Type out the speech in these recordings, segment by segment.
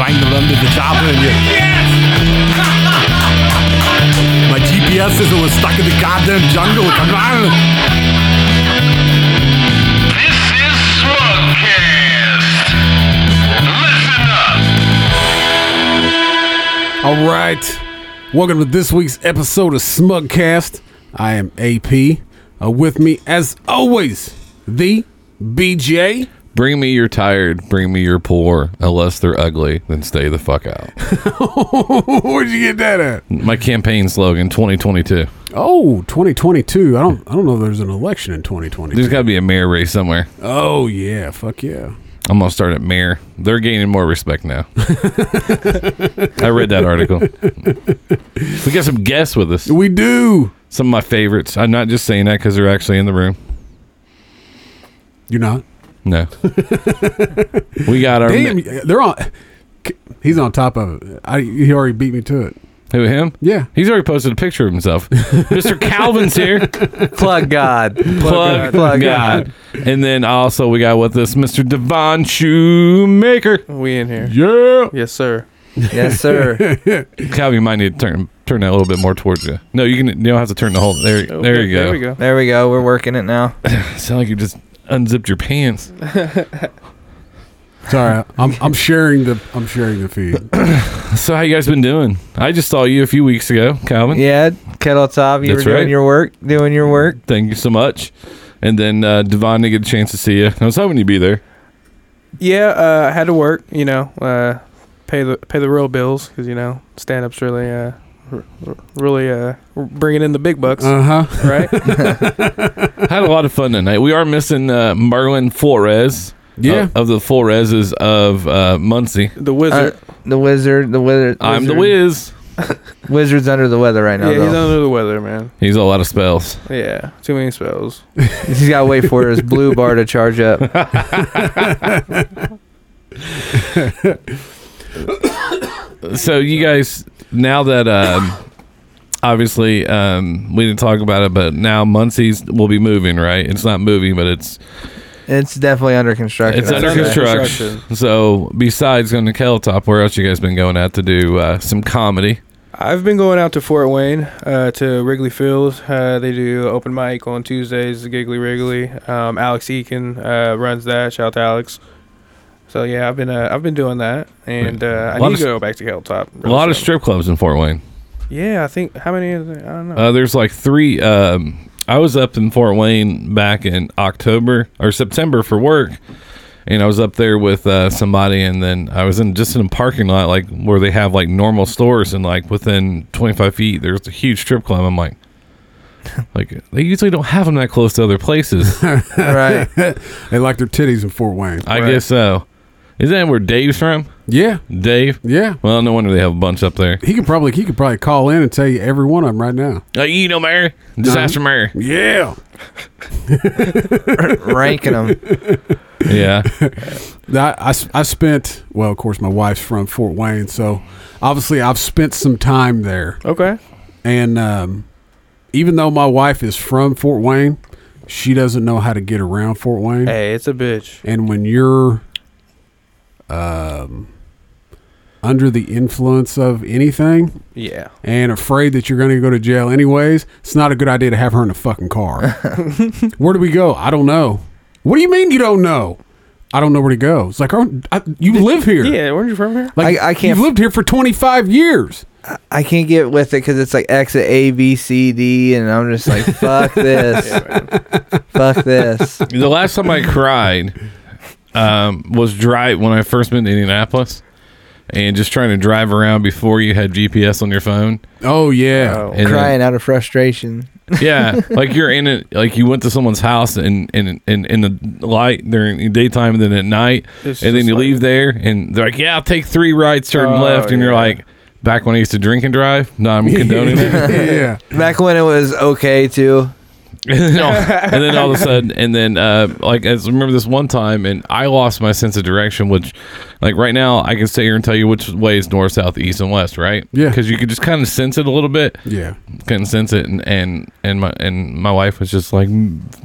the Dublin and you. My GPS says I was stuck in the goddamn jungle. Come on. This is Smugcast. Listen up. All right. Welcome to this week's episode of Smugcast. I am AP. Uh, with me, as always, the BJ. Bring me your tired, bring me your poor. Unless they're ugly, then stay the fuck out. Where'd you get that at? My campaign slogan 2022. Oh, 2022. I don't. I don't know. if There's an election in There's 2022. got to be a mayor race somewhere. Oh yeah. Fuck yeah. I'm going to start at mayor. They're gaining more respect now. I read that article. We got some guests with us. We do. Some of my favorites. I'm not just saying that because they're actually in the room. You're not. No. We got our. Damn, they're on. He's on top of it. I, he already beat me to it. Who, him? Yeah. He's already posted a picture of himself. Mr. Calvin's here. Plug God. plug, plug God. And then also we got with us Mr. Devon Shoemaker. We in here. Yeah. Yes, sir. Yes, sir. Calvin, you might need to turn turn that a little bit more towards you. No, you can you don't have to turn the whole there there you go. Oh, There we go. There we go. We're working it now. Sound like you just unzipped your pants. Sorry, I'm I'm sharing the I'm sharing the feed. So how you guys been doing? I just saw you a few weeks ago, Calvin. Yeah, kettle top. You That's were doing right. your work, doing your work. Thank you so much. And then uh Devon didn't get a chance to see you. I was hoping you'd be there. Yeah, uh, I had to work. You know, uh, pay the pay the real bills because you know stand ups really uh, r- r- really uh, bringing in the big bucks, Uh huh. right? had a lot of fun tonight. We are missing uh Merlin Flores. Uh, Yeah. Of, of the Floreses of uh Muncie. The wizard. Uh, the wizard, the wizard. I'm the whiz. wizard. Wizard's under the weather right now. yeah, he's though. under the weather, man. He's a lot of spells. Yeah, too many spells. he's got to wait for his blue bar to charge up. So you guys, now that um, obviously um, we didn't talk about it, but now Muncie's will be moving, right? It's not moving, but it's It's definitely under construction. it's I'd under say. construction. So besides going to Kettletop, where else you guys been going out to do uh, some comedy? I've been going out to Fort Wayne uh, to Wrigley Field. Uh, they do open mic on Tuesdays, the Giggly Wriggly. Um, Alex Eakin uh, runs that. Shout out to Alex. So yeah, I've been uh, I've been doing that, and uh, I Lot need of to go back to Hilltop. A lot of strip clubs in Fort Wayne. yeah, I think how many? Is there? I don't know. Uh, there's like three. Um, I was up in Fort Wayne back in October or September for work, and I was up there with uh, somebody, and then I was in just in a parking lot like where they have like normal stores, and like within 25 feet, there's a huge strip club. I'm like. Like they usually don't have them that close to other places. Right. They like their titties in Fort Wayne. I Right. guess so. Is that where Dave's from? Yeah, Dave? yeah. Well, no wonder they have a bunch up there. He could probably he could probably call in and tell you every one of them right now. Uh, you know, Mary, disaster, Mary. Yeah, Ranking them. Yeah, I, I s- I spent well, of course, my wife's from Fort Wayne, so obviously I've spent some time there. okay. And um, even though my wife is from Fort Wayne, she doesn't know how to get around Fort Wayne. Hey, it's a bitch. and when you're um, under the influence of anything Yeah. and afraid that you're going to go to jail anyways, it's not a good idea to have her in a fucking car. where do we go? I don't know. What do you mean you don't know? I don't know where to go. It's like, oh, I, you live here. Yeah, where you from here? Like, I- I can't- You've lived here for 25 years. I can't get with it because it's like exit A, B, C, D, and I'm just like, fuck this. Fuck this. The last time I cried um, was drive when I first been to Indianapolis, and just trying to drive around before you had GPS on your phone. Oh, yeah. Oh. And then- Crying out of frustration. yeah, like you're in it, like you went to someone's house and in in in the light during the daytime, and then at night, It's and then just you like- leave there, and they're like, "Yeah, I'll take three rights, turn Oh, left," and you're yeah. like, "Back when I used to drink and drive, no, I'm condoning it." yeah. Back when it was okay to. and, then all, and then all of a sudden, and then uh, like I just remember this one time, and I lost my sense of direction. Which, like right now, I can sit here and tell you which way is north, south, east, and west, right? Yeah. because you could just kind of sense it a little bit. Yeah. Couldn't sense it, and and and my and my wife was just like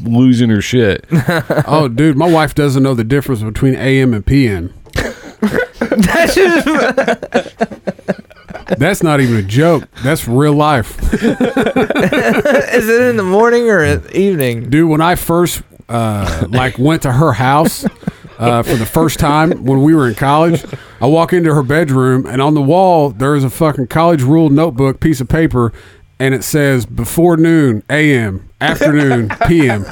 losing her shit. Oh, dude, my wife doesn't know the difference between AM and PM. That's just That's not even a joke. That's real life. is it in the morning or in the evening? Dude, when I first uh, like went to her house uh, for the first time when we were in college, I walk into her bedroom and on the wall there is a fucking college rule notebook piece of paper and it says before noon AM, afternoon PM.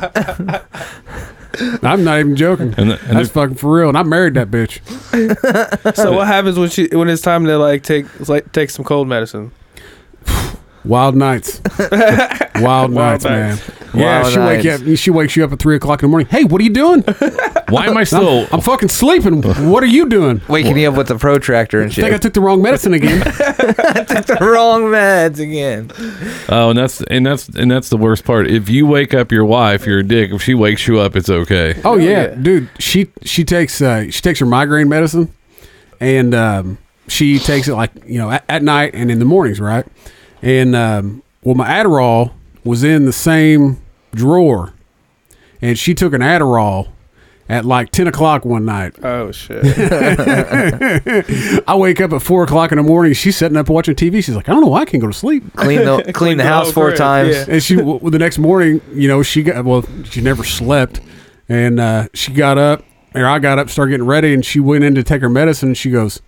I'm not even joking. And, the, and That's the, fucking for real. And I married that bitch. So what happens when she when it's time to like take like take some cold medicine? Wild nights. Wild, nights, man. nights. Yeah, Wild she wake you nights. up. She wakes you up at three o'clock in the morning. Hey, what are you doing? why am I I'm, still? I'm fucking sleeping. What are you doing? Waking you up with the protractor and I think I shit. took the wrong medicine again. the wrong meds again. Oh, and that's and that's and that's the worst part. If you wake up your wife, you're a dick. If she wakes you up, it's okay. Oh yeah, yeah. dude. She she takes uh, she takes her migraine medicine, and um, she takes it like you know at, at night and in the mornings, right? And um, well, my Adderall was in the same drawer, and she took an Adderall at like ten o'clock one night. Oh shit! I wake up at four o'clock in the morning. She's sitting up watching TV. She's like, I don't know why I can't go to sleep. Clean the clean, the the house whole four crib, times. yeah. And she, well, the next morning, you know, she got, well, she never slept. And uh, she got up, or I got up, started getting ready, and she went in to take her medicine. And she goes,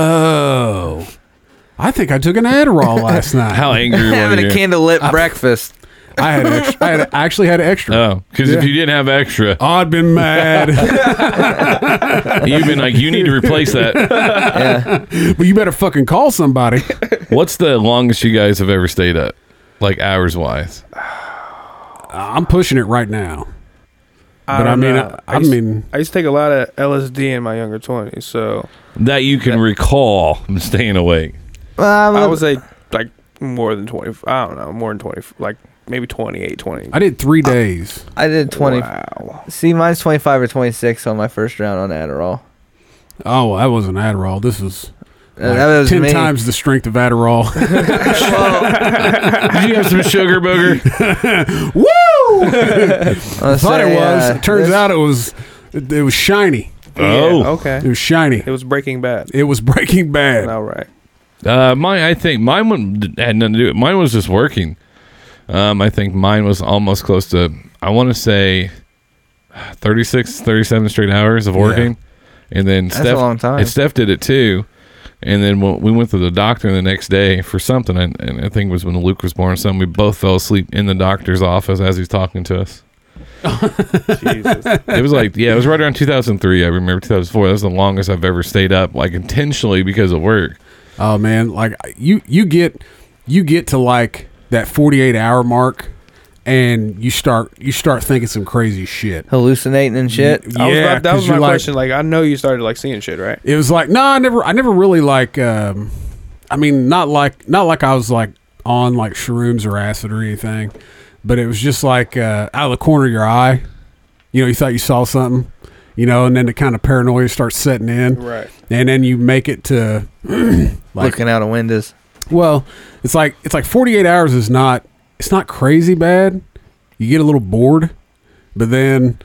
Oh, I think I took an Adderall last night. How angry Having a were you? candlelit breakfast. I had, extra, I had, I actually had extra. Oh, because Yeah. if you didn't have extra, Oh, I'd been mad, you've been like, you need to replace that. Yeah. but you better fucking call somebody. What's the longest you guys have ever stayed up, like hours wise? I'm pushing it right now, but I, don't mean, know. I, I used, mean, I used to take a lot of LSD in my younger twenties, so That you can recall from staying awake. Well, I'm a- I would say like more than twenty. I don't know, more than twenty, like maybe 28, 20. I did Uh, three days. I did twenty. Wow. See, mine's twenty five or twenty six on my first round on Adderall. Oh, well, that wasn't Adderall. This was, Uh, like, that was ten me. times the strength of Adderall. Well, Did you have some sugar booger? I thought it uh, was. It Turns out it was. It, it was shiny. Oh. Yeah, okay. It was shiny. It was Breaking Bad. It was Breaking Bad. All right. Uh, my, I think mine wouldn't- had nothing to do. with Mine was just working. Um, I think mine was almost close to. I want to say 36, 37 straight hours of working, and then That's a Steph, long time. And Steph did it too. And then when we went to the doctor the next day for something, and, and I think it was when Luke was born. Something we both fell asleep in the doctor's office as he's talking to us. Jesus. It was like yeah, it was right around 2003. I remember 2004. That was the longest I've ever stayed up, like intentionally because of work. Oh man, like you you get you get to like that forty eight hour mark, and you start you start thinking some crazy shit. hallucinating and shit. Y- I was Yeah, about, that 'cause was you my like- question. Like, I know you started like seeing shit, right? It was like no, I never I never really like. Um, I mean, not like not like I was like on like shrooms or acid or anything, but it was just like uh, out of the corner of your eye. You know, you thought you saw something, you know, and then the kind of paranoia starts setting in. Right. and then you make it to like looking out of windows. well it's like it's like 48 hours is not it's not crazy bad you get a little bored but then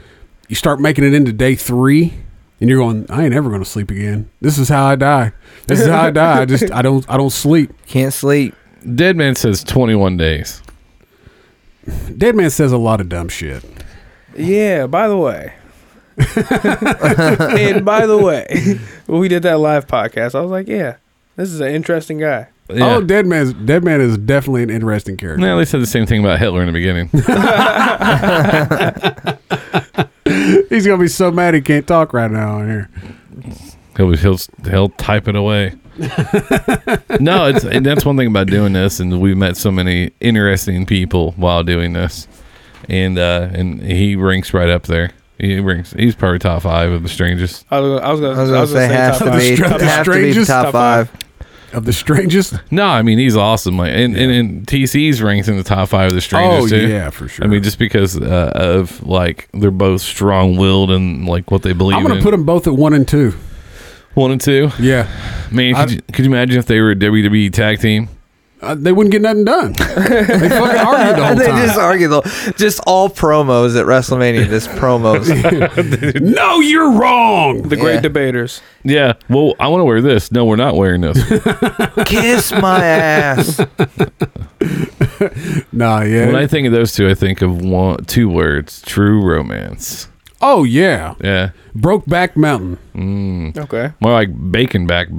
you start making it into day three and you're going i ain't ever going to sleep again this is how i die this is how i die i just i don't i don't sleep Can't sleep. Dead man says 21 days. dead man says a lot of dumb shit Yeah. By the way. and by the way, when we did that live podcast, I was like, "Yeah, this is an interesting guy." Yeah. oh dead man's dead man is definitely an interesting character Yeah, they said the same thing about Hitler in the beginning. he's going to be so mad he can't talk right now on here he'll, he'll he'll type it away. no, it's and that's one thing about doing this, and we met so many interesting people while doing this, and uh, and he ranks right up there. He ranks. He's probably top five of the strangest. I was gonna, I was gonna, I was gonna, say, has top to five. be Top has to be strangest- top top five. of the strangest No, I mean he's awesome. Like and, and, and TC's ranks in the top five of the oh strangest too. yeah for sure I mean, just because uh, of like they're both strong-willed and like what they believe. i'm going to in. put them both at one and two one and two. yeah Man, I've- could you, could you imagine if they were a WWE E tag team? uh, they wouldn't get nothing done. They fucking argued the whole they time. just argue though. Just all promos at WrestleMania. Just promos. no, you're wrong. The great Yeah. debaters. Yeah. Well, I want to wear this. No, we're not wearing this. Kiss my ass. Nah, yeah. when I think of those two, I think of one, two words: true romance. oh yeah, Yeah. Brokeback Mountain. Okay. More like bacon back.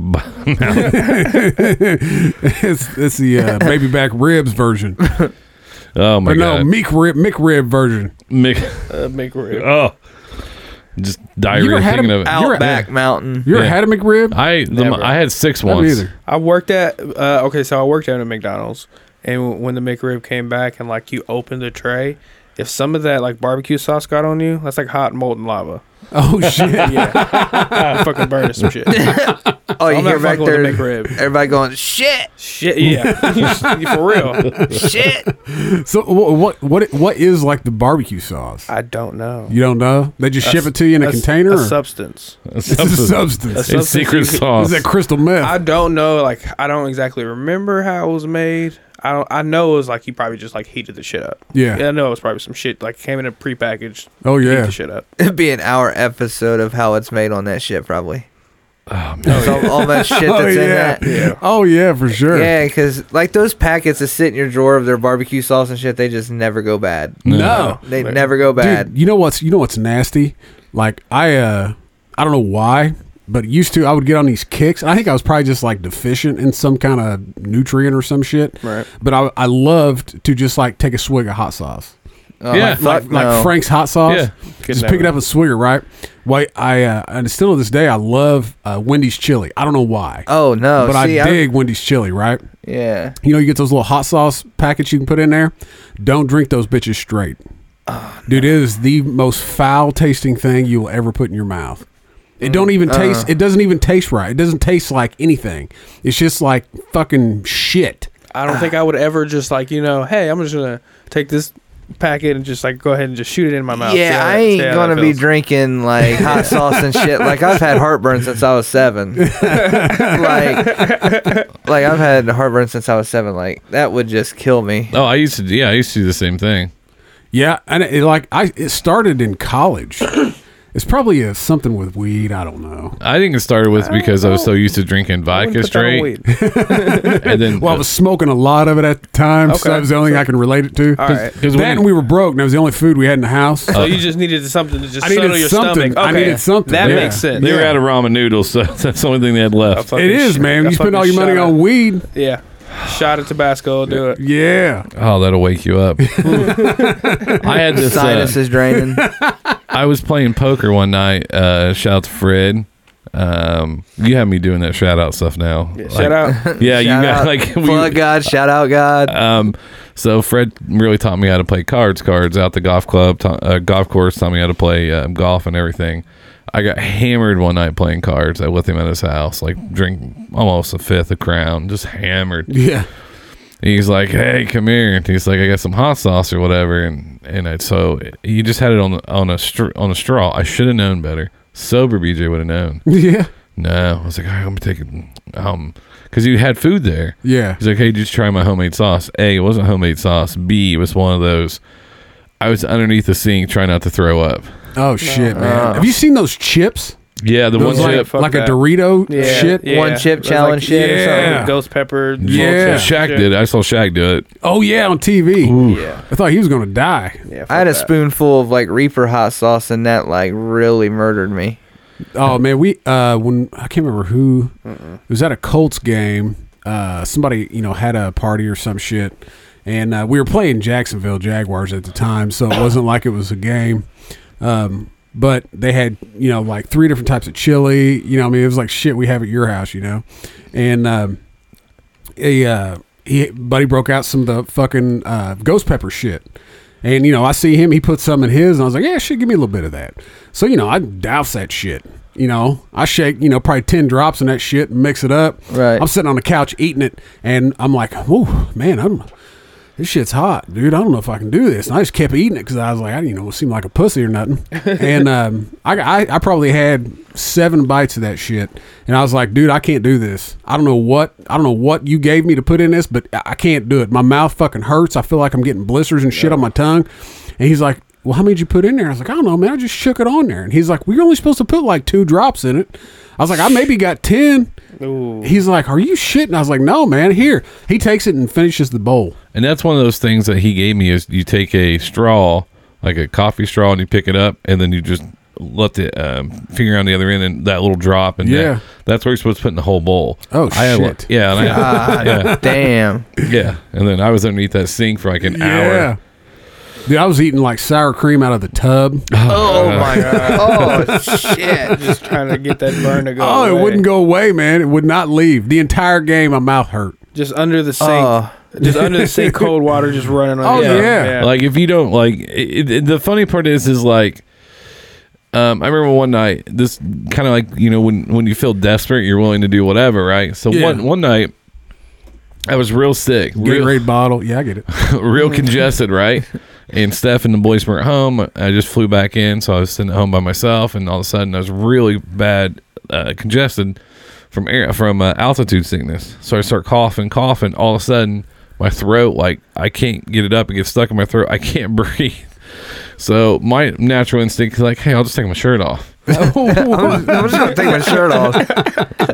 it's, it's the uh, baby back ribs version, oh my or no, god. meek rib, mick rib version. Mick- Uh, make rib. oh. Just You ever diarrhea had thinking a- of it. out- Outback Mountain. You ever Yeah. had a McRib? I the, Never. I had six I haven't once. either. I worked at uh, okay, so I worked at a McDonald's, and when the McRib came back and like you opened the tray, if some of that like barbecue sauce got on you, that's like hot molten lava. Oh shit. Yeah, I fucking burning some shit. Oh, you I'm hear not back fucking with there. a McRib. Everybody going shit, Shit, yeah, for real. shit. So wha- what what what is like the barbecue sauce? I don't know. You don't know? They just ship it to you in a, s- container. a or- substance. It's it's a a substance. substance It's secret you could- sauce. Is that crystal meth? I don't know. Like I don't exactly remember how it was made. I don't. I know it was like you probably just like heated the shit up. yeah. Yeah, I know it was probably some shit like came in a prepackaged. Oh Heat yeah. the shit up. It'd be an hour episode of how it's made on that shit, probably. Oh, man. It's all, all that shit that's Oh in yeah. that. Yeah. Oh yeah, for sure. Yeah, because like those packets that sit in your drawer of their barbecue sauce and shit, they just never go bad. No. They never go bad. Dude, you know what's you know what's nasty? Like I uh I don't know why, but used to I would get on these kicks. and I think I was probably just like deficient in some kind of nutrient or some shit. Right. But I I loved to just like take a swig of hot sauce. Oh, Yeah. fuck Like like no. Frank's hot sauce. Yeah. Could Just never. pick it up a swigger, right? Why I uh, and still to this day I love uh, Wendy's chili. I don't know why. Oh no! but See, I I'm- dig Wendy's chili, right? Yeah. You know, you get those little hot sauce packets you can put in there. Don't drink those bitches straight. Ah, Dude, it is the most foul tasting thing you will ever put in your mouth. It don't Mm, even uh. taste. It doesn't even taste right. It doesn't taste like anything. It's just like fucking shit. I don't think I would ever just like you know, hey, I'm just gonna take this packet and just like go ahead and just shoot it in my mouth. See Yeah, how I that- ain't see how that gonna be feels. drinking like hot sauce and shit. Like I've had heartburn since I was seven. like, like I've had heartburn since I was seven. Like that would just kill me. Oh, I used to. Yeah, I used to do the same thing. Yeah, and it, it, like I, it started in college. it's probably uh something with weed. I don't know. I think it started with because I was so used to drinking I vodka wouldn't put that on straight, weed. and then Well, I was smoking a lot of it at the time, so Okay. that was the only thing I can relate it to. All right. That and we were broke, and that was the only food we had in the house. So you just needed something to just I needed settle your something. stomach. I Okay. needed something. That Yeah. makes sense. they were Yeah. out of ramen noodles, so that's the only thing they had left. Fucking it is, shit. man. I You spend all your fucking money shot on weed. it. Yeah. Shot of Tabasco will do it. Yeah. Oh, that'll wake you up. I had this. Uh, Sinus is draining. I was playing poker one night. Uh, shout out to Fred. Um, you have me doing that shout out stuff now. Like- Shout out. Yeah, you Shout got out, like plug God. Shout out God. um, so Fred really taught me how to play cards. Cards out the golf club, ta- uh, golf course. Taught me how to play um, golf and everything. I got hammered one night playing cards uh, with him at his house. Like drink almost a fifth of Crown, just hammered. Yeah. He's like, "Hey, come here." And he's like, "I got some hot sauce or whatever." And and I, so he just had it on the, on a str- on a straw. I should have known better. Sober BJ would have known. Yeah. No, I was like, "All right, "I'm gonna take it," um, because you had food there. Yeah. He's like, hey, just try my homemade sauce. A, it wasn't homemade sauce. B, it was one of those. I was underneath the sink trying not to throw up. Oh shit, man. Uh. Have you seen those chips? Yeah, the Those one yeah, like, chip. fuck like a that. Dorito Yeah. shit. Yeah. One chip It was challenge shit or Yeah. something. Like ghost pepper. Yeah. Shaq did. it. I saw Shaq do it. Oh yeah, on TV. Yeah. I thought he was gonna die. yeah I had a fuck spoonful of like Reaper hot sauce and that like really murdered me. Oh man, we uh when I can't remember who it was at a Colts game. Uh, somebody you know had a party or some shit, and uh, we were playing Jacksonville Jaguars at the time, so it wasn't like it was a game. Um, but they had you know like three different types of chili. You know, I mean it was like shit we have at your house, you know, and um, he uh, he buddy broke out some of the fucking uh, ghost pepper shit. And you know, I see him. He put some in his, and I was like, "Yeah, shit, give me a little bit of that." So you know, I douse that shit. You know, I shake you know probably ten drops in that shit and mix it up. Right. I'm sitting on the couch eating it, and I'm like, "Whoa, man, I'm this shit's hot, dude. I don't know if I can do this. And I just kept eating it because I was like, I didn't, you know, seem like a pussy or nothing. and um, I, I, I probably had seven bites of that shit, and I was like, dude, I can't do this. I don't know what, I don't know what you gave me to put in this, but I I can't do it. My mouth fucking hurts. I feel like I'm getting blisters and shit on my tongue. And he's like, well, how many did you put in there? I was like, I don't know, man. I just shook it on there. And he's like, we are only supposed to put like two drops in it. I was like, I maybe got ten. Ooh. He's like, "Are you shitting?" I was like, "No, man. Here." He takes it and finishes the bowl. And that's one of those things that he gave me is you take a straw, like a coffee straw, and you pick it up, and then you just let the um, finger on the other end and that little drop, and that- Yeah. that's where you're supposed to put in the whole bowl. Oh, I had one- shit. yeah, and I- Ah, God Yeah. damn. yeah, and then I was underneath that sink for like an hour. Dude, I was eating like sour cream out of the tub. Oh my god. Oh shit. Just trying to get that burn to go. Oh, it away. wouldn't go away, man. It would not leave. The entire game, my mouth hurt. Just under the sink. Oh. Just under the sink, cold water just running on. Oh, you. yeah. Like if you don't like, it, it, the funny part is, is like, um, I remember one night, this kind of like you know when when you feel desperate, you're willing to do whatever, right? So Yeah. one one night, I was real sick, real, Gatorade bottle. Yeah, I get it. real Mm. congested, right? And Steph and the boys weren't home. I just flew back in, so I was sitting at home by myself, and all of a sudden I was really bad uh, congested from air from uh, altitude sickness. So I start coughing, coughing. All of a sudden, my throat like I can't get it up. It gets stuck in my throat. I can't breathe. So my natural instinct is like, hey, I'll just take my shirt off. I'm, I'm just gonna take my shirt off.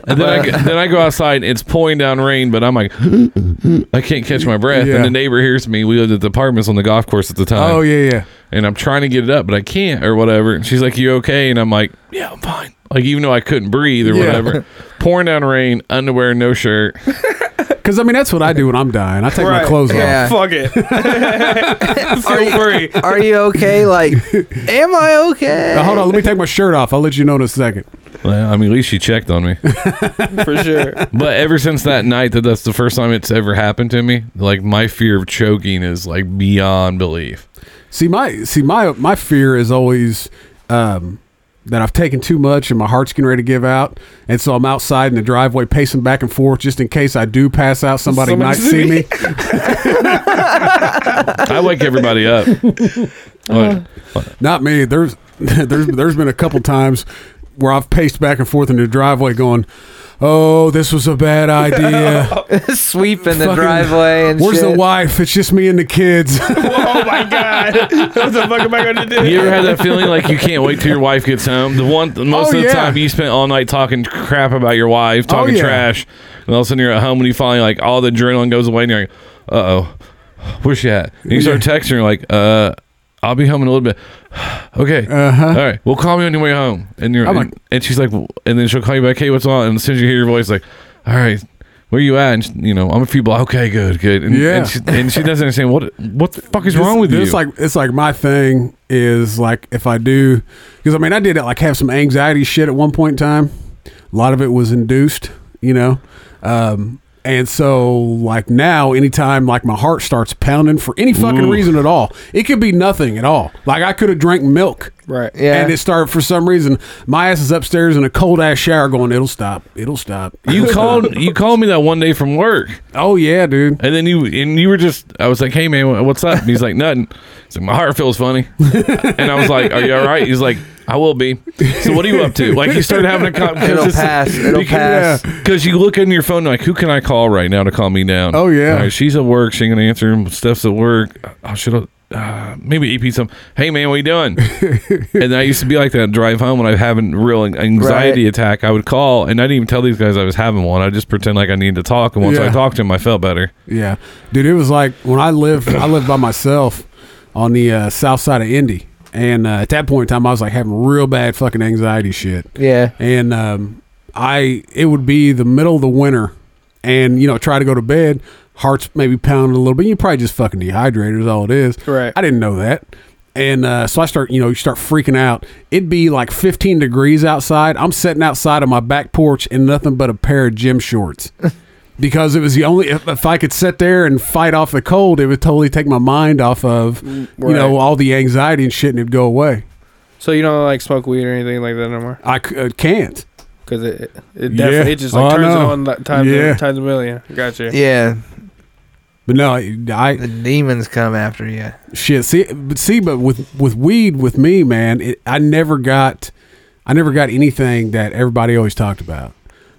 And then, I, go- then I go outside. It's pouring down rain, but I'm like, I can't catch my breath. Yeah. And the neighbor hears me. We lived at the apartments on the golf course at the time. Oh yeah, yeah. and I'm trying to get it up, but I can't or whatever. And she's like, "You okay?" And I'm like, "Yeah, I'm fine." Like even though I couldn't breathe or Yeah. whatever, pouring down rain, underwear, no shirt. Because I mean, that's what I do when I'm dying. I take my Right. clothes Yeah. off. Fuck it. Feel free. Are you okay? Like, am I okay? Now, hold on, let me take my shirt off. I'll let you know in a second. Well, I mean, at least she checked on me. For sure. but ever since that night, that that's the first time it's ever happened to me. Like my fear of choking is like beyond belief. See my see my my fear is always um, that I've taken too much and my heart's getting ready to give out, and so I'm outside in the driveway pacing back and forth just in case I do pass out. Somebody Somebody might see see me. me. I wake everybody up. Like, Not me. There's there's there's been a couple times where I've paced back and forth in the driveway going, "Oh, this was a bad idea." Sweeping the Fucking- driveway and Where's shit. the wife? It's just me and the kids. Uh-huh. Oh my god. What the fuck am I gonna do? you ever had that feeling like you can't wait till your wife gets home? The one the- most Oh, of the yeah. time you spent all night talking crap about your wife, Oh, talking yeah. trash, and all of a sudden you're at home and you finally like all the adrenaline goes away and you're like, uh oh, where's she at? And you start texting her like, uh, I'll be home in a little bit. okay. Uh-huh. All right. Well, call me on your way home. And you're I'm and, like- and she's like, and then she'll call you back. Hey, what's on? And as soon as you hear your voice, like, all right. Where you at? And she- you know, I'm a few blocks. Okay, good, good. And, Yeah. And she, and she doesn't understand what what the fuck is wrong with you. It's like it's like my thing is like if I do because I mean I did like have some anxiety shit at one point in time. A lot of it was induced, you know. Um, and so like now anytime like my heart starts pounding for any fucking Ooh. reason at all, it could be nothing at all. Like I could have drank milk Right. Yeah. and it started for some reason. My ass is upstairs in a cold ass shower going, it'll stop. It'll stop. You It'll called you called me that one day from work, stop." Oh, yeah, dude. and then you and you were just I was like, "Hey man, wha- what's up?" And he's like, "Nothing." He's like, "My heart feels funny," and I was like, "Are you all right?" He's like, "I will be." So what are you up to? Like you started having a con- It'll pass. It'll pass. because you look in your phone like, "Who can I call right now to calm me down?" Oh, yeah. All right, she's at work. She ain't gonna answer. Steph's at work. Oh, should I, uh, maybe EP some. Hey man, what you doing? and I used to be like that drive home when I having real an- anxiety Right. attack. I would call and I didn't even tell these guys I was having one. I just pretend like I needed to talk, and once I Yeah. talked to him, I felt better. Yeah, dude, it was like when I lived, I lived by myself on the uh, south side of Indy, and uh, at that point in time, I was like having real bad fucking anxiety shit, yeah. and um, I it would be the middle of the winter, and you know try to go to bed, heart's maybe pounding a little bit. You probably just fucking dehydrated is all it is. Right. I didn't know that. And uh, so I start, you know, you start freaking out. It'd be like 15 degrees outside. I'm sitting outside on my back porch in nothing but a pair of gym shorts because it was the only if, if I could sit there and fight off the cold, it would totally take my mind off of you know right. all the anxiety and shit, and it'd go away. So you don't like smoke weed or anything like that no more? I c- uh, can't. Because it it Yeah. definitely it just Oh, like I turns it know. on li- times Yeah. times a million. Gotcha. Yeah. But no, I The demons come after you. shit. See, but see, but with with weed, with me, man, it, I never got, I never got anything that everybody always talked about.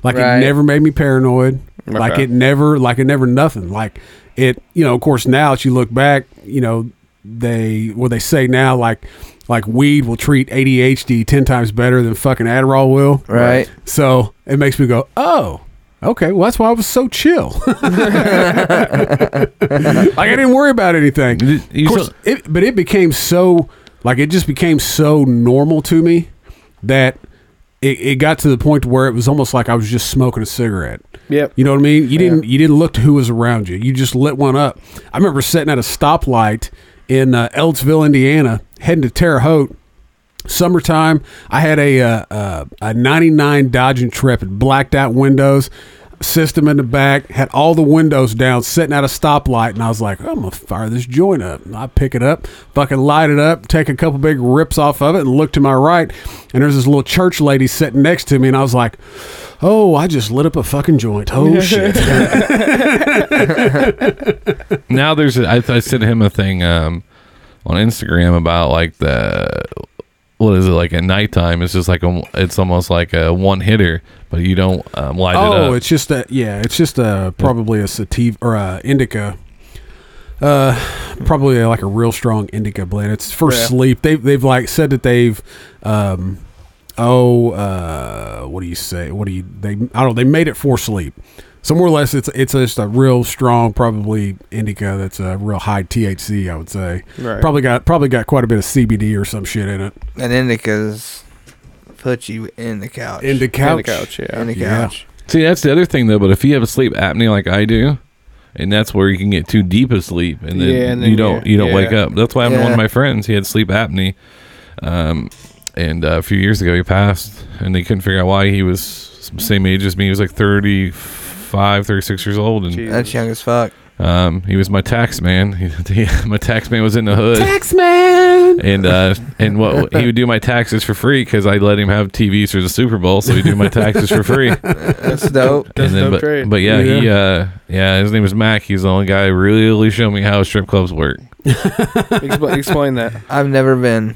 Like Right. it never made me paranoid. Like Okay. it never, like it never nothing. Like it, you know. Of course, now that you look back, you know, they what they say now, like like weed will treat ADHD ten times better than fucking Adderall will. Right. So it makes me go, oh. Okay, well that's why I was so chill. like I didn't worry about anything You- you of course, still- it, but it became so like it just became so normal to me that it, it got to the point where it was almost like I was just smoking a cigarette. Yep. You know what I mean? You didn't you didn't look to who was around you. You just lit one up. I remember sitting at a stoplight in uh, Eltsville, Indiana, heading to Terre Haute. Summertime. I had a uh, uh, a '99 Dodge Intrepid, blacked out windows, system in the back. Had all the windows down, sitting at a stoplight, and I was like, "I'm gonna fire this joint up." And I pick it up, fucking light it up, take a couple big rips off of it, and look to my right, and there's this little church lady sitting next to me, and I was like, "Oh, I just lit up a fucking joint. Oh shit!" now there's a, I, I sent him a thing um, on Instagram about like the what is it like at nighttime? It's just like a, it's almost like a one hitter, but you don't um, light it up. Oh, it's just a yeah, it's just a probably a sativa or a indica. Uh, probably like a real strong indica blend. It's for Yeah. sleep. They've they've like said that they've, um, oh, uh, what do you say? What do you they? I don't. know. They made it for sleep. So more or less, it's it's just a real strong, probably indica. That's a real high THC. I would say Right. probably got probably got quite a bit of CBD or some shit in it. And indica's put you in the couch. In the On the couch. couch. Yeah. In the Yeah. couch. See, that's the other thing though. But if you have a sleep apnea like I do, and that's where you can get too deep of sleep, and then, Yeah, and then you don't you- you don't wake yeah. up. That's why I one Yeah. of my friends. He had sleep apnea, um, and uh, a few years ago he passed, and they couldn't figure out why. He was same age as me. He was like 35, 36 years old, and Jeez. That's young as fuck. Um, he was my tax man. He, he- my tax man was in the hood, Tax man. and uh, and what he would do my taxes for free because I let him have TVs for the Super Bowl, so he'd do my taxes for free. And That's dope. That's dope but, trade. but yeah, he Yeah. uh, yeah, his name was Mac. He's the only guy who really showed me how strip clubs work. Expl- explain that. I've never been.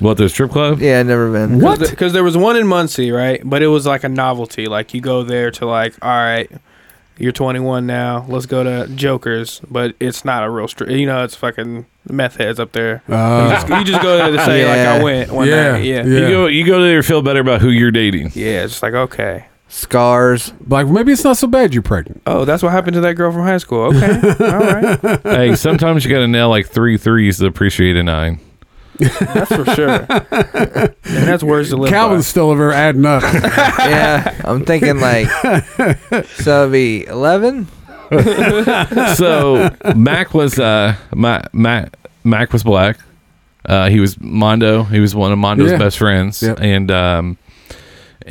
What the strip club? Yeah, I've never been. What? Because there was one in Muncie, right? But it was like a novelty. Like you go there to like, all right, you're 21 now. Let's go to Joker's, but it's not a real strip. You know, it's fucking meth heads up there. Oh. you, just, you just go there to say Uh. like Yeah. I went one Yeah. night. Yeah. Yeah. yeah. You go you go there, feel better about who you're dating. it's just like okay. Scars. Like maybe it's not so bad. You're pregnant. Oh, that's what happened to that girl from high school. Okay, all right, hey, sometimes you got to nail like three threes to appreciate a nine. that's for sure. And that's words to live Calvin's still over there adding up. Yeah. I'm thinking like so it'd be eleven? so Mac was uh Mac Mac, Mac was black. Uh, he was Mondo. He was one of Mondo's Yeah. best friends, Yep. and um,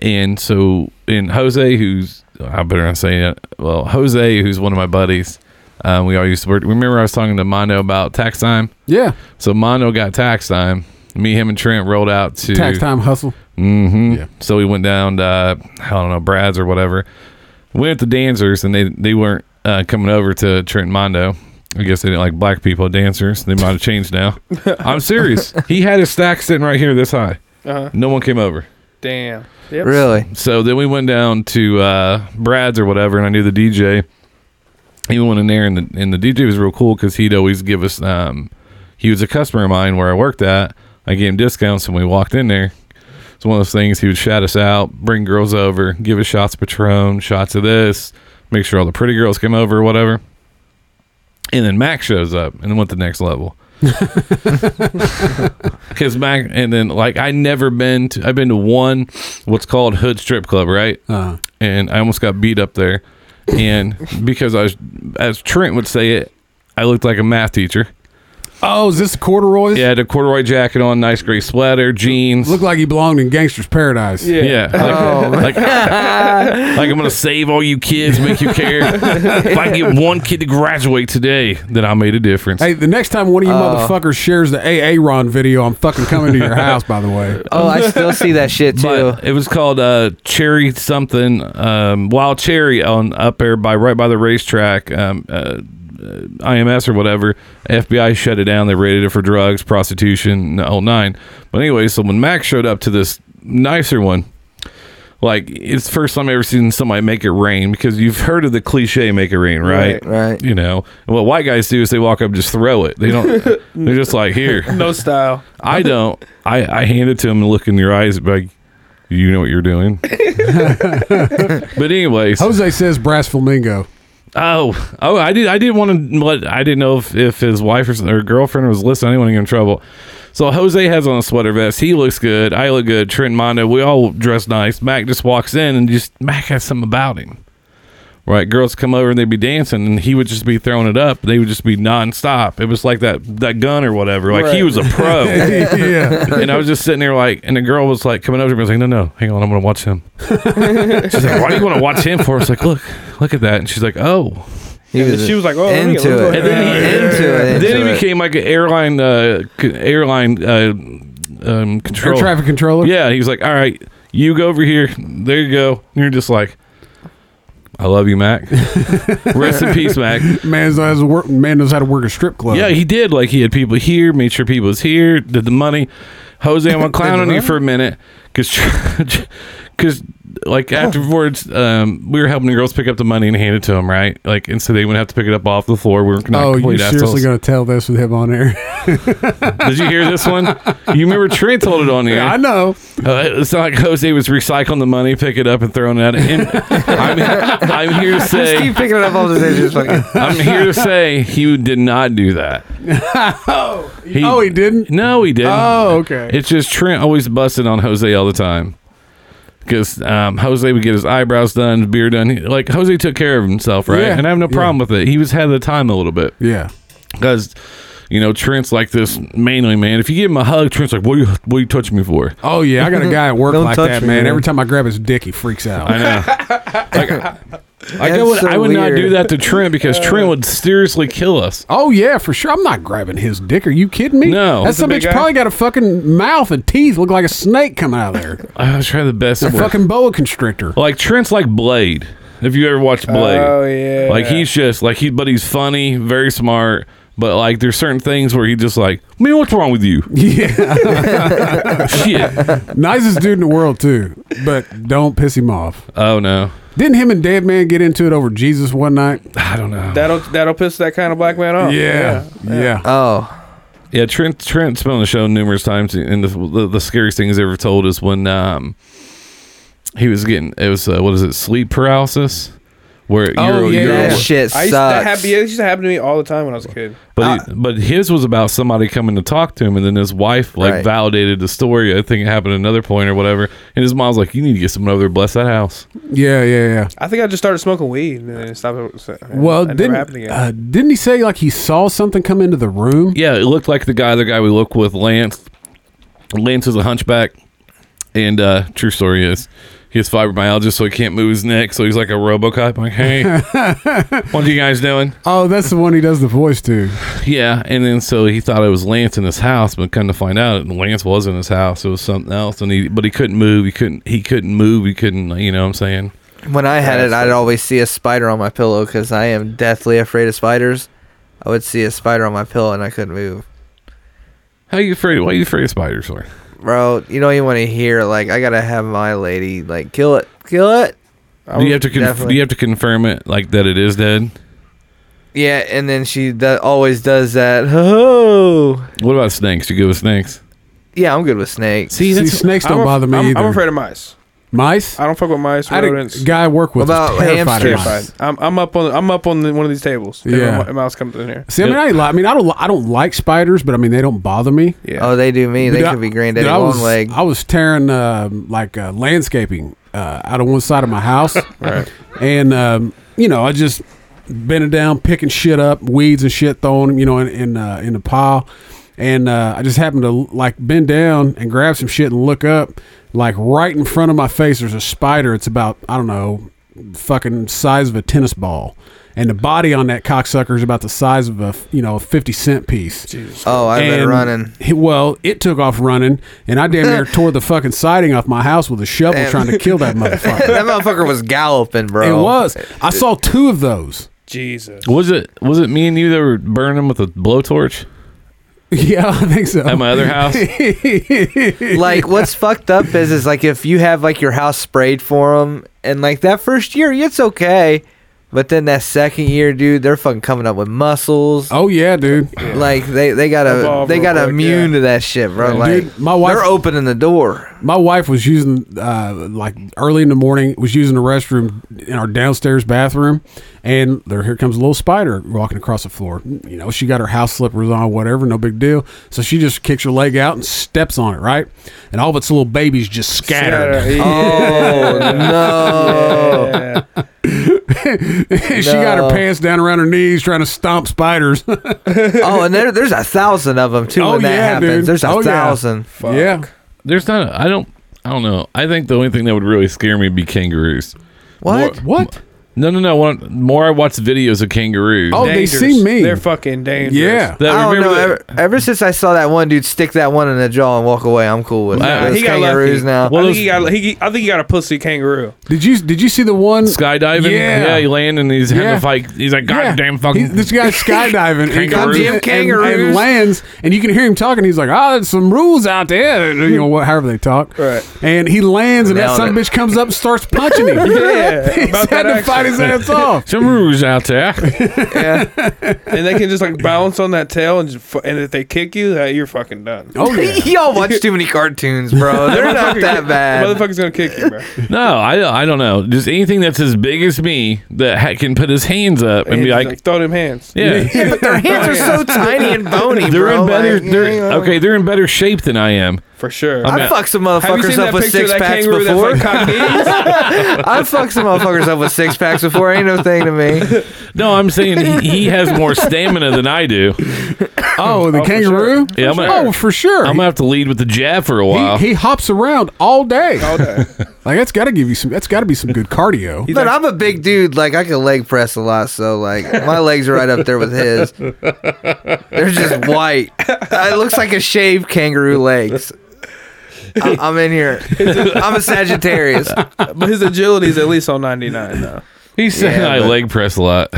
and so and Jose, who's I better not say it. Well, Jose, who's one of my buddies, uh, we all used to work. Remember, I was talking to Mondo about tax time. Yeah, So Mondo got tax time. Me, him, and Trent rolled out to tax time hustle. hmm Yeah. So we went down to uh, I don't know Brad's or whatever. Went at the dancers and they they weren't uh, coming over to Trent Mondo. I guess they didn't like black people dancers. They might have changed now. I'm serious. He had his stack sitting right here this high. by. Uh-huh. No one came over. Damn. Yep. Really? So then we went down to uh, Brad's or whatever, and I knew the DJ. He went in there, and the, and the DJ was real cool because he'd always give us. Um, he was a customer of mine where I worked at. I gave him discounts when we walked in there. It's one of those things he would shout us out, bring girls over, give us shots of Patron, shots of this, make sure all the pretty girls came over or whatever. And then Mac shows up and then went to the next level. Because Mac, and then like I never been to, I've been to one what's called Hood Strip Club, right? Uh, and I almost got beat up there. And because I was, as Trent would say it, I looked like a math teacher. oh, is this corduroys? Yeah, I had a corduroy jacket on, nice gray sweater, jeans. Look like he belonged in Gangster's Paradise. Yeah. yeah, Oh, like, like, like I'm gonna save all you kids, make you care. if I get one kid to graduate today, then I made a difference. Hey, the next time one of you Uh. Oh. motherfuckers shares the Aaron video, I'm fucking coming to your house. By the way, Oh, I still see that shit too. But it was called uh, Cherry something, um, Wild Cherry on up there by right by the racetrack. Um, uh, uh, IMS or whatever. FBI shut it down. They raided it for drugs, prostitution, all nine. But anyway, so when Max showed up to this nicer one, like it's the first time I ever seen somebody make it rain because you've heard of the cliche make it rain, right? Right. You know, and what white guys do is they walk up and just throw it. They don't. they're just like here. No style. I don't. I, I hand it to him and look in your eyes, and be like, you know what you're doing. but anyways, Jose says brass flamingo. oh, oh, I did. I didn't want to. Let, I didn't know if, if his wife or, s- or girlfriend was listening. I didn't want to get in trouble. So Jose has on a sweater vest. He looks good. I look good. Trent Mondo. We all dress nice. Mac just walks in and just Mac has something about him. Right, girls come over and they'd be dancing, and he would just be throwing it up. They would just be nonstop. It was like that that gun or whatever. Like he Right. was a pro. yeah. and I was just sitting there like, and the girl was like coming over to me, I was like, no, no, hang on, I'm gonna watch him. she's like, why do you want to watch him for? I was like, look, look at that, and she's like, oh. He And she was like, "Oh, let me- let me into go it. ahead." And then he- into it. Into then he it. became like an airline, uh, c- airline uh, um, Air control. traffic controller. Yeah, he was like, all right, you go over here. There you go. And you're just like, I love you, Mac. Rest in peace, Mac. Man knows how to work. Man knows how to work a strip club. Yeah, he did. Like he had people here, made sure people was here, did the money. Jose, I'm gonna clown on you for a minute, cause, cause like afterwards, um, we were helping the girls pick up the money and hand it to them, right? Like, and so they wouldn't have to pick it up off the floor. We were not oh, you're complete seriously assholes. gonna tell this with him on air? Did you hear this one? You remember Trent told it on here. I know. Uh, it's not like Jose was recycling the money, pick it up and throwing it at him. I'm, I'm here to Just say, keep picking it up all the days. Just fucking. I'm here to say, he did not do that. oh, he didn't. No, he didn't. Oh, okay. It's just Trent always busted on Jose all the time. Because um, Jose would get his eyebrows done, his beard done. He- Like Jose took care of himself, right? Yeah. And I have no problem with it. He was had the time a little bit yeah. because you know Trent's like this mainly man. If you give him a hug, Trent's like, "What are you, what are you touching me for?" Oh yeah, I got a guy at work Don't like touch that, me, man. man. Every time I grab his dick, he freaks out. I know. like, I- like, I That's would, so I would not do weird. that to Trent because Trent would seriously kill us. Oh yeah, for sure. I'm not grabbing his dick. Are you kidding me? No. that That's a some big bitch guy. probably got a fucking mouth and teeth look like a snake coming out of there. I was trying the best. A word. fucking boa constrictor. Like Trent's like Blade. If you ever watched Blade, Oh, yeah. like he's just like he, but he's funny, very smart. But like there's certain things where he just like, man, what's wrong with you? Yeah, Shit. nicest dude in the world too. But don't piss him off. Oh no, Didn't him and Dead Man get into it over Jesus one night? I don't know. That'll that'll piss that kind of black man off. yeah. Oh, yeah, Trent Trent's been on the show numerous times, and the the, the scariest thing he's ever told is when um he was getting it was uh, what is it sleep paralysis. Where Oh, you're, yeah. you're that Yeah. shit I sucks. used that happen, yeah, it used to happen to me all the time when I was a kid. But he- but his was about somebody coming to talk to him, and then his wife like Right. validated the story. I think it happened at another point or whatever. And his mom's like, "You need to get someone over there, to bless that house." yeah, yeah, yeah. I think I just started smoking weed and then it stopped. so- Well, that never happened didn't again. uh, didn't he say like he saw something come into the room? Yeah, it looked like the guy, the guy we looked with, Lance. Lance is a hunchback, and uh, true story is he has fibromyalgia, so he can't move his neck, so he's like a RoboCop. I'm like, hey, what are you guys doing? Oh, that's the one he does the voice to. Yeah, and then so he thought it was Lance in his house, but come to find out, Lance was in his house. It was something else, and he but he couldn't move. He couldn't. He couldn't move. He couldn't. You know what I'm saying? When I had it, I'd always see a spider on my pillow because I am deathly afraid of spiders. I would see a spider on my pillow and I couldn't move. How you afraid? Why are you afraid of spiders? Or Bro, you don't even want to hear. Like, I gotta have my lady like kill it, kill it. I do was- you have to? Conf- do definitely. you have to confirm it like that? It is dead. Yeah, and then she do- always does that. Oh, What about snakes? You good with snakes? yeah, I'm good with snakes. See, See, that's snakes don't I'm a- bother me I'm, either. I'm afraid of mice. mice. I don't fuck with mice, I had a rodents. guy I work with What about was terrified of hamsters? mice. Terrified. I'm, I'm up on I'm up on the, one of these tables. Yeah. a mouse comes in here. See, I mean, I, ain't li- I mean, I don't, li- I don't like spiders, but I mean, they don't bother me. Yeah. Oh, they do me. They Dude, I- could be granddaddy dude, I long was, leg. I was tearing um like uh, landscaping uh, out of one side of my house, Right. and um, you know, I just bending down, picking shit up, weeds and shit, throwing them, you know, in in, uh, in a pile, and uh, I just happened to like bend down and grab some shit and look up, like right in front of my face, there's a spider. It's about I don't know, fucking size of a tennis ball. And the body on that cocksucker is about the size of a you know a fifty cent piece. Oh, I've been And running. he- well, it took off running, and I damn near tore the fucking siding off my house with a shovel Damn. trying to kill that motherfucker. that motherfucker was galloping, bro. it was. I saw two of those. Jesus. Was it was it me and you that were burning with a blowtorch Yeah, I think so. at my other house? like what's fucked up is is like if you have like your house sprayed for them and like that first year it's okay but then that second year dude they're fucking coming up with muscles oh yeah, dude. like they they gotta Evolve they real gotta quick, immune yeah. to that shit bro Yeah. like Dude, my wife- they're opening the door My wife was using uh, like early in the morning was using the restroom in our downstairs bathroom, and there here comes a little spider walking across the floor. You know, she got her house slippers on, whatever, no big deal. So she just kicks her leg out and steps on it, right? And all of its little babies just scattered. Yeah. oh no Yeah. she got her No. pants down around her knees trying to stomp spiders. oh and there, there's a thousand of them too Oh, when that yeah, happens dude. there's a Oh, yeah. thousand Yeah, There's not. A, I don't. I don't know. I think the only thing that would really scare me would be kangaroos. what what? No, no, no. One, more I watch videos of kangaroos. Oh, they Dangerous. see me. They're fucking dangerous. Yeah. That- I don't remember know. that- Ever, ever since I saw that one dude stick that one in the jaw and walk away, I'm cool with Nah, it. Those he got kangaroos lucky. now. I Well, think he got. He, I think he got a pussy kangaroo. Did you did you see the one skydiving. Yeah. yeah, he landed and he's having Yeah. to fight. He's like, goddamn Yeah. fucking. He- this guy's skydiving. and he comes Kangaroos. in and- And, Kangaroos. lands, and you can hear him talking. He's like, "Ah, there's some rules out there." You Hmm. know, what, however they talk. Right. And he lands, and that Nailed son of a it. bitch comes up and starts punching him. Yeah, he's about had that to fight his ass off. some rules out there. Yeah. and they can just like bounce on that tail and just, fu- and if they kick you, uh, you're fucking done. Oh yeah. Y'all watch too many cartoons, bro. They're not that bad. Motherfucker's gonna kick you, bro. No, I, I don't know. Just anything that's as big as me that ha- can put his hands up and be Just, like, throw them hands. yeah. But their hands Oh, are so tiny and bony, They're bro. in better. like, they're, you know. okay, they're in better shape than I am. for sure. I'm I at- fucked some Have you motherfuckers seen up that with picture of six that packs kangaroo before. that's like cockneys? I fucked some motherfuckers up with six packs before. Ain't no thing to me. No, I'm saying he, he has more stamina than I do. Oh, the for kangaroo. Yeah, I'm gonna- oh, for sure. I'm uh, gonna have to lead with the jab for a while. he, he hops around all day. All day. Like that's got to give you some. That's got to be some good cardio. But I'm a big dude. Like I can leg press a lot, so like my legs are right up there with his. They're just white. It looks like a shaved kangaroo legs. I- I'm in here. I'm a Sagittarius. but his agility is at least on 99 though. He's saying Yeah, I but- leg press a lot.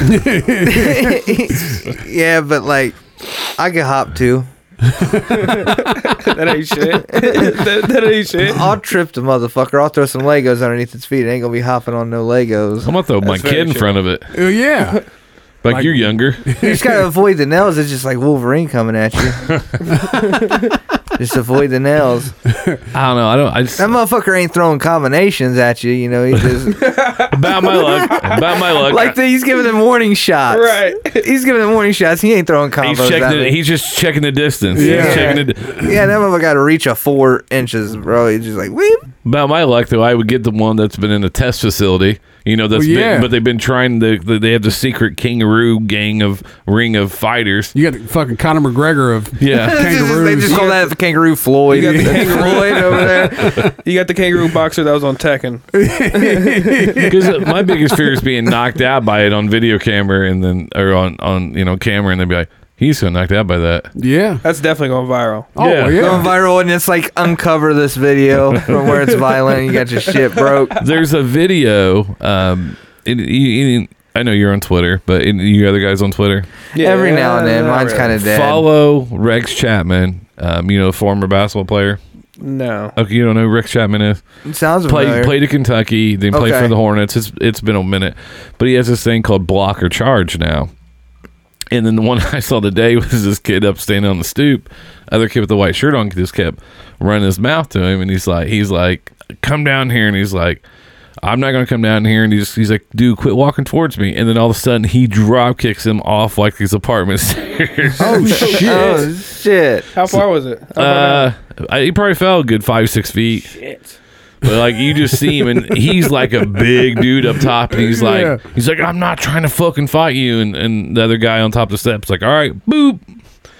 yeah, but like I can hop too. That ain't shit. that, that ain't shit. I'll trip the motherfucker. I'll throw some Legos underneath its feet. It ain't gonna be hopping on no Legos. I'm gonna throw my very kid in true. front of it. Uh, yeah. Like, Like- you're younger. You just gotta avoid the nails. It's just like Wolverine coming at you. just avoid the nails. I don't know. I don't. I just, That motherfucker ain't throwing combinations at you. You know, he just about my luck. About my luck. like the, he's giving them warning shots. Right. He's giving them warning shots. He ain't throwing he's combos. checking. at The, me. he's just checking the distance. Yeah. He's checking the, di- yeah, that motherfucker got to reach a four inches, bro. He's just like, Weep. about my luck though. I would get the one that's been in a test facility. You know that's Well, yeah. been, but they've been trying the, the. They have the secret kangaroo gang of ring of fighters. You got the fucking Conor McGregor of Yeah. This is- they just call that the kangaroo Floyd. You got the Floyd over there. You got the kangaroo boxer that was on Tekken. Because uh, my biggest fear is being knocked out by it on video camera and then or on on you know camera and they'd be like, he's so knocked out by that. yeah. That's definitely going viral. Oh Yeah. yeah. Going viral and it's like uncover this video from where it's violent. You got your shit broke. There's a video. Um, it, you- you- I know you're on Twitter, but in, you other guys on Twitter Yeah, Every now and then, not mine's really. kind of dead. follow Rex Chapman. Um, you know, former basketball player. No. Okay, you don't know who Rex Chapman is. It sounds Played familiar. played at Kentucky, then played Okay. for the Hornets. It's it's been a minute, but he has this thing called block or charge now. And then the one I saw today was this kid up standing on the stoop. Other kid with the white shirt on just kept running his mouth to him, and he's like, he's like, come down here, and he's like. I'm not gonna come down here and he's he's like, dude, quit walking towards me. And then all of a sudden he drop kicks him off like these apartment stairs. Oh shit. Oh shit! How far was it? How far Uh, I, he probably fell a good five six feet. Shit. But like you just see him, and he's like a big dude up top, and he's like, Yeah. he's like, I'm not trying to fucking fight you. And, and the other guy on top of the steps, like, all right, boop.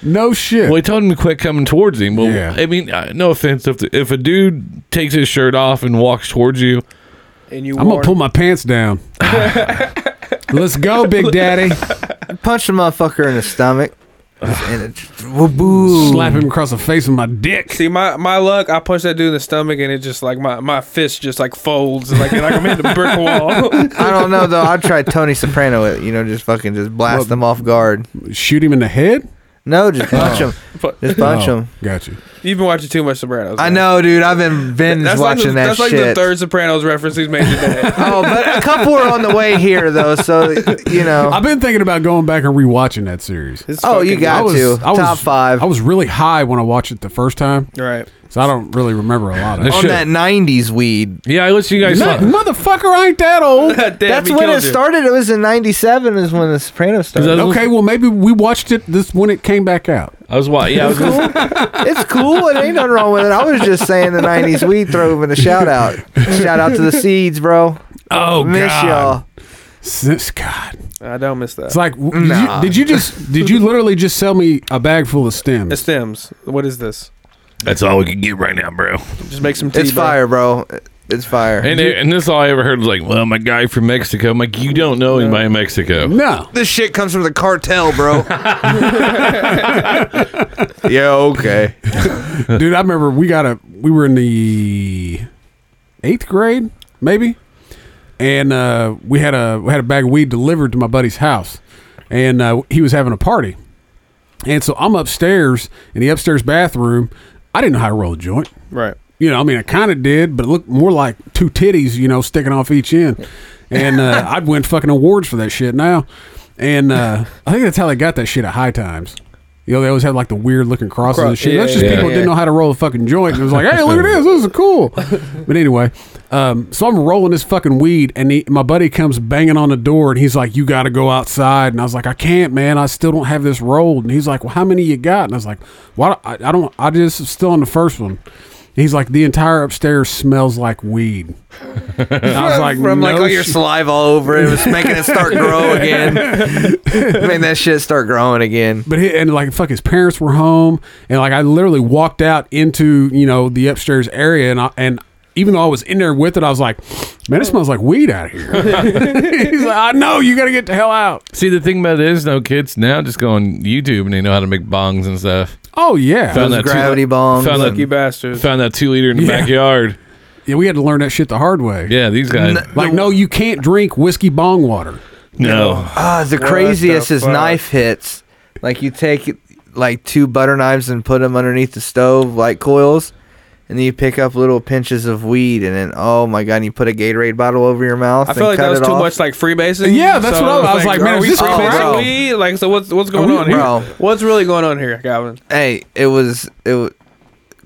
No shit. Well, he told him to quit coming towards him. Well, Yeah. I mean, uh, no offense, if the, if a dude takes his shirt off and walks towards you, And you I'm wore- gonna pull my pants down. Let's go, Big Daddy. Punch the motherfucker in the stomach. and it, woo-boo. Slap him across the face with my dick. See my my luck, I punch that dude in the stomach and it just like my, my fist just like folds like like I'm hitting a brick wall. I don't know though. I'd try Tony Soprano it. You know, just fucking just blast them off guard. Shoot him in the head. No, just Oh. punch him. Just punch Oh, him. Got you. You've been watching too much Sopranos. I man. know, dude. I've been binge That's like watching the, that that's shit. like the third Sopranos reference he's made today. Oh, but a couple are on the way here though, so you know. I've been thinking about going back and rewatching that series. It's Oh, you fucking- got to top five I was really high when I watched it the first time, right. so I don't really remember a lot of it. on Shit. that '90s weed. Yeah, I let you guys. Not- talk. motherfucker, I ain't that old. Damn, That's he when killed it you. started. It was in '97 is when The Sopranos started. that- okay, well maybe we watched it this when it came back out. I was watching. Yeah, I was just, It's cool. It ain't nothing wrong with it. I was just saying the '90s weed. Throw him in a shout out. Shout out to the seeds, bro. Oh Miss y'all. Since God, I don't miss that. it's like w- did, Nah. you, did you just did you literally just sell me a bag full of stems? The stems. What is this? that's all we can get right now, bro. Just make some tea. It's bro. fire, bro. It's fire. And, it, and this all I ever heard was like, well, my guy from Mexico. I'm like, you don't know anybody in Mexico. no, this shit comes from the cartel, bro. yeah, okay. dude, I remember we got a we were in the eighth grade maybe, and uh, we had a we had a bag of weed delivered to my buddy's house, and uh, he was having a party, and so I'm upstairs in the upstairs bathroom. I didn't know how to roll a joint. Right. you know, I mean, I kind of did, but it looked more like two titties, you know, sticking off each end. And uh, I'd win fucking awards for that shit now. And uh, I think that's how they got that shit at High Times. You know, they always had like the weird looking crosses Cro- and shit. yeah, that's just yeah, people who yeah. didn't know how to roll a fucking joint. And it was like, hey, look at this. This is cool. But anyway, um, so I'm rolling this fucking weed, and he, my buddy comes banging on the door, and he's like, you got to go outside. And I was like, I can't, man. I still don't have this rolled. And he's like, well, how many you got? And I was like, well, I, I don't, I just still on the first one. He's like, the entire upstairs smells like weed. And I was like, from like "No all your shit." saliva all over it, it was making it start grow again. Making that shit start growing again. But he, and like fuck, his parents were home, and like I literally walked out into you know the upstairs area, and I, and even though I was in there with it, I was like, man, it smells like weed out here. He's like, I know you got to get the hell out. See, the thing about it is, no kids now just go on YouTube and they know how to make bongs and stuff. Oh yeah, Found that gravity bongs. Found Lucky that, bastards. found that two liter in the Yeah. backyard. yeah. We had to learn that shit the hard way. Yeah, these guys. Like, no, you can't drink whiskey bong water. no. Ah, the What craziest the is fuck? knife hits. Like you take like two butter knives and put them underneath the stove like coils, and then you pick up little pinches of weed, and then oh my god, and you put a Gatorade bottle over your mouth. I feel and like cut that was it too off. much like freebasing. Yeah, that's what I was- I was like, man, are is we this freebasing bro? weed? Like, so what's what's going we- on here? bro. What's really going on here, Calvin? Hey, it was it was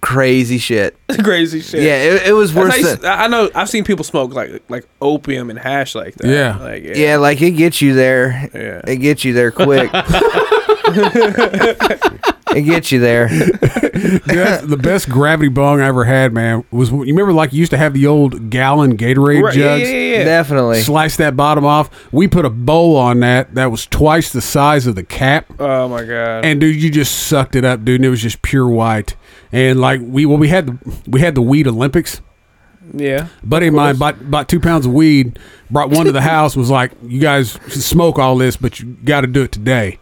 crazy shit. Crazy shit. Yeah, it, it was That's how worse you than s- I I know. I've seen people smoke like like opium and hash like that. Yeah. Like, yeah. like it gets you there. Yeah. It gets you there quick. it gets you there. Dude, that's the best gravity bong I ever had, man, was you remember like you used to have the old gallon Gatorade Right, yeah, jugs. yeah, yeah, yeah. Definitely. Slice that bottom off. We put a bowl on that that was twice the size of the cap. Oh my god. and dude, you just sucked it up, dude. And it was just pure white. And like we, well, we had the we had the weed Olympics. yeah. Buddy of mine bought, bought two pounds of weed, brought one to the house, was like, "You guys should smoke all this, but you got to do it today."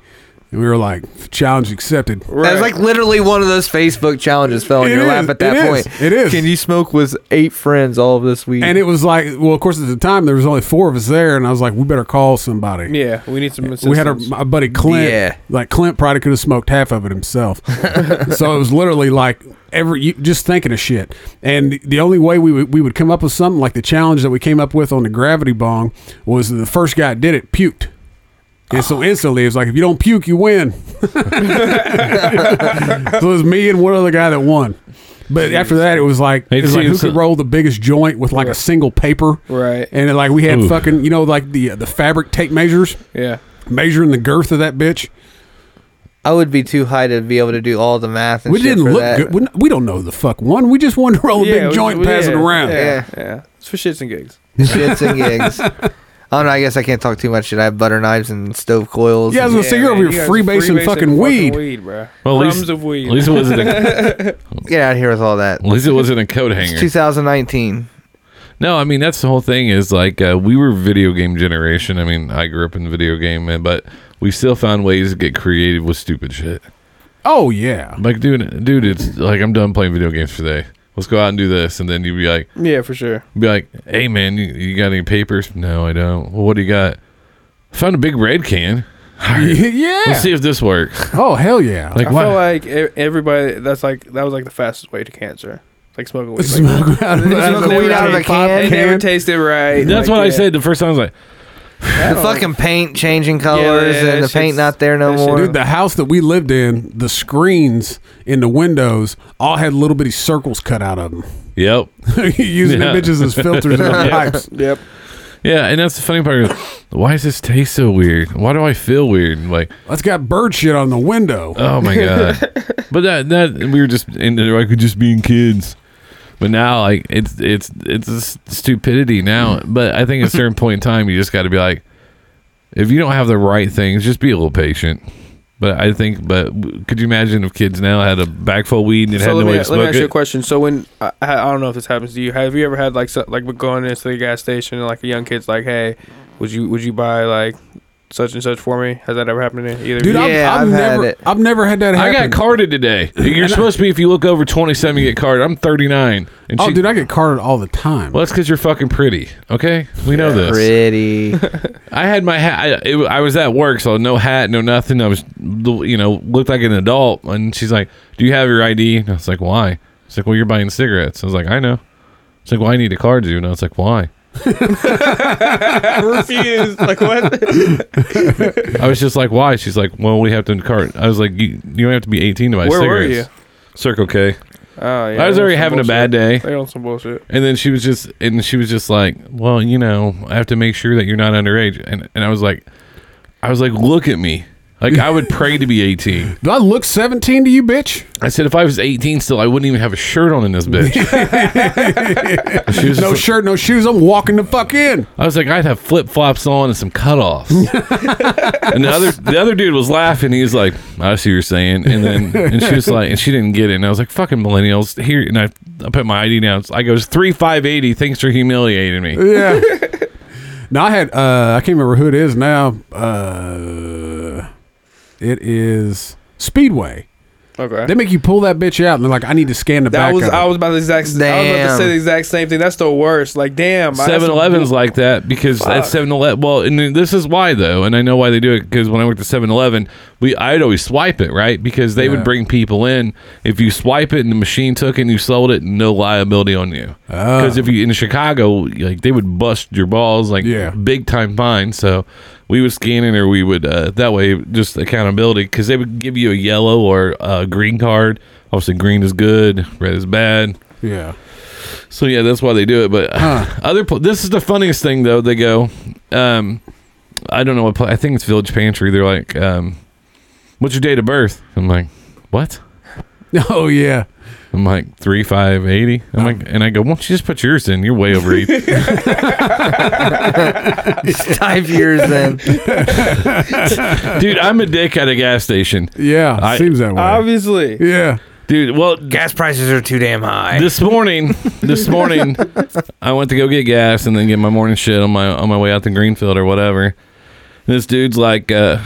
And we were like, "Challenge accepted." That was like literally one of those Facebook challenges fell in It your lap is, at that it is, point. it is. Can you smoke with eight friends all of this week? And it was like, well, of course, at the time there was only four of us there, and I was like, "We better call somebody." Yeah, we need some. we had our, assistance. my buddy Clint. Yeah. Like Clint probably could have smoked half of it himself. so it was literally like every you, just thinking of shit. And the- the only way we would we would come up with something like the challenge that we came up with on the gravity bong was that the first guy that did it puked. And so instantly it was like if you don't puke you win. so it was me and one other guy that won. But after that it was like, Hey, it was like dude, who so- could roll the biggest joint with like a single paper. Right. And like we had Ooh. fucking you know like the the fabric tape measures yeah. measuring the girth of that bitch. I would be too high to be able to do all the math. And we shit didn't for look that. good. We, we don't know the fuck one. We just wanted to roll a yeah, big we- joint we- pass it yeah, around. Yeah. Yeah. It's for shits and gigs. Shits and gigs. Oh no, I guess I can't talk too much. Should I have butter knives and stove coils? Yeah, I was and- gonna say you're over man, here guys freebasing fucking weed. bro. Well, at Crumbs least, of weed. at least it wasn't a, get out of here with all that. at least it wasn't a coat It's hanger. 2019. No, I mean that's the whole thing is like uh, we were video game generation. I mean, I grew up in video game, man, but we still found ways to get creative with stupid shit. Oh yeah. I'm like, dude, dude, it's like I'm done playing video games today. Let's go out and do this, and then you'd be like, Yeah, for sure. be like, hey man, you, you got any papers? No, I don't. Well, what do you got? Found a big red can. All right, yeah. Let's see if this works. Oh hell yeah. Like, I feel why? like e- everybody that's like that was like the fastest way to cancer. Like smoking weed. Like, Smoke out of- They out just of the never weed out of ta- a can. They never tasted right. That's Like, what I yeah. said the first time. I was like, I The Oh. don't- fucking paint changing colors yeah, and the that paint shit's- not there no that shit- more. Dude, the house that we lived in, the screens in the windows all had little bitty circles cut out of them, yep, using Yeah. the bitches as filters in the pipes. Yep. yeah. And that's the funny part. Is, why does this taste so weird? Why do I feel weird? Like, That's got bird shit on the window. oh my god. but that that we were just and they were like just being kids. But now, like it's it's it's a s- stupidity now. But I think at a certain point in time, you just got to be like, if you don't have the right things, just be a little patient. But I think, but w- could you imagine if kids now had a bag full of weed and it So had let no me, way to let me smoke ask you a it? question. So when I, I I don't know if this happens to you, have you ever had like so, like going into the gas station and like a young kid's like, hey, would you would you buy like such and such for me? Has that ever happened to either? of Dude, you? I've, Yeah, I've, I've had never, it. I've never had that I happen. got carded today. You're supposed to be if you look over 27, you get carded. I'm 39, and Oh, she, dude, I get carded all the time. well, that's because you're fucking pretty. Okay, we know this. Pretty. I had my hat. I, it, wa- I was at work, so no hat, no nothing. I was, you know, looked like an adult. And she's like, "Do you have your ID?" And I was like, "Why?" It's like, "Well, you're buying cigarettes." I was like, "I know." It's like, "Well, I need to card you." And I was like, "Why?" I refuse. Like what? I was just like, "Why?" She's like, "Well, we have to card." I was like, "You, you don't have to be 18 to buy Where were cigarettes." you? Circle K. Oh, yeah, I was they're already some having bullshit. a bad day. They on some bullshit. And then she was just, and she was just like, well, you know, I have to make sure that you're not underage. And and I was like, I was like, look at me. Like I would pray to be 18. Do I look 17 to you, bitch? I said if I was 18 still, I wouldn't even have a shirt on in this bitch. And she was just No like- shirt, no shoes. I'm walking the fuck in. I was like, I'd have flip flops on and some cutoffs. and the other the other dude was laughing. He was like, I see what you're saying. And then and she was like, and she didn't get it. And I was like, fucking millennials here. And I I put my ID down. I goes three five eighty. Thanks for humiliating me. Yeah. now I had uh I can't remember who it is now. Uh it is Speedway. Okay. They make you pull that bitch out and they're like, I need to scan the that back. was of it. I was about the exact. I was about to Damn. say the exact same thing. That's the worst. Like damn. I- that's 7 some Eleven's like that because at 7 Eleven, well, and this is why though, and I know why they do it because when I worked at 7 Eleven, we I'd always swipe it, right? Because they Yeah. would bring people in. If you swipe it and the machine took it and you sold it, no liability on you. Uh. Because if you in Chicago, like they would bust your balls, like Yeah. big time fine. So we would scan it or we would, uh, that way, just accountability because they would give you a yellow or a green card. Obviously, green is good, red is bad. yeah. So yeah, that's why they do it. But other pl- this is the funniest thing though. They go, um, I don't know what pla I think it's Village Pantry. They're like, um, "What's your date of birth?" I'm like, "What?" Oh yeah. I'm like three five eighty. I'm like, and I go, "Why don't you just put yours in? You're way over eight. Type years in. dude." I'm a dick at a gas station, Yeah. I- seems that way. Obviously. yeah. dude. Well, Gas prices are too damn high. this morning, this morning, I went to go get gas and then get my morning shit on my on my way out to Greenfield or whatever. This dude's like, uh,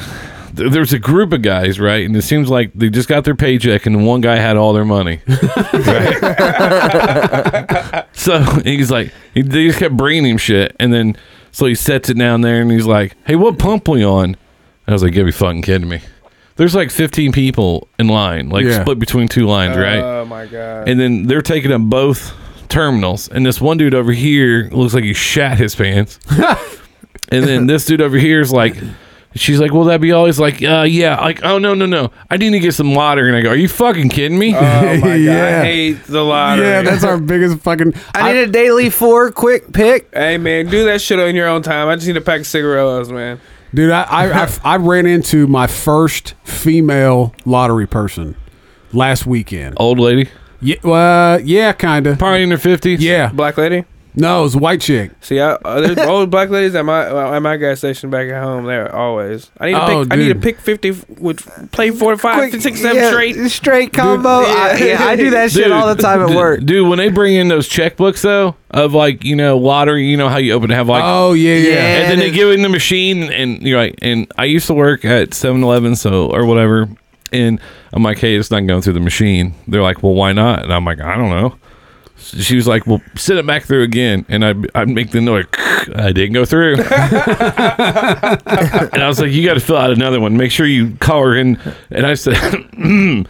th- there's a group of guys, right? And it seems like they just got their paycheck and one guy had all their money. Right? so he's like, he, they just kept bringing him shit, and then so he sets it down there and he's like, "Hey, what pump we on?" And I was like, "You gotta be fucking kidding me." There's like 15 people in line, like Yeah. split between two lines, right? Oh my god. and then they're taking up both terminals. And this one dude over here looks like he shat his pants. and then this dude over here is like, she's like, "Will that be always like, uh, yeah, like, oh no, no, no, I need to get some water." And I go, "Are you fucking kidding me?" Uh. oh my god. Yeah. I hate the lottery. Yeah, that's our biggest fucking I need a daily four quick pick. Hey man, do that shit on your own time. I just need a pack of cigarillos, man. Dude, I, I, I, I ran into my first female lottery person last weekend. Oh. Old lady, Yeah, well, yeah, kind of. probably in her fifties. Yeah. Black lady. No, it was a white chick. See, I, uh, there's old black ladies at my uh, at my gas station back at home. There always. I need to Oh, pick. I need to dude. pick fifty with play four to five, Quick, six, seven yeah, straight. straight combo. I, yeah. yeah, I do that shit all the time at d- work. Dude, when they bring in those checkbooks though, of like you know lottery, you know how you open to have like, oh yeah, yeah. Yeah. and then and they it- give it in the machine, and you're like, and I used to work at 7-Eleven, so or whatever, and I'm like, hey, it's not going through the machine. They're like, well, why not? And I'm like, I don't know. So She was like, "Well, send it back through again," and I I make the noise. I didn't go through, and I was like, "You got to fill out another one. Make sure you color in." And I said,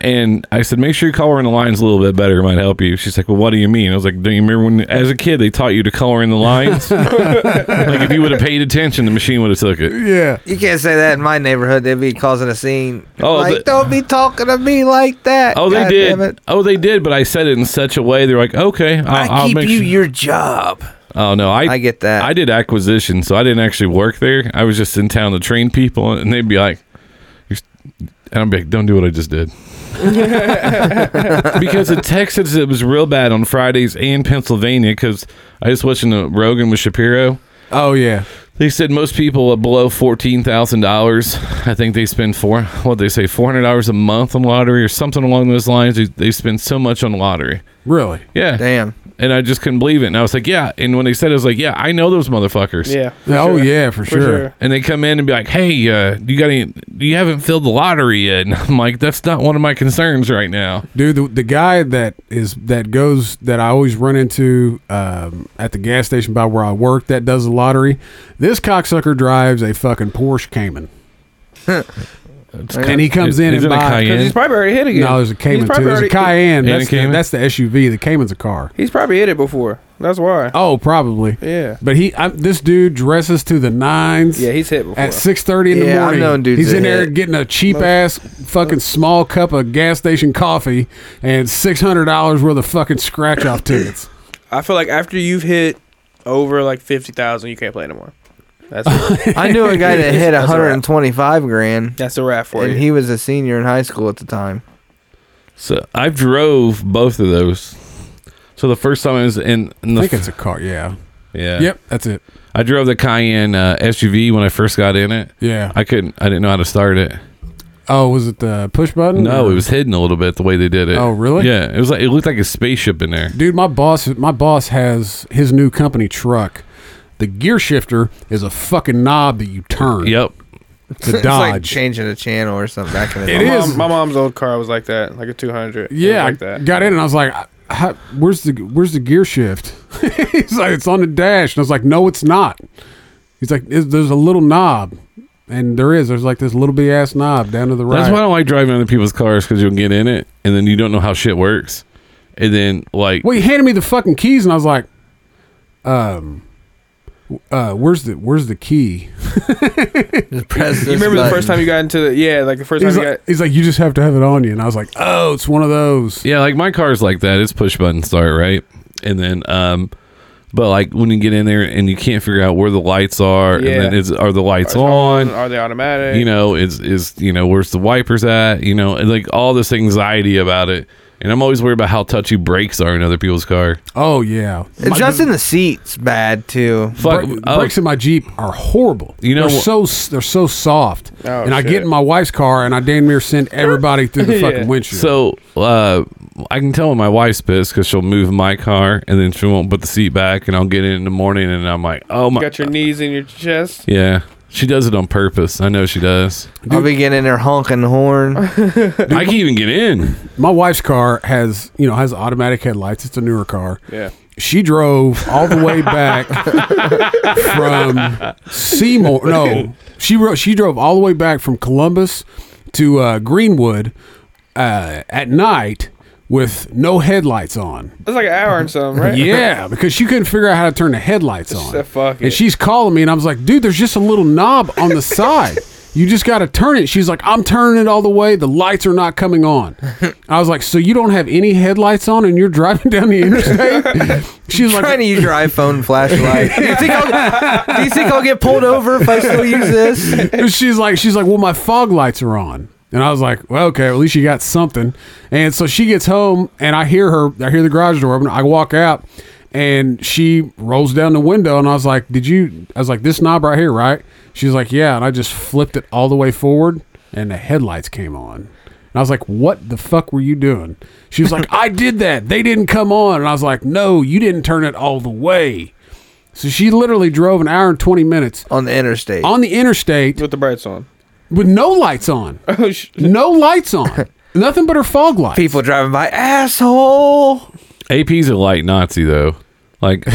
And I said, make sure you color in the lines a little bit better. It might help you. She's like, well, what do you mean? I was like, do you remember when, as a kid, they taught you to color in the lines? like, if you would have paid attention, the machine would have took it. Yeah. You can't say that in my neighborhood. They'd be causing a scene. Oh, like, the- don't be talking to me like that. Oh, they God damn did. it. Oh, they did. But I said it in such a way. They're like, okay, I'll, I I'll keep make you sure- your job. Oh no, I I get that. I did acquisition, so I didn't actually work there. I was just in town to train people, and they'd be like, "You're st-" and I'm like, don't do what I just did. because in Texas, it was real bad on Fridays and Pennsylvania. Because I just watched a Rogan with Shapiro. Oh yeah. They said most people are below fourteen thousand dollars. I think they spend four. What they say, four hundred dollars a month on lottery or something along those lines. They, they spend so much on lottery. Really? Yeah, Damn. and I just couldn't believe it. And I was like, yeah. And when they said, it, I was like, yeah, I know those motherfuckers. Yeah. for oh sure. yeah, for For sure. sure. And they come in and be like, "Hey, uh, you got any? You haven't filled the lottery yet." And I'm like, "That's not one of my concerns right now." Dude, the, the guy that is that goes that I always run into um, at the gas station by where I work that does the lottery. This cocksucker drives a fucking Porsche Cayman, It's and he comes in Is and it a buys. Because Cayenne? he's probably already hit again. No, there's a Cayman too. probably There's a already- Cayenne. And a That's, Cayman? The, that's the SUV. The Cayman's a car. He's probably hit it before. That's why. Oh, probably. Yeah. But he, I, this dude dresses to the nines. Yeah, he's hit before. at six thirty in Yeah, the I've morning. known dudes he's that in there hit. getting a cheap ass fucking small cup of gas station coffee and six hundred dollars worth of fucking scratch off tickets. I feel like after you've hit over like fifty thousand, you can't play anymore. That's I knew a guy that hit That's all right. 125 grand, that's a wrap for and you. he was a senior in high school at the time. so I drove both of those. So the first time I was in, in I the think f- it's a car. Yeah. yeah, Yep. That's it. I drove the Cayenne uh, SUV when I first got in it. Yeah. I couldn't. I didn't know how to start it. oh, was it the push button? No, Or- it was hidden a little bit the way they did it. Oh, really? Yeah, it was like it looked like a spaceship in there. Dude, my boss. My boss has his new company truck. The gear shifter is a fucking knob that you turn. Yep. To It's like dodge. changing a channel or something back in the It my, day. is. mom, my mom's old car was like that, like a two hundred. yeah, like I that. got in and I was like, How, "Where's the Where's the gear shift?" He's like, "It's on the dash," and I was like, "No, it's not." He's like, "There's there's a little knob," and there is. There's like this little big ass knob down to the right. That's why I don't like driving other people's cars because you'll get in it and then you don't know how shit works, and then like well, he handed me the fucking keys, and I was like, "Um, uh, where's the Where's the key?" Just press this You remember the button. first time you got into the yeah, like the first time He's you like, got he's like, "You just have to have it on you," and I was like, "Oh, it's one of those." Yeah, like my car's like that. It's push button start, right? And then um but like when you get in there and you can't figure out where the lights are Yeah. and then is are the lights Are they on? Are they automatic? You know, is is you know, where's the wipers at? You know, and like all this anxiety about it. And I'm always worried about how touchy brakes are in other people's car. Oh yeah, Adjusting the seats bad too. Fuck, Bra- oh, brakes in my Jeep are horrible. You know they're wh- so s- they're so soft. Oh, and I shit. get in my wife's car and I damn near send everybody through the Yeah. fucking windshield. so uh, I can tell when my wife's pissed because she'll move my car and then she won't put the seat back, and I'll get in in the morning and I'm like, oh you my, got your knees in your chest. yeah, she does it on purpose. I know she does. I'll be getting in there honking the horn. I can even get in. my wife's car has you know has automatic headlights. It's a newer car. Yeah. She drove all the way back from Seymour. No, she ro- she drove all the way back from Columbus to uh, Greenwood uh, at night with no headlights on. It's like an hour and something, right? Yeah, because she couldn't figure out how to turn the headlights on. said, "Fuck and it." she's calling me, and I was like, dude, there's just a little knob on the side. You just got to turn it. She's like, I'm turning it all the way. The lights are not coming on. I was like, so you don't have any headlights on and you're driving down the interstate? She's Trying to like, use your iPhone flashlight. do, you think I'll, do you think I'll get pulled over if I still use this? she's like, she's like, well, my fog lights are on. And I was like, well, okay, at least you got something. And so she gets home, and I hear her, I hear the garage door open. I walk out, and she rolls down the window and I was like, "Did you?" I was like, "This knob right here, right?" She's like, "Yeah," and I just flipped it all the way forward, and the headlights came on. And I was like, "What the fuck were you doing?" She was like, "I did that. They didn't come on." And I was like, "No, you didn't turn it all the way." So she literally drove an hour and twenty minutes on the interstate. on the interstate with the brights on. with no lights on, Oh, sh- no lights on, nothing but her fog lights. People driving by, asshole, AP's a light Nazi though. Like,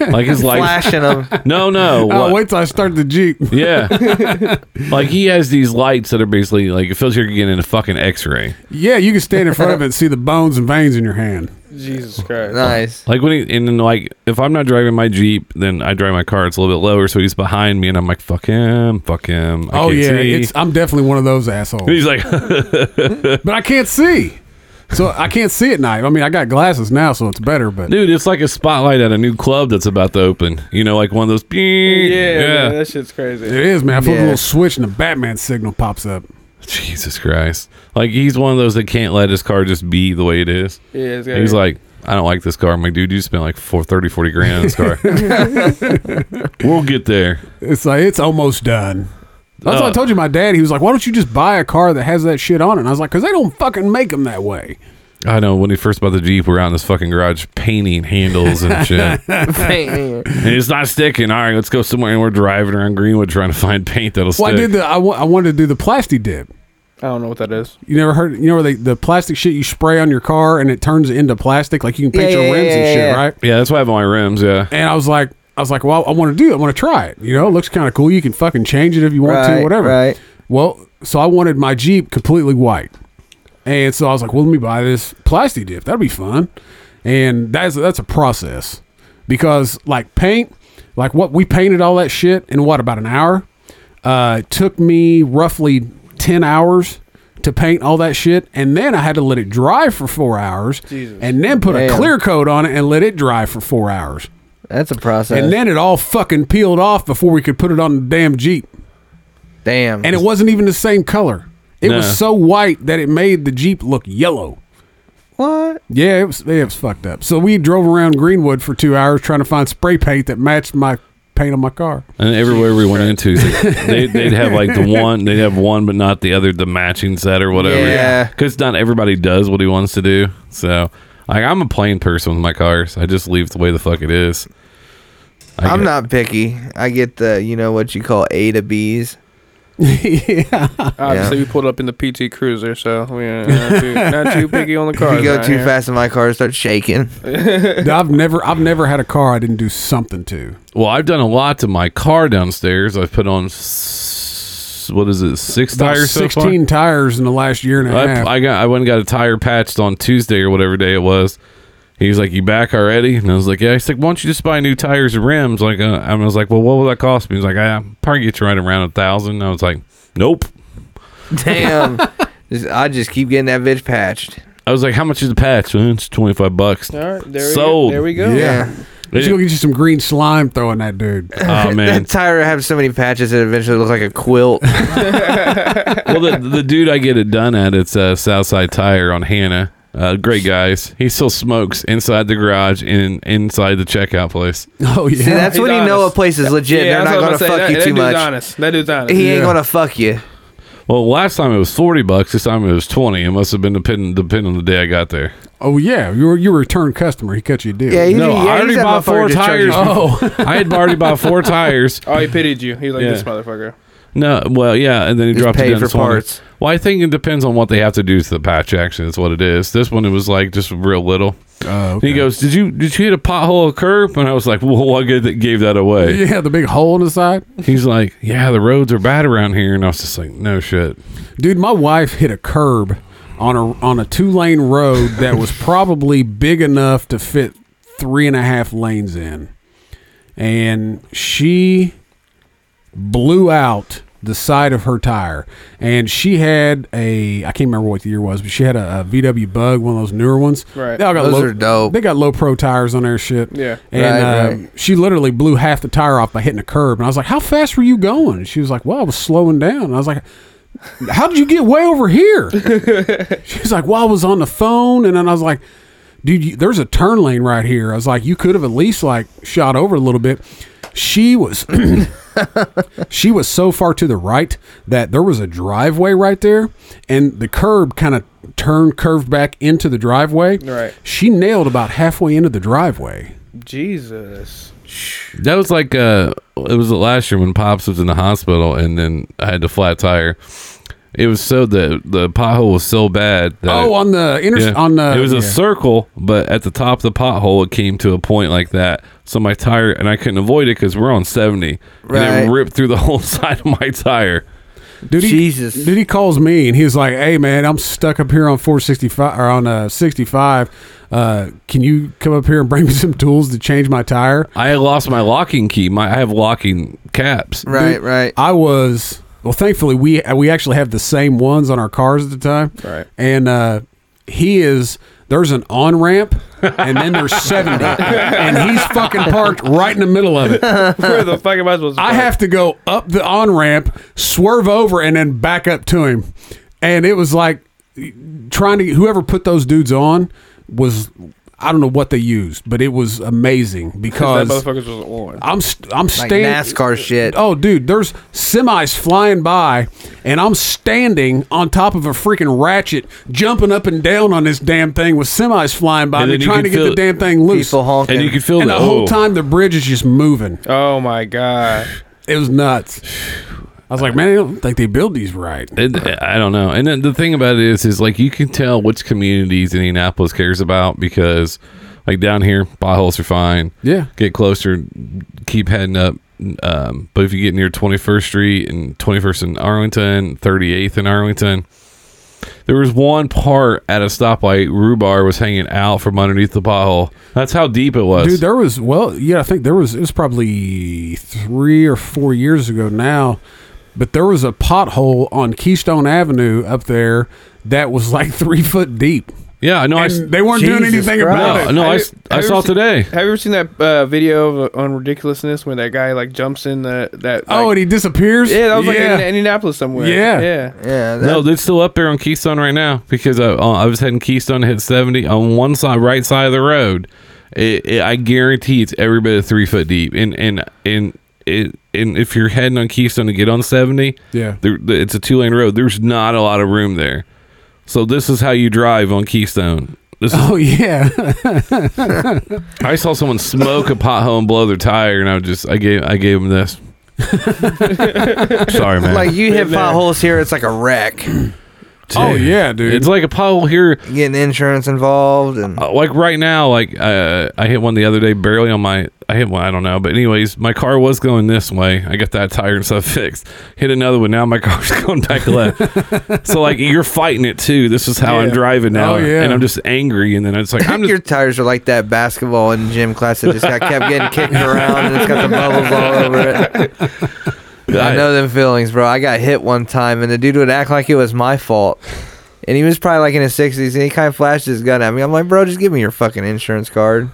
like his lights. flashing them. No, no. Oh, what- wait till I start the jeep. Yeah. like he has these lights that are basically like it feels like you're getting a fucking X-ray. Yeah, you can stand in front of it and see the bones and veins in your hand. Jesus Christ. Nice. Like when he and then like if I'm not driving my Jeep, then I drive my car. It's a little bit lower, so he's behind me, and I'm like, "Fuck him, fuck him." I oh can't yeah, see. it's, I'm definitely one of those assholes. he's like, but I can't see, so I can't see at night. I mean, I got glasses now, so it's better. But "Dude, it's like a spotlight at a new club that's about to open." You know, like one of those. Yeah, Yeah, yeah, that shit's crazy. it is, man. I flip a Yeah. little switch and the Batman signal pops up. Jesus Christ! Like he's one of those that can't let his car just be the way it is. Yeah, it's gotta He's be- like, I don't like this car. I'm like, dude, you spent like four, 30, 40 grand on this car. we'll get there. It's like it's almost done. That's what Oh. I told you. My dad, he was like, "Why don't you just buy a car that has that shit on it?" And I was like, "Cause they don't fucking make them that way." I know when he first bought the Jeep, we we're out in this fucking garage painting handles and shit. and it's not sticking. All right, let's go somewhere. And we're driving around Greenwood trying to find paint that'll Well, stick. I did the. I wa- I wanted to do the plasti dip. I don't know what that is. You never heard? You know where they, the plastic shit you spray on your car and it turns into plastic, like you can paint Yeah, your yeah, rims yeah, and shit, yeah. right? yeah, that's why I have on my rims. Yeah. And I was like, I was like, well, I want to do it. I want to try it. You know, it looks kind of cool. You can fucking change it if you want Right, to, whatever. right. Well, so I wanted my Jeep completely white, and so I was like, well, let me buy this plasti dip. That'll be fun. And that's that's a process because like paint, like what we painted all that shit in what about an hour? Uh, it took me roughly ten hours to paint all that shit, and then I had to let it dry for four hours, and then put a Damn. clear coat on it and let it dry for four hours. That's a process. And then it all fucking peeled off before we could put it on the damn Jeep. Damn. And it wasn't even the same color. It No. was so white that it made the Jeep look yellow. what? Yeah, it was it was fucked up. So we drove around Greenwood for two hours trying to find spray paint that matched my paint on my car. And everywhere we went into, they, they'd have like the one, they'd have one, but not the other, the matching set or whatever. Yeah. Because not everybody does what he wants to do. So, like, I'm a plain person with my cars. I just leave it the way the fuck it is. I I'm get- not picky. I get the you know what you call A to B's. yeah. Obviously, we pulled up in the PT Cruiser, so we are not too, not too picky on the If car. you go too fast in my car, starts shaking. I've never I've never had a car I didn't do something to. Well, I've done a lot to my car downstairs. I've put on s- what is it, six About tires? so far? sixteen tires in the last year and a half. I, I got I went and got a tire patched on Tuesday or whatever day it was. He was like, "You back already?" And I was like, "Yeah." He's like, "Why don't you just buy new tires and rims?" Like, uh, I was like, "Well, what will that cost me?" He's like, "I probably get you right around a thousand. I was like, "Nope." Damn. Just- I just keep getting that bitch patched. I was like, "How much is the patch?" "Uh, It's twenty five bucks. All right, there Sold. we go. There we go. yeah. Just go get you some green slime throwing that dude. Oh man. That tire have so many patches it eventually looks like a quilt. well, the, the dude I get it done at, it's uh, Southside Tire on Hannah. Uh, great guys. He still smokes inside the garage and inside the checkout place. Oh yeah. See, that's He's when you know a honest. place is legit. Yeah, They're that's not what I'm gonna say. fuck that, you that too dude's much. Honest. That dude's honest. He Yeah. ain't gonna fuck you. Well, last time it was forty bucks. This time it was twenty. It must have been depending depending on the day I got there. oh yeah. You were you were a return customer. He cut you a deal. Yeah, he- No, I he's already that bought motherfucker four just charging tires. Oh, I had already bought four tires. Oh, he pitied you. He's like Yeah. this motherfucker. No, well, yeah, and then he Just dropped it pay down for to 20. parts. Well, I think it depends on what they have to do to the patch. Actually, that's what it is. This one, it was like just real little. Oh, And okay. He goes, "Did you did you hit a pothole or curb?" And I was like, "Well, I gave that- gave that away." Yeah, the big hole in the side. He's like, "Yeah, the roads are bad around here," and I was just like, "No shit." Dude, my wife hit a curb on a on a two lane road that was probably big enough to fit three and a half lanes in, and she blew out the side of her tire. And she had a I can't remember what the year was, but she had a, a VW Bug, one of those newer ones. Right. all Those are dope. They got low pro tires on their shit. Yeah. and Right, um, she literally blew half the tire off by hitting a curb. And I was like, "How fast were you going?" And she was like, "Well, I was slowing down." And I was like how did you get way over here? She's like, well, I was on the phone, and then I was like, dude, you, there's a turn lane right here. I was like, you could have at least like shot over a little bit. She was, she was so far to the right that there was a driveway right there, and the curb kind of turned curved back into the driveway. Right. She nailed about halfway into the driveway. Jesus. That was like uh, it was last year when pops was in the hospital, and then I had the flat tire. It was so the the pothole was so bad. That oh, on the inter- Yeah. on the it was yeah. a circle, but at the top of the pothole, it came to a point like that. So my tire, and I couldn't avoid it because we're on seventy, and Right. it ripped through the whole side of my tire. Dude, he, Jesus. Dude, he calls me and he's like, "Hey, man, I'm stuck up here on 465 or on uh 65. Uh, can you come up here and bring me some tools to change my tire?" I lost my locking key. My I have locking caps. Right, right. I was well. Thankfully, we we actually have the same ones on our cars at the time. Right. And uh, he is there's an on ramp, and then there's seventy, and he's fucking parked right in the middle of it. Where the fuck am I supposed to I park? have to go up the on ramp, swerve over, and then back up to him. And it was like trying to whoever put those dudes on was I don't know what they used, but it was amazing 'Cause because that motherfucker's was on. I'm st- I'm Like standing. uh, NASCAR shit. Oh, dude, there's semis flying by, and I'm standing on top of a freaking ratchet, jumping up and down on this damn thing with semis flying by And me, then you trying to can get the feel it. damn thing loose. People honking. And you could feel And the, the whole oh. time, the bridge is just moving. Oh my god. It was nuts. I was like, man, I don't think they build these right. It, I don't know. And then the thing about it is, is like you can tell which communities Indianapolis cares about because, like down here, potholes are fine. Yeah. Get closer, keep heading up. Um, but if you get near 21st Street and 21st in Arlington, 38th in Arlington, there was one part at a stoplight, Rhubar was hanging out from underneath the pothole. That's how deep it was. Dude, there was well, yeah, I think there was. It was probably three or four years ago now, but there was a pothole on Keystone Avenue up there that was like three foot deep, yeah, I know. I, s- and they weren't doing Jesus anything Christ. about no, it. no, I, Have s- you- I have you saw ever seen- today. Have you ever seen that uh, video of, on ridiculousness where that guy like jumps in the that? Oh, like- and he disappears. yeah, that was like yeah. in Indianapolis somewhere. Yeah. yeah. yeah. That, No, they're still up there on Keystone right now because I, uh, I was heading Keystone to hit 70 on one side, right side of the road. It, it, I guarantee it's every bit of three foot deep. And and and it, and if you're heading on Keystone to get on 70, Yeah. there, it's a two lane road. There's not a lot of room there. So this is how you drive on Keystone. This is, Oh yeah, I saw someone smoke a pothole and blow their tire, and I was just I gave I gave them this. Sorry, man. like you hit potholes here, it's like a wreck. oh yeah, dude. It's like a pothole here. Getting insurance involved and Uh, like right now like uh, i hit one the other day barely on my i hit one i don't know but anyways my car was going this way i got that tire and stuff fixed hit another one now my car's going back left so like you're fighting it too this is how i'm Yeah. driving now Oh, yeah. and i'm just angry and then it's like i'm your just tires are like that basketball in gym class that just got kept getting kicked around and it's got the bubbles all over it. I know them feelings, bro. I got hit one time and the dude would act like it was my fault. And he was probably like in his 60s and he kind of flashed his gun at me. I'm like, bro, just give me your fucking insurance card.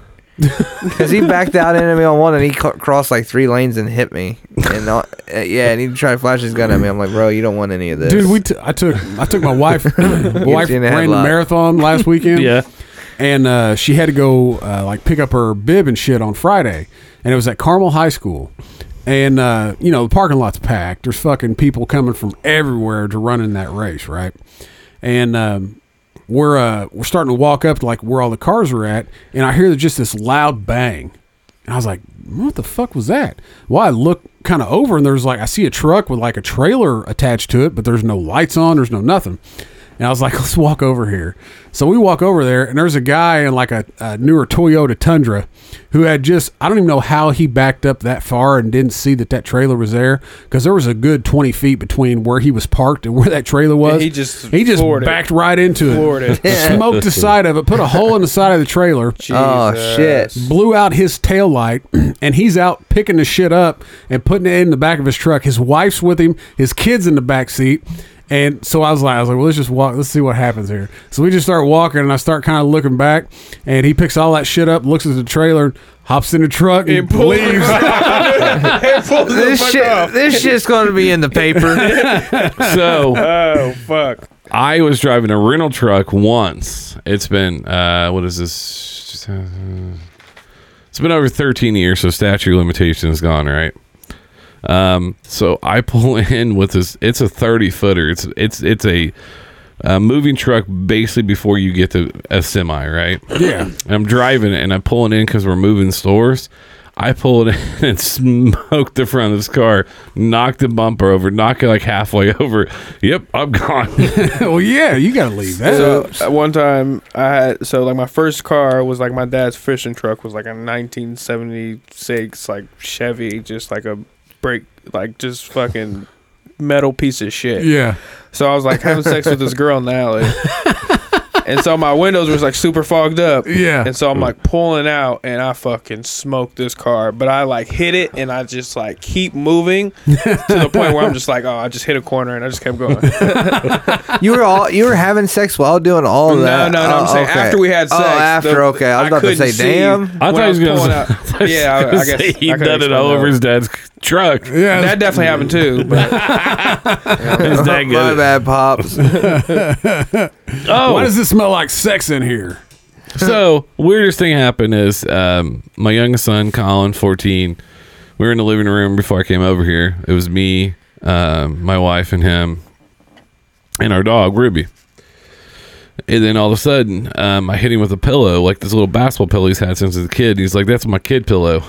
Because he backed out into me on one and he cr- crossed like three lanes and hit me. And uh, uh, yeah, and he tried to flash his gun at me. I'm like, bro, you don't want any of this. Dude, we t- I took I took my wife my wife seen a ran the headlock. marathon last weekend. Yeah. and uh, she had to go uh, like pick up her bib and shit on Friday, and it was at Carmel High School, and uh, you know the parking lot's packed. There's fucking people coming from everywhere to run in that race, right? And um, we're uh, we're starting to walk up to like where all the cars are at, and I hear just this loud bang, and I was like, "What the fuck was that?" Well, I look kind of over, and there's like I see a truck with like a trailer attached to it, but there's no lights on, there's no nothing. And I was like, "Let's walk over here." So we walk over there, and there's a guy in like a, a newer Toyota Tundra who had just I don't even know how he backed up that far and didn't see that that trailer was there because there was a good twenty feet between where he was parked and where that trailer was. he just he just floored it. backed right into Floored it, it. smoked the side of it, put a hole in the side of the trailer Oh, shit. Jesus. blew out his taillight and he's out picking the shit up and putting it in the back of his truck. His wife's with him, his kids in the back seat. And so I was like, I was like, well, let's just walk. Let's see what happens here. So we just start walking, and I start kind of looking back, and he picks all that shit up, looks at the trailer, hops in the truck, and It pulls- leaves. It pulls the this fuck shit, off. this shit's gonna be in the paper. so Oh fuck. I was driving a rental truck once. It's been uh, what is this? It's been over 13 years, so statute of limitation is gone, right? Um, so I pull in with this. It's a 30 footer. It's it's it's a, uh moving truck basically before you get to a semi, right? Yeah. And I'm driving it and I'm pulling in because we're moving stores. I pulled in and smoked the front of this car, knocked the bumper over, knocked it like halfway over. Yep, I'm gone. well, yeah, you gotta leave that. So at one time I had so like my first car was like my dad's fishing truck was like a 1976 like Chevy, just like a brake, like just fucking metal piece of shit. yeah. So I was like having sex with this girl in the alley. and so my windows was like super fogged up. Yeah. And so I'm like pulling out and I fucking smoked this car. But I like hit it and I just like keep moving to the point where I'm just like, oh, I just hit a corner and I just kept going. You were all you were having sex while doing all No, that. no, no, I'm saying after we had Oh, sex. after the- okay. I was about to couldn't say, see damn. I when thought he was was gonna pulling say- out. I was yeah, I, gonna I guess say he I could've done it explained all that. over his dad's truck. Yeah. That definitely happened too. But His dad My goes, bad, pops. oh, Why does it smell like sex in here? so weirdest thing happened is um, my youngest son colin 14 we were in the living room before i came over here it was me um, my wife and him and our dog ruby and then all of a sudden um, i hit him with a pillow like this little basketball pillow he's had since he was a kid he's like that's my kid pillow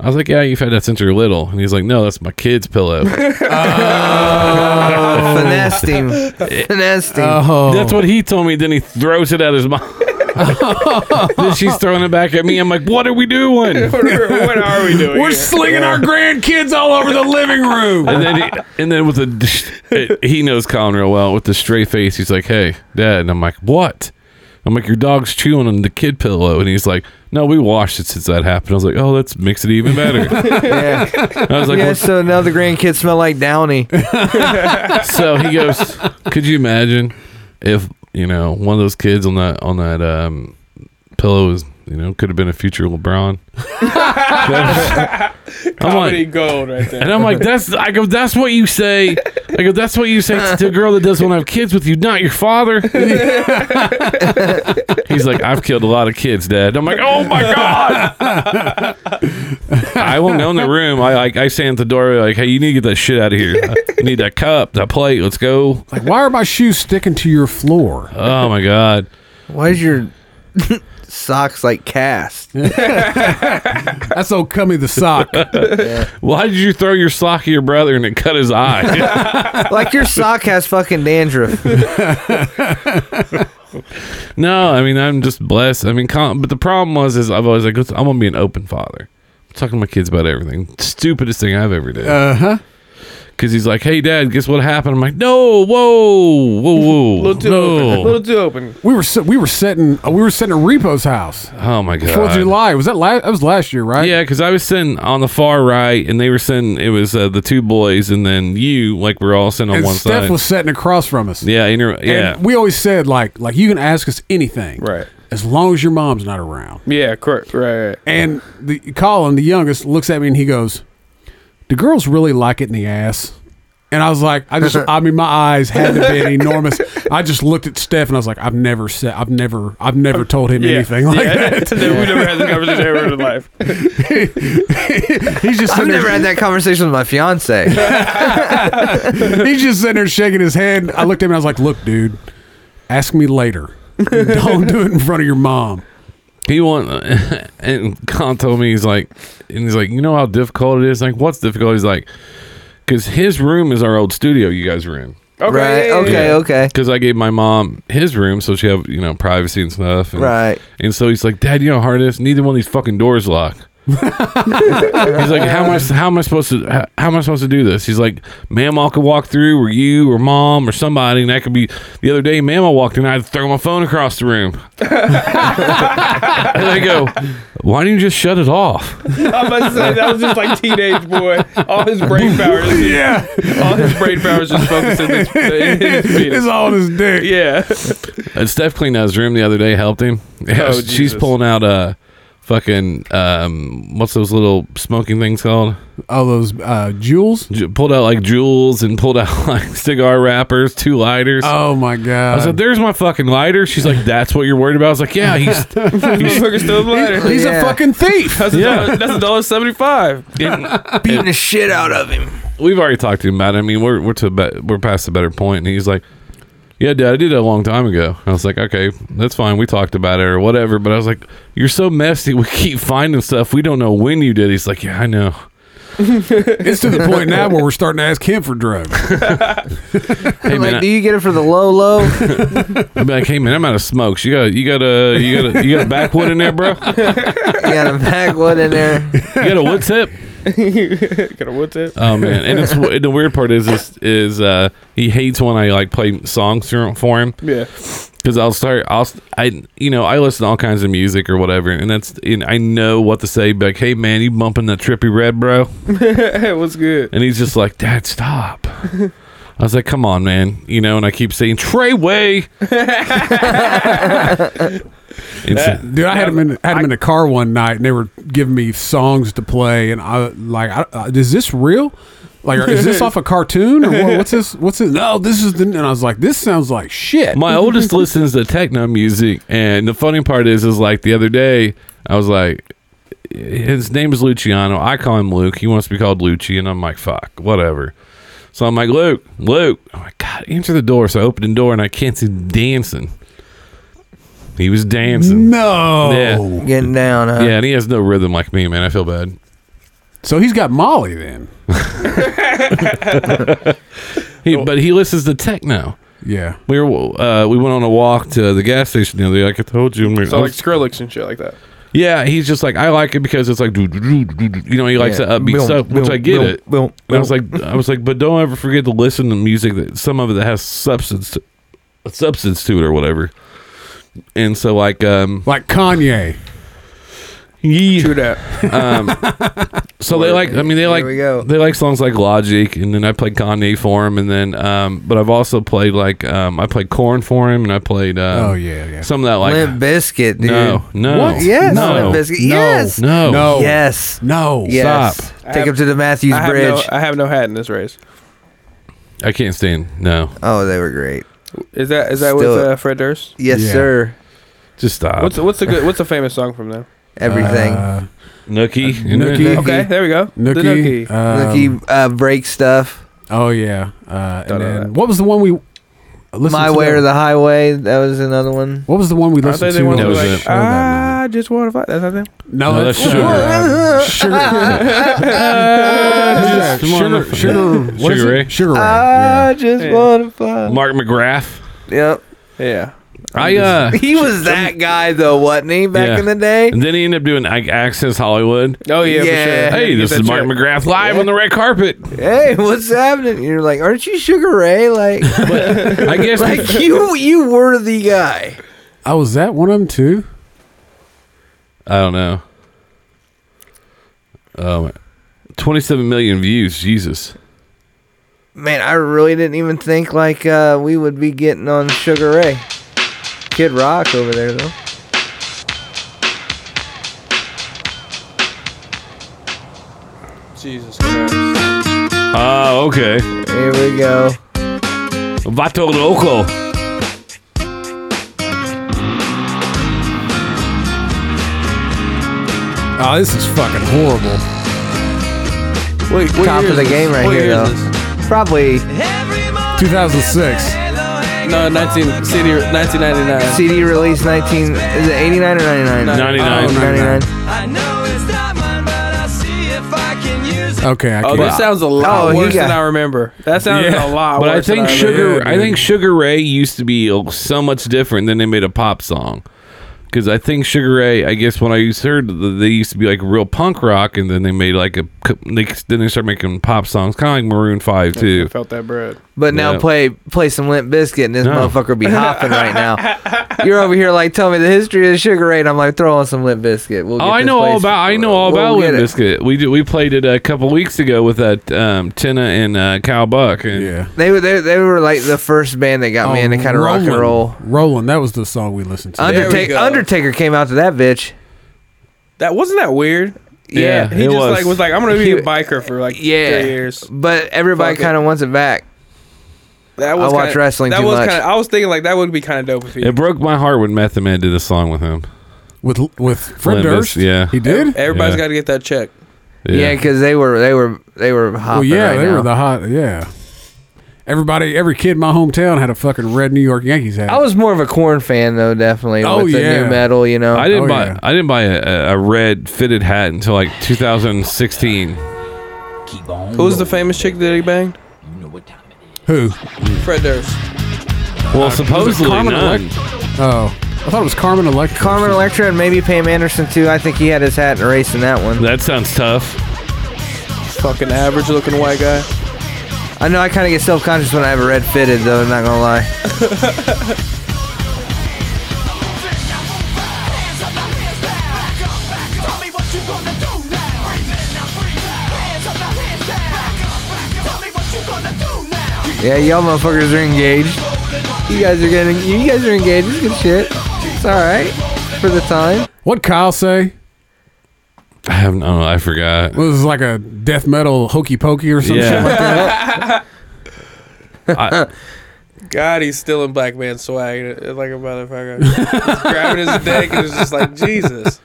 I was like, yeah, you've had that since you're little. And he's like, no, that's my kid's pillow. Oh. Finessed him. Eh. Finessed him. That's Oh. what he told me. Then he throws it at his mom. then she's throwing it back at me. I'm like, what are we doing? what are we doing? We're here? slinging our grandkids all over the living room. And then, he, and then with the, he knows Colin real well. With the straight face, he's like, "Hey, Dad," and I'm like, "What?" I'm like, "Your dog's chewing on the kid pillow," and he's like, "No, we washed it since that happened." I was like, "Oh, that makes it even better." Yeah. I was like, yeah. well, So now the grandkids smell like Downy. "So he goes, could you imagine if you know one of those kids on that on that um, pillow was you know could have been a future LeBron?" I'm comedy like, gold right there. And I'm like, that's I go, that's what you say. I go, that's what you say to a girl that doesn't want to have kids with you, not your father. He's like, I've killed a lot of kids, Dad. I'm like, oh my god. I won't go in the room. I like I stand at the door like, hey, you need to get that shit out of here. I need that cup, that plate. Let's go. Like, why are my shoes sticking to your floor? Oh my god. Why is your socks like cast? That's old Cummy the sock. Why did you throw your sock at your brother and it cut his eye? like your sock has fucking dandruff. no, I mean I'm just blessed. I mean, con- but the problem was is I've always like "Listen, I'm gonna be an open father. I'm talking to my kids about everything. Stupidest thing I've ever did. Uh huh. Uh-huh. Because he's like, hey, dad, guess what happened? I'm like, no, whoa, whoa, whoa. little too open. no. little too open. We were se- we were setting uh, we were setting a repo's house. Oh, my God. Fourth of July was that last? That was last year, right? Yeah, because I was sitting on the far right, and they were sitting, it was uh, the two boys, and then you, like, we're all sitting on And one Steph side. was sitting across from us. yeah, and you're, yeah. And we always said like like you can ask us anything, Right. As long as your mom's not around. Yeah, correct. Right, right. And the Colin, the youngest, looks at me and he goes, "Do girls really like it in the ass?" And I was like, I just, I mean, my eyes had to be enormous. I just looked at Steph and I was like, I've never said, I've never, I've never told him Yeah. anything like yeah. we never had this conversation ever in life. that. He's just I've sitting never there, had that conversation with my fiance. he's just sitting there shaking his head. I looked at him and I was like, look, dude, ask me later. Don't do it in front of your mom. He want and Con told me he's like, and he's like, you know how difficult it is. Like, what's difficult? He's like, because his room is our old studio, you guys were in. Okay. Right. yeah, yeah, Okay. yeah. Okay. Because I gave my mom his room, so she have you know privacy and stuff. And, Right. And so he's like, Dad, you know how hard it is. Neither one of these fucking doors lock. he's like, how am I? How am I supposed to? How, how am I supposed to do this? He's like, Mamaw could walk through, or you, or mom, or somebody, and that could be. The other day, Mamaw walked in, I had to throw my phone across the room. and I go, Why don't you just shut it off? I must say that was just like teenage boy. All his brain power, is- Yeah. all his brain power is just focused in his, in his it's penis. all in his dick. Yeah. And Steph cleaned out his room the other day, helped him. Yeah, Oh, she's Jesus. pulling out uh, fucking um, what's those little smoking things called? All those uh, jewels. J- pulled out like jewels and pulled out like cigar wrappers, two lighters. Oh my I god! was like, "There's my fucking lighter." She's like, "That's what you're worried about." I was like, "Yeah, he's Motherfucker stole the lighter. He's Yeah. a fucking thief. That's a Yeah. dollar, that's a dollar seventy five. beating the shit out of him. we've already talked to him about it. I mean, we're we're to a bet we're past a better point, and he's like, "Yeah, Dad, I did that a long time ago." I was like, "Okay, that's fine. We talked about it or whatever." But I was like, "You're so messy. We keep finding stuff. We don't know when you did." He's like, "Yeah, I know." it's to the point now where we're starting to ask him for drugs. Hey like, man, do I, you get it for the low low? I'd be like, "Hey man, I'm out of smokes. You got you got a you got a you got a backwood in there, bro. You you got a backwood in there. got a wood tip." Could have whipped it. Oh man, and it's the weird part is is, is uh, he hates when I like play songs for for him. Yeah. because I'll start. I'll I you know I listen to all kinds of music or whatever, and that's and I know what to say. Be like, hey man, you bumping that trippy red, bro? Hey, what's good? And he's just like, Dad, stop. I was like, come on, man. You know, and I keep saying Treyway. It's- Dude, I had him in had him in the car one night, and they were giving me songs to play, and I like, I, uh, is this real? Like, is this off a cartoon or what, what's this? What's this? No, this is the. And I was like, this sounds like shit. my oldest listens to techno music, and the funny part is, is like the other day, I was like, his name is Luciano. I call him Luke. He wants to be called Lucci, and I'm like, fuck, whatever. So I'm like, Luke, Luke. I'm like, God, answer the door. So I open the door, and I can't see him dancing. He was Mm. dancing. No. Yeah. Getting down, huh? Yeah, and he has no rhythm like me, man. I feel bad. So he's got Molly then. He, but he listens to techno. Yeah. We were uh, we went on a walk to the gas station the other day. Like I told you, I So like was- Skrillex and shit like that. Yeah, he's just like I like it because it's like doo, doo, doo, doo, doo, doo. you know he likes the upbeat Boom, stuff, which boom, I get boom, it. boom, And I was like, I was like, but don't ever forget to listen to music that some of it that has substance, to, a substance to it or whatever. And so like, um, Like Kanye. yeah, True that. um, so they like. I mean, they like. we go. They like songs like Logic, and then I played Kanye for him, and then. Um, but I've also played like um, I played Corn for him, and I played. Uh, Um, Oh, yeah, yeah. Some of that like. Limp Biscuit, dude. no, no, What? Yes. no, no, Limp Bizkit. Yes. no, No. Yes. No. Yes. Stop. I Take have- him to the Matthews I have Bridge. no. uh, I have no hat in this race. I can't stand. No, oh, they were great. Is that is that with Still it. uh, Fred Durst? Yes, Yeah. sir. just stop. What's what's a good what's a famous song from them? Everything. Uh, Nookie? Nookie. Nookie. Okay, there we go. The Nookie. Nookie. um, Nookie uh, break stuff. Oh yeah. Uh, Don't and know then that. what was the one we? listened My to way that- or the highway. That was another one. What was the one we Aren't they listened to? the ones that that was like, it. "Ah." I just want to fly? That's not them. No, No, that's that's sugar. Sugar. Ray. Sugar. just sugar. wanna- Sugar. Sugar. what is Sugar it? Ray. Sugar Ray. I just Yeah. want to fly. Mark McGrath. Yep. Yeah. I uh, He was that guy though, wasn't he? Back Yeah. in the day. and then he ended up doing like Access Hollywood. Oh Yeah. yeah. For sure. Hey, this That's is Mark right. McGrath live on the red carpet. Hey, what's happening? You're like, aren't you Sugar Ray? Like, I guess like you, you were the guy. Oh, was that one of them too? I don't know. Um, twenty-seven million views. Jesus. Man, I really didn't even think like uh, we would be getting on Sugar Ray. Kid Rock over there though. Jesus Christ. Oh, okay. Here we go. Vato loco. Oh, this is fucking horrible. Wait, what Top year of the is this? game right What here, year is though. this? Probably 2006. No, 19 CD, 1999. CD release 19. Is it 89 or 99? 99. Oh, 99. Okay, I Oh, can't. this sounds a lot Oh, he worse got- than I remember. That sounds a lot But I worse. than think remember. Sugar, I think Sugar Ray used to be so much different than they made a pop song. Because I think Sugar Ray, I guess when I used to heard, th- they used to be like real punk rock, and then they made like a, they then they started making pop songs, kind of like Maroon Five I too. felt that bread. But now Yeah. play play some Limp Biscuit and this No. motherfucker be hopping right now. You're over here like telling me the history of Sugar Ray and I'm like throw on some Limp Biscuit. We'll Oh, get I this know all place- about, I know all we'll about get Limp it. Bizkit. We did, we played it a couple weeks ago with that um, Tina and uh, Kyle Buck, and Yeah. Oh, They were they, they were like the first band that Oh, got me into kind of rock and roll. Rolling. That was the song we listened to. Under- There we Undertaker go. Undertaker came out to that bitch. That wasn't that weird. Yeah, he it just was. like was like, I'm gonna be He- a biker for like Yeah, three years. but everybody Fuck it. kind of wants it back. That I watch wrestling That too was much. Kinda, I was thinking like that would be kind of dope if he. It broke my heart when Method Man did a song with him. with with Fred Limp Durst. Bizkit, yeah. he did. Everybody's Yeah. got to get that check. Yeah, because they were they were they were Well, hopping. yeah, right they now. were the hot. Yeah, everybody, every kid in my hometown had a fucking red New York Yankees hat. I was more of a corn fan though, definitely. Oh, with the yeah. new metal, you know. I didn't Oh, buy yeah. I didn't buy a, a red fitted hat until like 2016. Who was the famous chick that he banged? who? Fred Durst. Well, supposedly Carmen none. Oh, I thought it was Carmen Electra. Carmen Electra and maybe Pam Anderson too. I think he had his hat in a race in that one. That sounds tough. Fucking average looking white guy. I know I kind of get self conscious when I have a red fitted though. I'm not gonna lie. Yeah, y'all motherfuckers are engaged. You guys are getting. You guys are engaged. It's good shit. It's all right for the time. What Kyle say? I have no, I forgot. It was like a death metal hokey pokey or something. Yeah. God, he's still in black man swag uh, like a motherfucker. He's grabbing his dick and it's just like Jesus.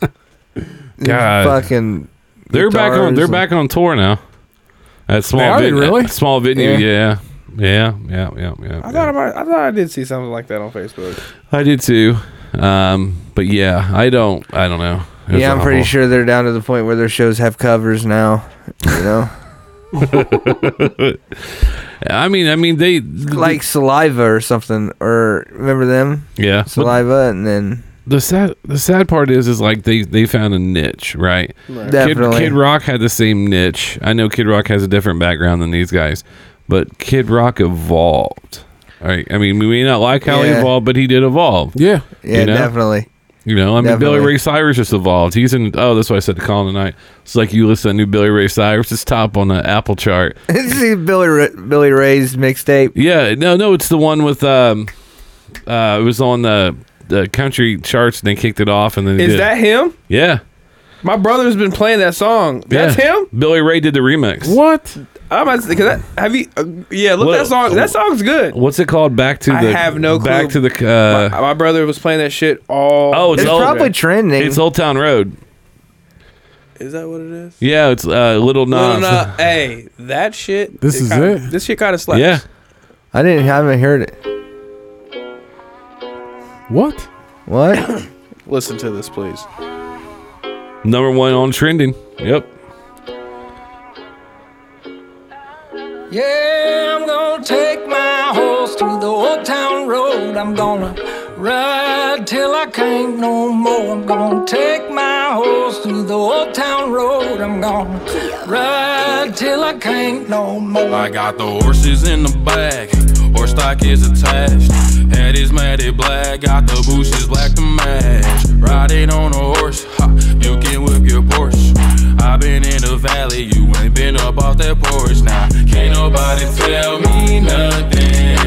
God. Fucking. They're back on. They're back on tour now. At small, They are, they ven- really? at small venue. Yeah. Yeah, yeah, yeah, yeah, yeah. I yeah. thought about, I thought I did see something like that on Facebook. I did too. Um, but yeah, I don't. I don't know. It was Yeah, I'm pretty awful. sure they're down to the point where their shows have covers now. You know, I mean, I mean, they like Saliva or something. Or remember them yeah. But Saliva, and then the sad, the sad part is, is like they they found a niche, right? Kid, definitely. Kid Rock had the same niche. I know Kid Rock has a different background than these guys, but Kid Rock evolved. All right. I mean, we may not like how he Yeah. evolved, but he did evolve. yeah. yeah, you know? definitely. You know, I mean, Definitely. Billy Ray Cyrus just evolved. He's in. Oh, that's why I said to Colin tonight. It's like you listen to new Billy Ray Cyrus. It's top on the Apple chart. See Billy Ra- Billy Ray's mixtape. Yeah, no, no, it's the one with um, uh, it was on the the country charts and they kicked it off and then they Is did- that him? yeah, My brother's been playing that song. That's yeah. him. Billy Ray did the remix. What? I'm about to, cause that, have you? Uh, yeah, look Well- that song. That song's good. What's it called? Back to the. I have no clue. Back to the. Uh, my, my brother was playing that shit all. Oh, It's old. probably trending. it's Old Town Road. is that what it is? Yeah, it's uh, Little Nas. No, no, no. hey, that shit. This is kinda, it. This shit kind of slaps. Yeah, I didn't. I haven't heard it. What? What? Listen to this, please. number one on trending. Yep. Yeah, I'm gonna take my horse to the old town road. I'm gonna ride till I can't no more. I'm gonna take my horse to the old town road. I'm gonna ride till I can't no more. I got the horses in the back, horse stock is attached. Head is matted black, got the bushes black to match. Riding on a horse, ha, you can whip your Porsche. i been in the valley, you ain't been up off that porch. Now, can't nobody tell me nothing.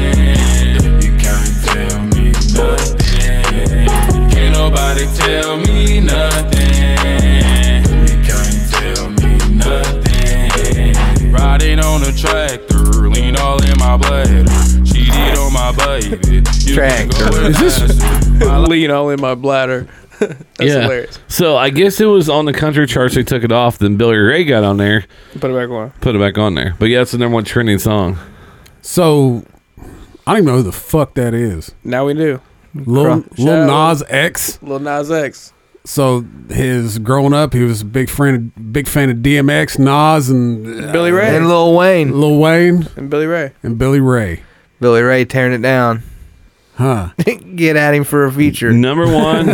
You can't tell me nothing. Can't nobody tell me nothing. You can't tell me nothing. Riding on a tractor, lean all in my bladder. Cheated on my baby. You can go Tractor. and Is this- ask her. Lean all in my bladder. That's yeah. hilarious. So I guess it was on the country charts. They took it off. Then Billy Ray got on there, Put it back on. put it back on there. But yeah, it's the number one trending song. So I don't even know who the fuck that is. Now we do. Lil, Crump. Lil Nas X. Lil Nas X. So his growing up, he was a big friend, big fan of DMX, Nas, and uh, Billy Ray. and And, Lil Wayne. Lil Wayne Billy Ray. and Billy Ray. Billy Ray tearing it down. Huh? Get at him for a feature. Number one,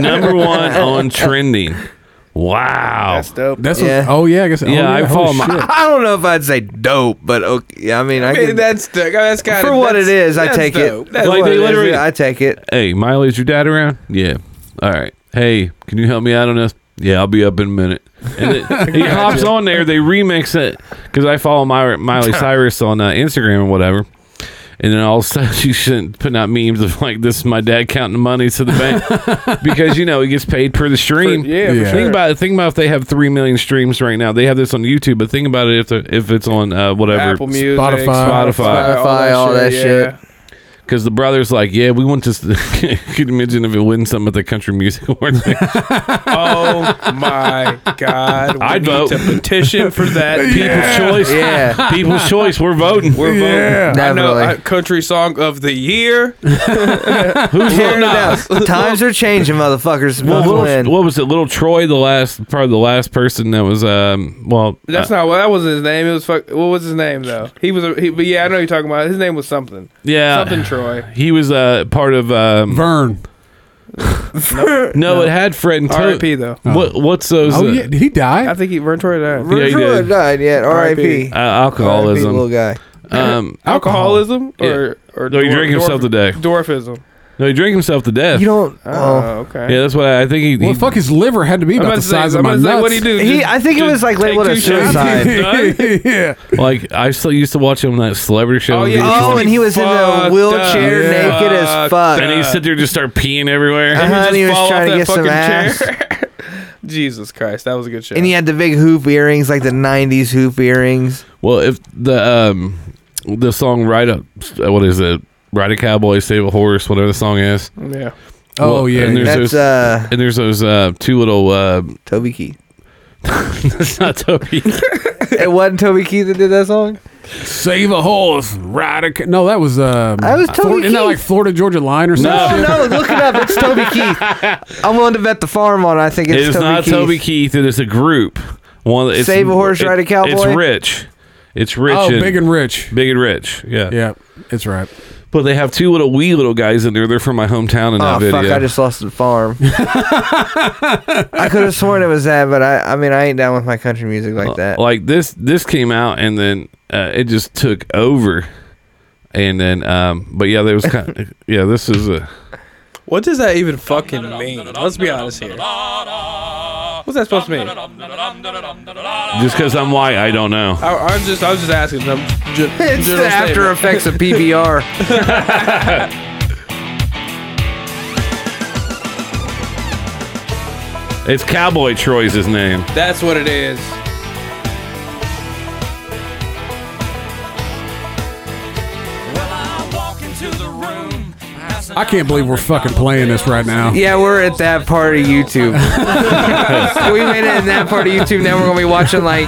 number one on trending. Wow. That's dope. That's Yeah. what, oh yeah, I guess. oh, Yeah, I follow holy my- shit. I don't know if I'd say dope, but okay. I mean, I, I mean, can, that's the, that's kind for what it is, I take it. That's Like, what they it is, literally- I take it. hey, Miley, is your dad around? Yeah. All right. Hey, can you help me out on this? Yeah, I'll be up in a minute. And it, he hops on there. They remix it because I follow my, Miley Cyrus on uh, Instagram or whatever. And then all of a sudden, you shouldn't put out memes of like, this is my dad counting the money to the bank because, you know, he gets paid per the stream. yeah, for Yeah. Think sure. about it. Think about if they have 3 million streams right now. They have this on YouTube, but think about it if, the, if it's on uh, whatever. Apple Music, Spotify. Spotify. Spotify, all that shit. yeah. Because the brother's like, yeah, we want this. Could you imagine if it wins some at the Country Music Awards. Oh my God! We I'd need vote. to petition for that. People's choice. Yeah. People's choice. We're voting. We're voting. I know Definitely. uh, country song of the year. Who's Tear it up. Times are changing, motherfuckers. Well, Buckle little, in. what was it? Little Troy, the last probably the last person that was. Um, well, That's uh, not what that wasn't his name. It was fuck. What was his name though? He was a. He, but yeah, I know you're talking about. His name was something. uh, yeah. Something Troy. He was uh, part of. Um, Vern. no, it had Fred and Toad. R.I.P. Though. What, what's those? Oh uh, yeah, did he die? I think he Vern Troy died. Yeah, he Troy did. died yet. R.I.P. uh, R.I.P. Little alcoholism. guy. Um, Alcoholism Yeah. or or No, he drank himself to death. Dwarfism. no, he drank himself to death. You don't. Oh, Oh. okay. yeah, that's what I, I think. He, well, he- fuck, his liver had to be I'm about about the to say, size I'm of my about to say nuts. what he do? He, Just- I think it just was like take labeled two as shots. suicide. yeah, like I still used to watch him on that celebrity show. Oh, yeah. on VH1. Oh, and he was in Fucked a wheelchair, up. naked as Fucked fuck. and he sit there and just start peeing everywhere. Uh-huh, Just and he was fall trying to get off some that ass. fucking chair. Jesus Christ, that was a good show. And he had the big hoop earrings, like the '90s hoop earrings. Well, if the um the song "Ride Up," what is it? Ride a cowboy, save a horse, whatever the song is. yeah. Oh, Well, yeah, and yeah. there's That's those uh, and there's those uh two little uh Toby Keith. it's not Toby. It wasn't Toby Keith that did that song. save a horse, ride a. ca- No, that was um. That was Toby Florida, Isn't that Keith. like Florida Georgia Line or No, something? Oh. no, look it up. It's Toby Keith. I'm willing to bet the farm on. it. I think it's, It's Toby not Keith. Toby Keith. It is a group. One. It's, Save a horse, it- ride a cowboy? It's rich. It's rich. Oh, and, big and rich. big and rich. Yeah. Yeah, it's right. But they have two little wee little guys in there. They're from my hometown in Oh that video. fuck! I just lost the farm. I could have sworn it was that, but I, I mean, I ain't down with my country music like that. like this this came out and then uh, it just took over and then um but yeah there was kind yeah this is a What does that even fucking mean? Let's be honest here. What's that supposed to mean? just because i'm white i don't know I, I'm just, I was just asking. Them. It's the after effects of PBR. it's cowboy troy's his name That's what it is. I can't believe we're fucking playing this right now. Yeah, we're at that part of YouTube. we made it in that part of YouTube. Now we're gonna be watching like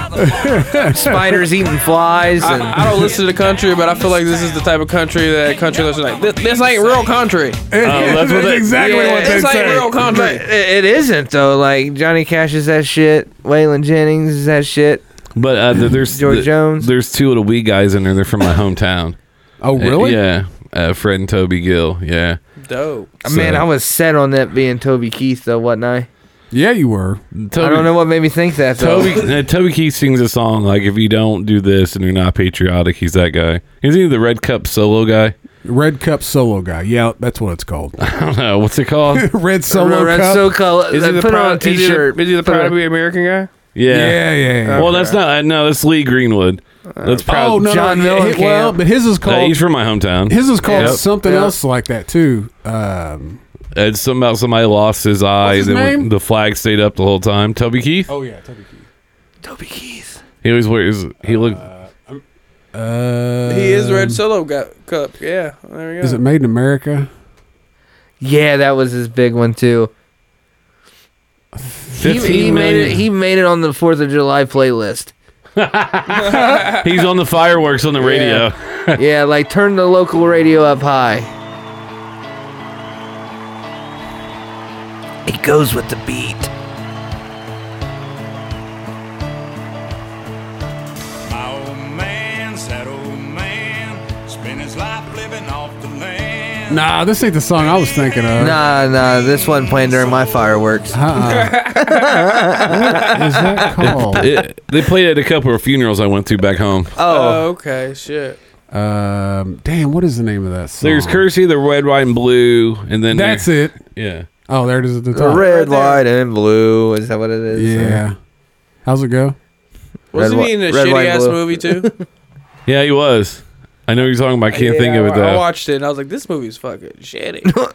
spiders eating flies and I, I don't listen to country, but I feel like this is the type of country that country listeners like. This, this ain't real country. Oh, that's what they- exactly Yeah, what they This ain't say. real country. But it it isn't though. Like Johnny Cash is that shit. Waylon Jennings is that shit. but uh th- there's George th- Jones. there's two little wee guys in there they're from my hometown Oh, Uh, really? yeah uh fred and toby gill yeah Dope. Man, So- I was set on that being Toby Keith though, wasn't I? Yeah, you were. toby, I don't know what made me think that though. toby uh, toby keith sings a song like if you don't do this and you're not patriotic he's that guy is he the red cup solo guy Red Cup Solo guy. Yeah, that's what it's called. i don't know what's it called Red Solo Red Cup. so color. Is he the Put it on a proud- is he the- T-shirt. Is he the Put it proud on- to be American guy? yeah, yeah. yeah. Well, that's not. Uh, no, that's Lee Greenwood. That's proud. oh no, John no, yeah, Mellencamp. he- well, but his is Uh, called he's from my hometown. his is called Yep. something Yep. else like that too. Um, Uh, it's something about somebody lost his eye. What's his then when- name? The flag stayed up the whole time. Toby Keith. oh yeah, Toby Keith. Toby Keith. He always wears. He look. Uh, He is Red Solo gu- Cup. Yeah, there we go. Is it Made in America? Yeah, that was his big one too. He, he 15 made it. million. He made it on the Fourth of July playlist. He's on the fireworks on the radio. yeah, like turn the local radio up high. It goes with the beat. My old man's that old "Oh, man, spent his life living off the land. Nah, this ain't the song I was thinking of. Nah, nah, this one playing during my fireworks. Uh-uh. what is that called? It- they played it at a couple of funerals I went to back home. Oh, Oh, okay, shit. Um, damn, what is the name of that song? There's Kersey, the red, white, and blue, and then That's it. Yeah. Oh, there it is at the the top. red, Right there. white, and blue. Is that what it is? Yeah. How's it go? Wasn't Red, he in a whi- red, shitty white, ass blue. movie too? Yeah, he was. I know what you're talking about. I can't Yeah, think of it I- I though. watched it and I was like, this movie's fucking shitty.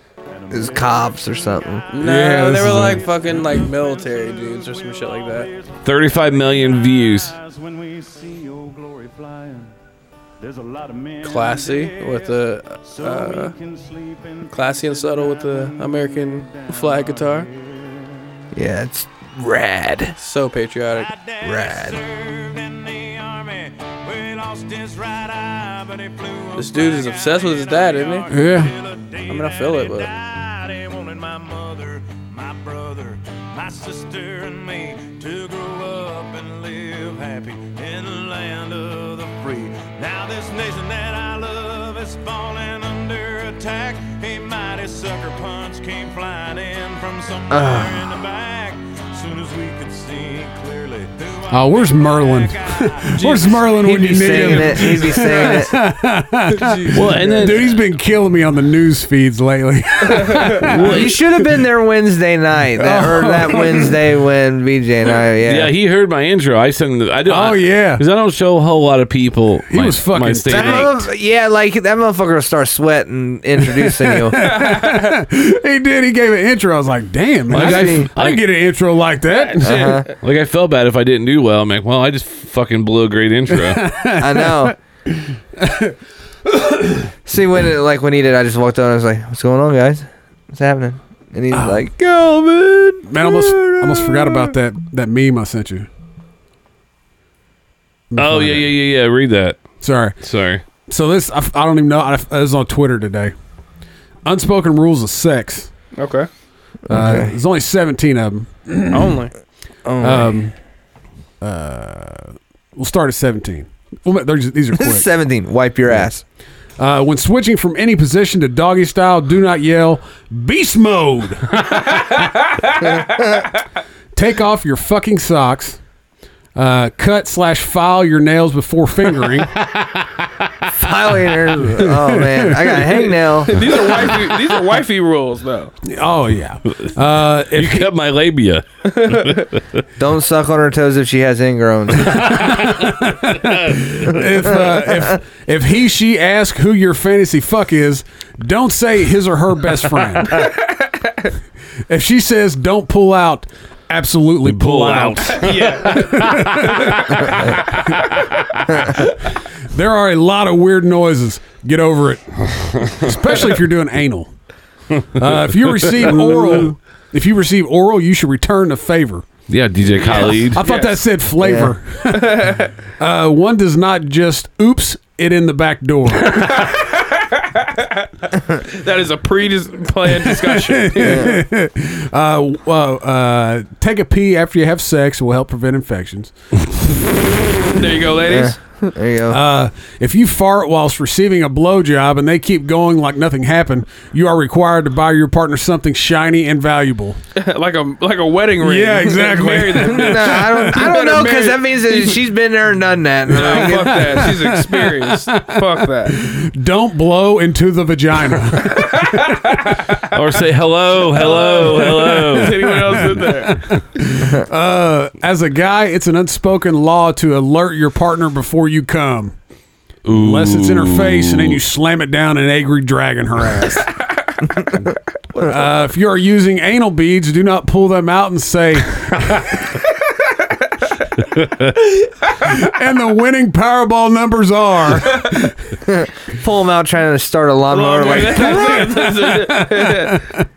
It's cops or something. No, Yeah, this they were is like fucking like military dudes or some shit like that. 35 million views. When we see your glory flying, there's a lot of men. Classy with the uh, classy and subtle with the American flag guitar. Yeah, it's rad. So patriotic. Rad. This dude is obsessed with his dad, isn't he? Yeah. I mean, I feel it, but Ah. Oh, where's Merlin? where's Merlin He'd when you be need saying him? it. He'd be saying it. Well, and then Dude, he's been killing me on the news feeds lately. You should have been there Wednesday night. That, or that Wednesday when BJ and I. Yeah. yeah, he heard my intro. I sent him. The, I don't, Oh, yeah. because I don't show a whole lot of people. He was fucking That statement. motherf- yeah, like that motherfucker will start sweating introducing you. he did. He gave an intro. I was like, damn, man. Like, I, I- didn't, I didn't get an intro like that. Uh-huh. Like I felt bad if I didn't do well. I'm like, well, I just fucking blew a great intro. I know. See when it, like when he did, I just walked out. I was like, "What's going on, guys? What's happening?" And he's like, Man, I almost, I almost forgot about that, that meme I sent you. Let me oh find yeah, it. yeah, yeah, yeah. Read that. Sorry. Sorry. So this, I, I don't even know. I, I was on Twitter today. Unspoken rules of sex. okay. Uh, Okay. There's only 17 of them. Only "Oh, Um, uh, we'll start at 17. We'll ma- they're just- these are this is quick. seventeen. Wipe your ass." Uh, when switching from any position to doggy style, do not yell beast mode. Take off your fucking socks. Uh, cut slash file your nails before fingering. Finally, there's- oh man, I got hangnail. these are wifey. these are wifey rules, though. oh yeah. Uh, You if, cut my labia. Don't suck on her toes if she has ingrowns. if, uh, if if he she asks who your fantasy fuck is, don't say his or her best friend. if she says don't pull out, absolutely pull, Pull out. out. There are a lot of weird noises. Get over it. Especially if you're doing anal. Uh, if you receive oral, if you receive oral, you should return the favor. yeah, DJ Khalid. I thought that said flavor. uh, one does not just oops it in the back door. That is a pre-planned discussion. Uh, w- uh, uh, take a pee after you have sex will help prevent infections. there you go, There you ladies. go. Uh, if you fart whilst receiving a blowjob and they keep going like nothing happened, you are required to buy your partner something shiny and valuable. like a like a wedding ring. Yeah, exactly. Marry that bitch. no, I don't. I don't know because that means that she's been there and done that. And No, I get- fuck that. She's experienced. fuck that. Don't blow into the vagina. or say hello, hello, hello. Anyone else in there? Uh, as a guy, it's an unspoken law to alert your partner before you come. Unless it's in her face and then you slam it down and angry dragon her ass. uh, if you are using anal beads, do not pull them out and say. and the winning Powerball numbers are. Pull him out trying to start a lawnmower. Like,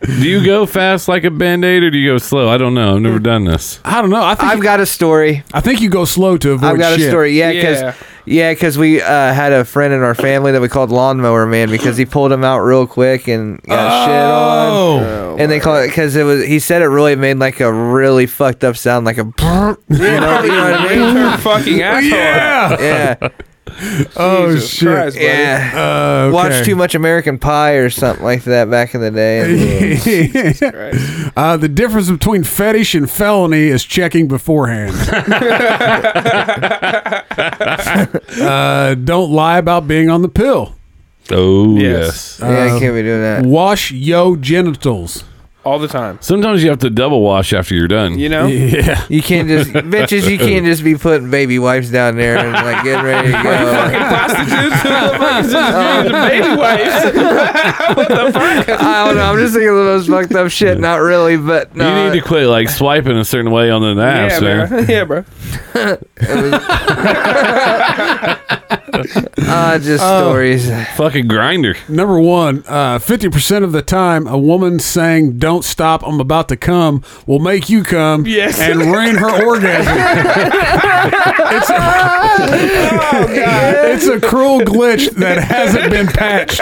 Do you go fast like a band aid or do you go slow? I don't know. I've never done this. I don't know. I think I've got a story. I think you go slow to avoid I've got shit. a story. Yeah, because Yeah. yeah, because we uh, had a friend in our family that we called Lawnmower Man because he pulled him out real quick and got Oh. shit on. And they call it because it was he said it really made like a really fucked up sound, like a. brrrt, You know, you know what I mean? Her fucking asshole. Yeah. Yeah, Oh Jesus shit. Christ, buddy. yeah. Uh, okay. Watch too much American Pie or something like that back in the day. uh, the difference between fetish and felony is checking beforehand. uh, don't lie about being on the pill. Oh Yes. yes. Uh, yeah, I can't be doing that. Wash yo genitals. all the time. Sometimes you have to double wash after you're done. You know, Yeah. You can't just bitches. You can't just be putting baby wipes down there and like getting ready to go. prostitutes who look like it's just being baby wipes. I don't know. I'm just thinking of the most fucked up shit. Not really, but You no. need to quit like swiping a certain way on the app, Yeah, sir. bro. Yeah, bro. uh, just Oh. stories. Fucking grinder. Number one, uh, fifty percent of the time, a woman saying "Don't stop, I'm about to come" will make you come Yes. and ruin her orgasm. it's, a, it's a cruel glitch that hasn't been patched.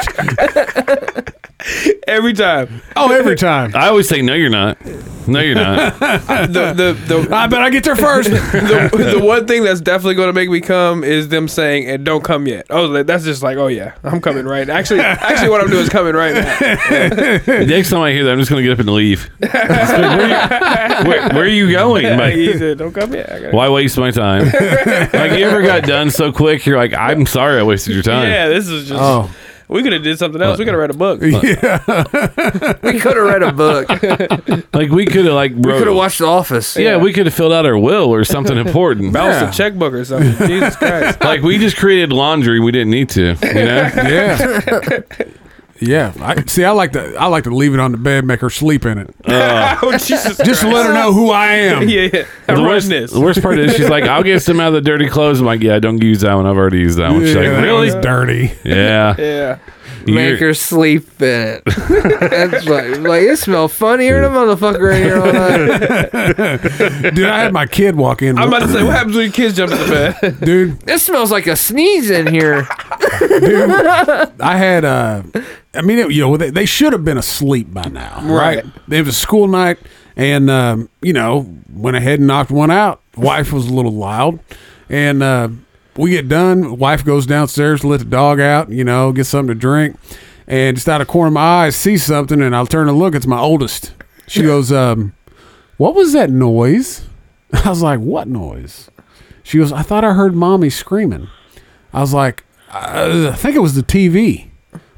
Every time. Oh, every time. I always say, no, you're not. No, you're not. The the the. I bet I get there first. the, the one thing that's definitely going to make me come is them saying and don't come yet. Oh, like, that's just like oh yeah, I'm coming right. now. Actually, actually, what I'm doing is coming right now. Next time I hear that, I'm just gonna get up and leave. It's like, where, you, where, where are you going? He Like, said, don't come yet. I gotta- why waste my time? Like, you ever got done so quick? You're like, I'm sorry, I wasted your time. Yeah, this is just. Oh. We could have did something else. We could have read a book. We could have read a book. We Like, we could have like, wrote- could have watched The Office. Yeah, we could have filled out our will or something important. Balance Yeah. a checkbook or something. Jesus Christ. Like, we just created laundry we didn't need to. You know? Yeah. Yeah, I, see, I like to I like to leave it on the bed, make her sleep in it, oh, Jesus just to let her know who I am. Yeah, yeah. Uh, The Run worst, this. the worst part is she's like, I'll get some out of the dirty clothes. I'm like, yeah, don't use that one. I've already used that one. She's like, Yeah, that really? one's dirty. Yeah. Yeah. Make You're- her sleep in it. That's like, like it smell funnier than a motherfucker in here all night. Dude, I had my kid walk in. I'm about to say, what happens when your kids jump in the bed? dude, It smells like a sneeze in here. I had. Uh, I mean, it, you know, they, they should have been asleep by now, right? Right. It was a school night, and um, you know, went ahead and knocked one out. Wife was a little loud, and uh, we get done. Wife goes downstairs to let the dog out. You know, get something to drink, and just out of corner of my eye, I see something, and I'll turn and look. It's my oldest. She goes, um, "What was that noise?" I was like, "What noise?" She goes, "I thought I heard mommy screaming." I was like, "Uh, I, I think it was the TV.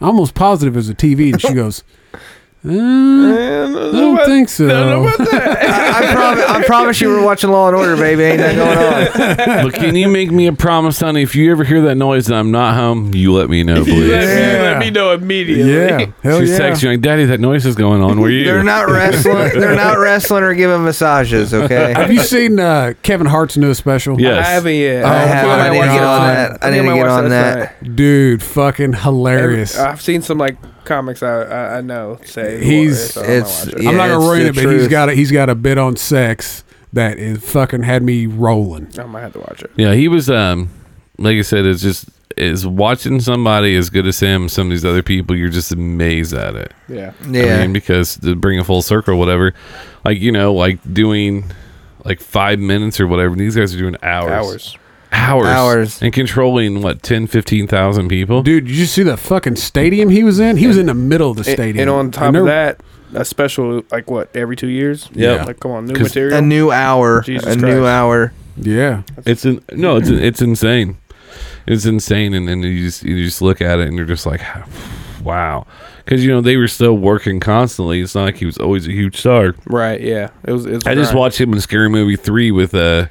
I'm almost positive it was the TV. And she goes, "Uh, I don't think so. I, promise, I promise you, we're watching Law and Order, baby. Ain't nothing going on. But can you make me a promise, honey? If you ever hear that noise and I'm not home, you let me know, please. Let, me, Yeah. let me know immediately. Yeah, hell She's yeah. texting like, Daddy, that noise is going on. Where you? They're not wrestling. They're not wrestling or giving massages. Okay. Have you seen uh, Kevin Hart's new special? Yes. I haven't yet. I Oh, have. I my need to get God. on that. I Me need and to my get wife on said that. last dude, fucking night. Every- hilarious. I've seen some like comics I I, I know say He's- so I might It's- watch it. yeah, I'm not gonna it's ruin the it, but he's truth. got a, he's got a bit on sex that is fucking had me rolling. I might have to watch it. Yeah, he was. Um, like I said, it's just is watching somebody as good as him. Some of these other people, you're just amazed at it. Yeah. Yeah. I mean, because to bring a full circle, whatever, like you know, like doing like five minutes or whatever. These guys are doing hours, Hours. hours, Hours. and controlling what 10, 15,000 people. Dude, did you see the fucking stadium he was in? He was in the middle of the And, stadium. and on top they're- of that, a special like what every two years. Yeah. Like come on, new 'Cause- material. a new hour. Jesus a new Christ. hour. yeah, It's in, no, it's it's insane. It's insane, and then you just you just look at it, and you're just like, wow, because you know they were still working constantly. It's not like he was always a huge star. right. Yeah. It was. It was I just grind. watched him in Scary Movie Three with uh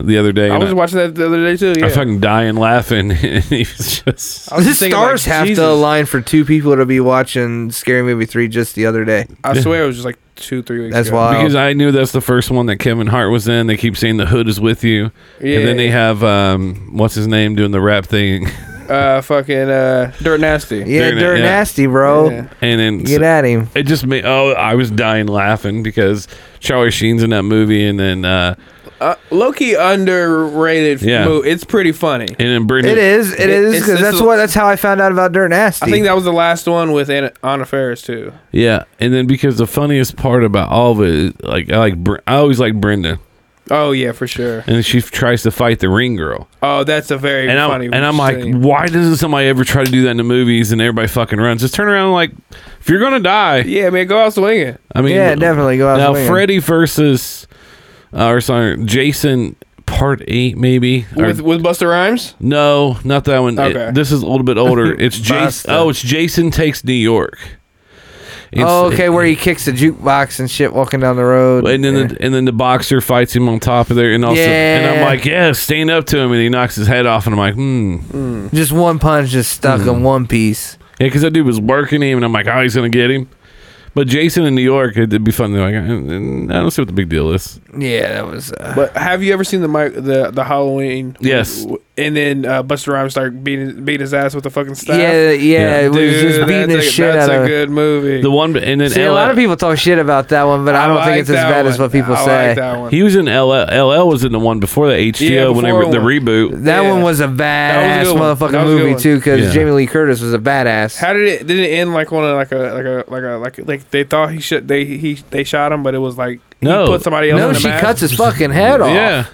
the other day. I and was watching that the other day too. I Yeah. fucking dying laughing, and he was just I was The just thinking, like, stars have Jesus. to align for two people to be watching Scary Movie three just the other day. I swear it was just like two, three weeks. That's ago. wild. because I knew that's the first one that Kevin Hart was in. They keep saying the hood is with you, Yeah. and then they have um what's his name doing the rap thing, uh, fucking uh, dirt nasty. Yeah, Dirt- dirt, yeah. nasty, bro. Yeah. and then Get at him. it just made oh I was dying laughing because Charlie Sheen's in that movie, and then uh Uh, Loki underrated. Yeah. Yeah. It's pretty funny. and then Brittany. It is. It It- is it's- because it's that's a- what. That's how I found out about Dirt Nasty. I think that was the last one with Anna, Anna Faris too. Yeah, and then because the funniest part about all of it, is, like I like Br- I always like Brenda, Oh yeah, for sure. and she tries to fight the ring girl. Oh, that's a very and I'm, funny. and I'm like, scene. why doesn't somebody ever try to do that in the movies and everybody fucking runs? Just turn around, and like, if you're gonna die, yeah, man, go out swinging. I mean, yeah, definitely go out. Now, swinging. Freddy versus, uh, or sorry, Jason, part eight, maybe. Or- With with Buster Rhymes. no, not that one. It- Okay. this is a little bit older. It's Jason. Basta. Oh, it's Jason takes New York. It's- oh, okay, where he kicks the jukebox and shit walking down the road. and then the, and then the boxer fights him on top of there, and also, and I'm Yeah. like, yeah, stand up to him, and he knocks his head off, and I'm like, hmm, Yeah. just one punch just stuck Mm-hmm. in one piece. yeah, because that dude was working him, and I'm like, oh, he's gonna get him. But Jason in New York, it'd be fun. They're like, uh, I I don't see what the big deal is. Yeah, that was. Uh, But have you ever seen the mic, the the Halloween? Yes. And then uh, Buster Rhymes start beating beat his ass with the fucking staff. yeah, yeah, it was Dude, just beating that's the a, shit That's out a of. good movie. The one, and then See, a LL lot of people talk shit about that one, but I, don't like think it's as that bad as one. what people I say. Like that that one. He was in LL. LL was in the one before the HDO Yeah, when they before were the one. reboot. Yeah. one was a That was a badass good one. That motherfucking was a good movie one. too, because Yeah. Jamie Lee Curtis was a badass. How did it? Did it end like one of like a like a like a like like they thought he should they he they shot him, but it was like No. he put somebody else. no, in the she mask, cuts his fucking head off. Yeah,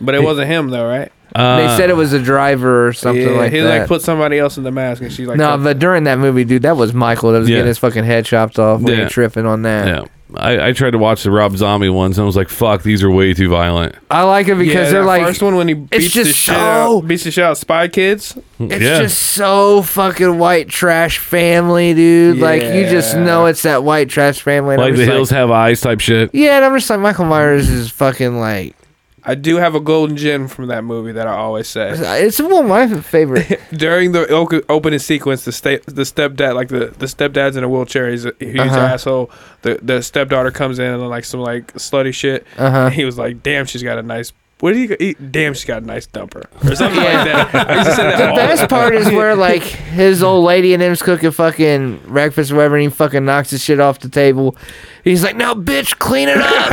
but it wasn't him though, right? uh, They said it was a driver or something yeah, like he that. like put somebody else in the mask, and she like no, cut- but during that movie, dude, that was Michael that was Yeah. getting his fucking head chopped off. When Yeah. you're tripping on that. Yeah, I, I tried to watch the Rob Zombie ones, and I was like, fuck, these are way too violent. I like it because Yeah, they're that like, first one when he beats the just shit so- out, beats the shit out of Spy Kids. it's yeah. just so fucking white trash family, dude. Like you just Yeah. know it's that white trash family. and I'm like the just hills have eyes type shit. Yeah, and I'm just like Michael Myers is fucking like I do have a golden gem from that movie that I always say it's one of my favorite. during the o- opening sequence. The sta- the stepdad, like the the stepdad's in a wheelchair. He's a, he's Uh-huh. an asshole. The the stepdaughter comes in and like some like slutty shit. Uh huh. And he was like, "Damn, she's got a nice." What did he? go- He, damn, she got a nice dumper or something Yeah. like that. I used to say that The all best part is where like his old lady and him's cooking fucking breakfast or whatever, and he fucking knocks his shit off the table. He's like, "Now, bitch, clean it up."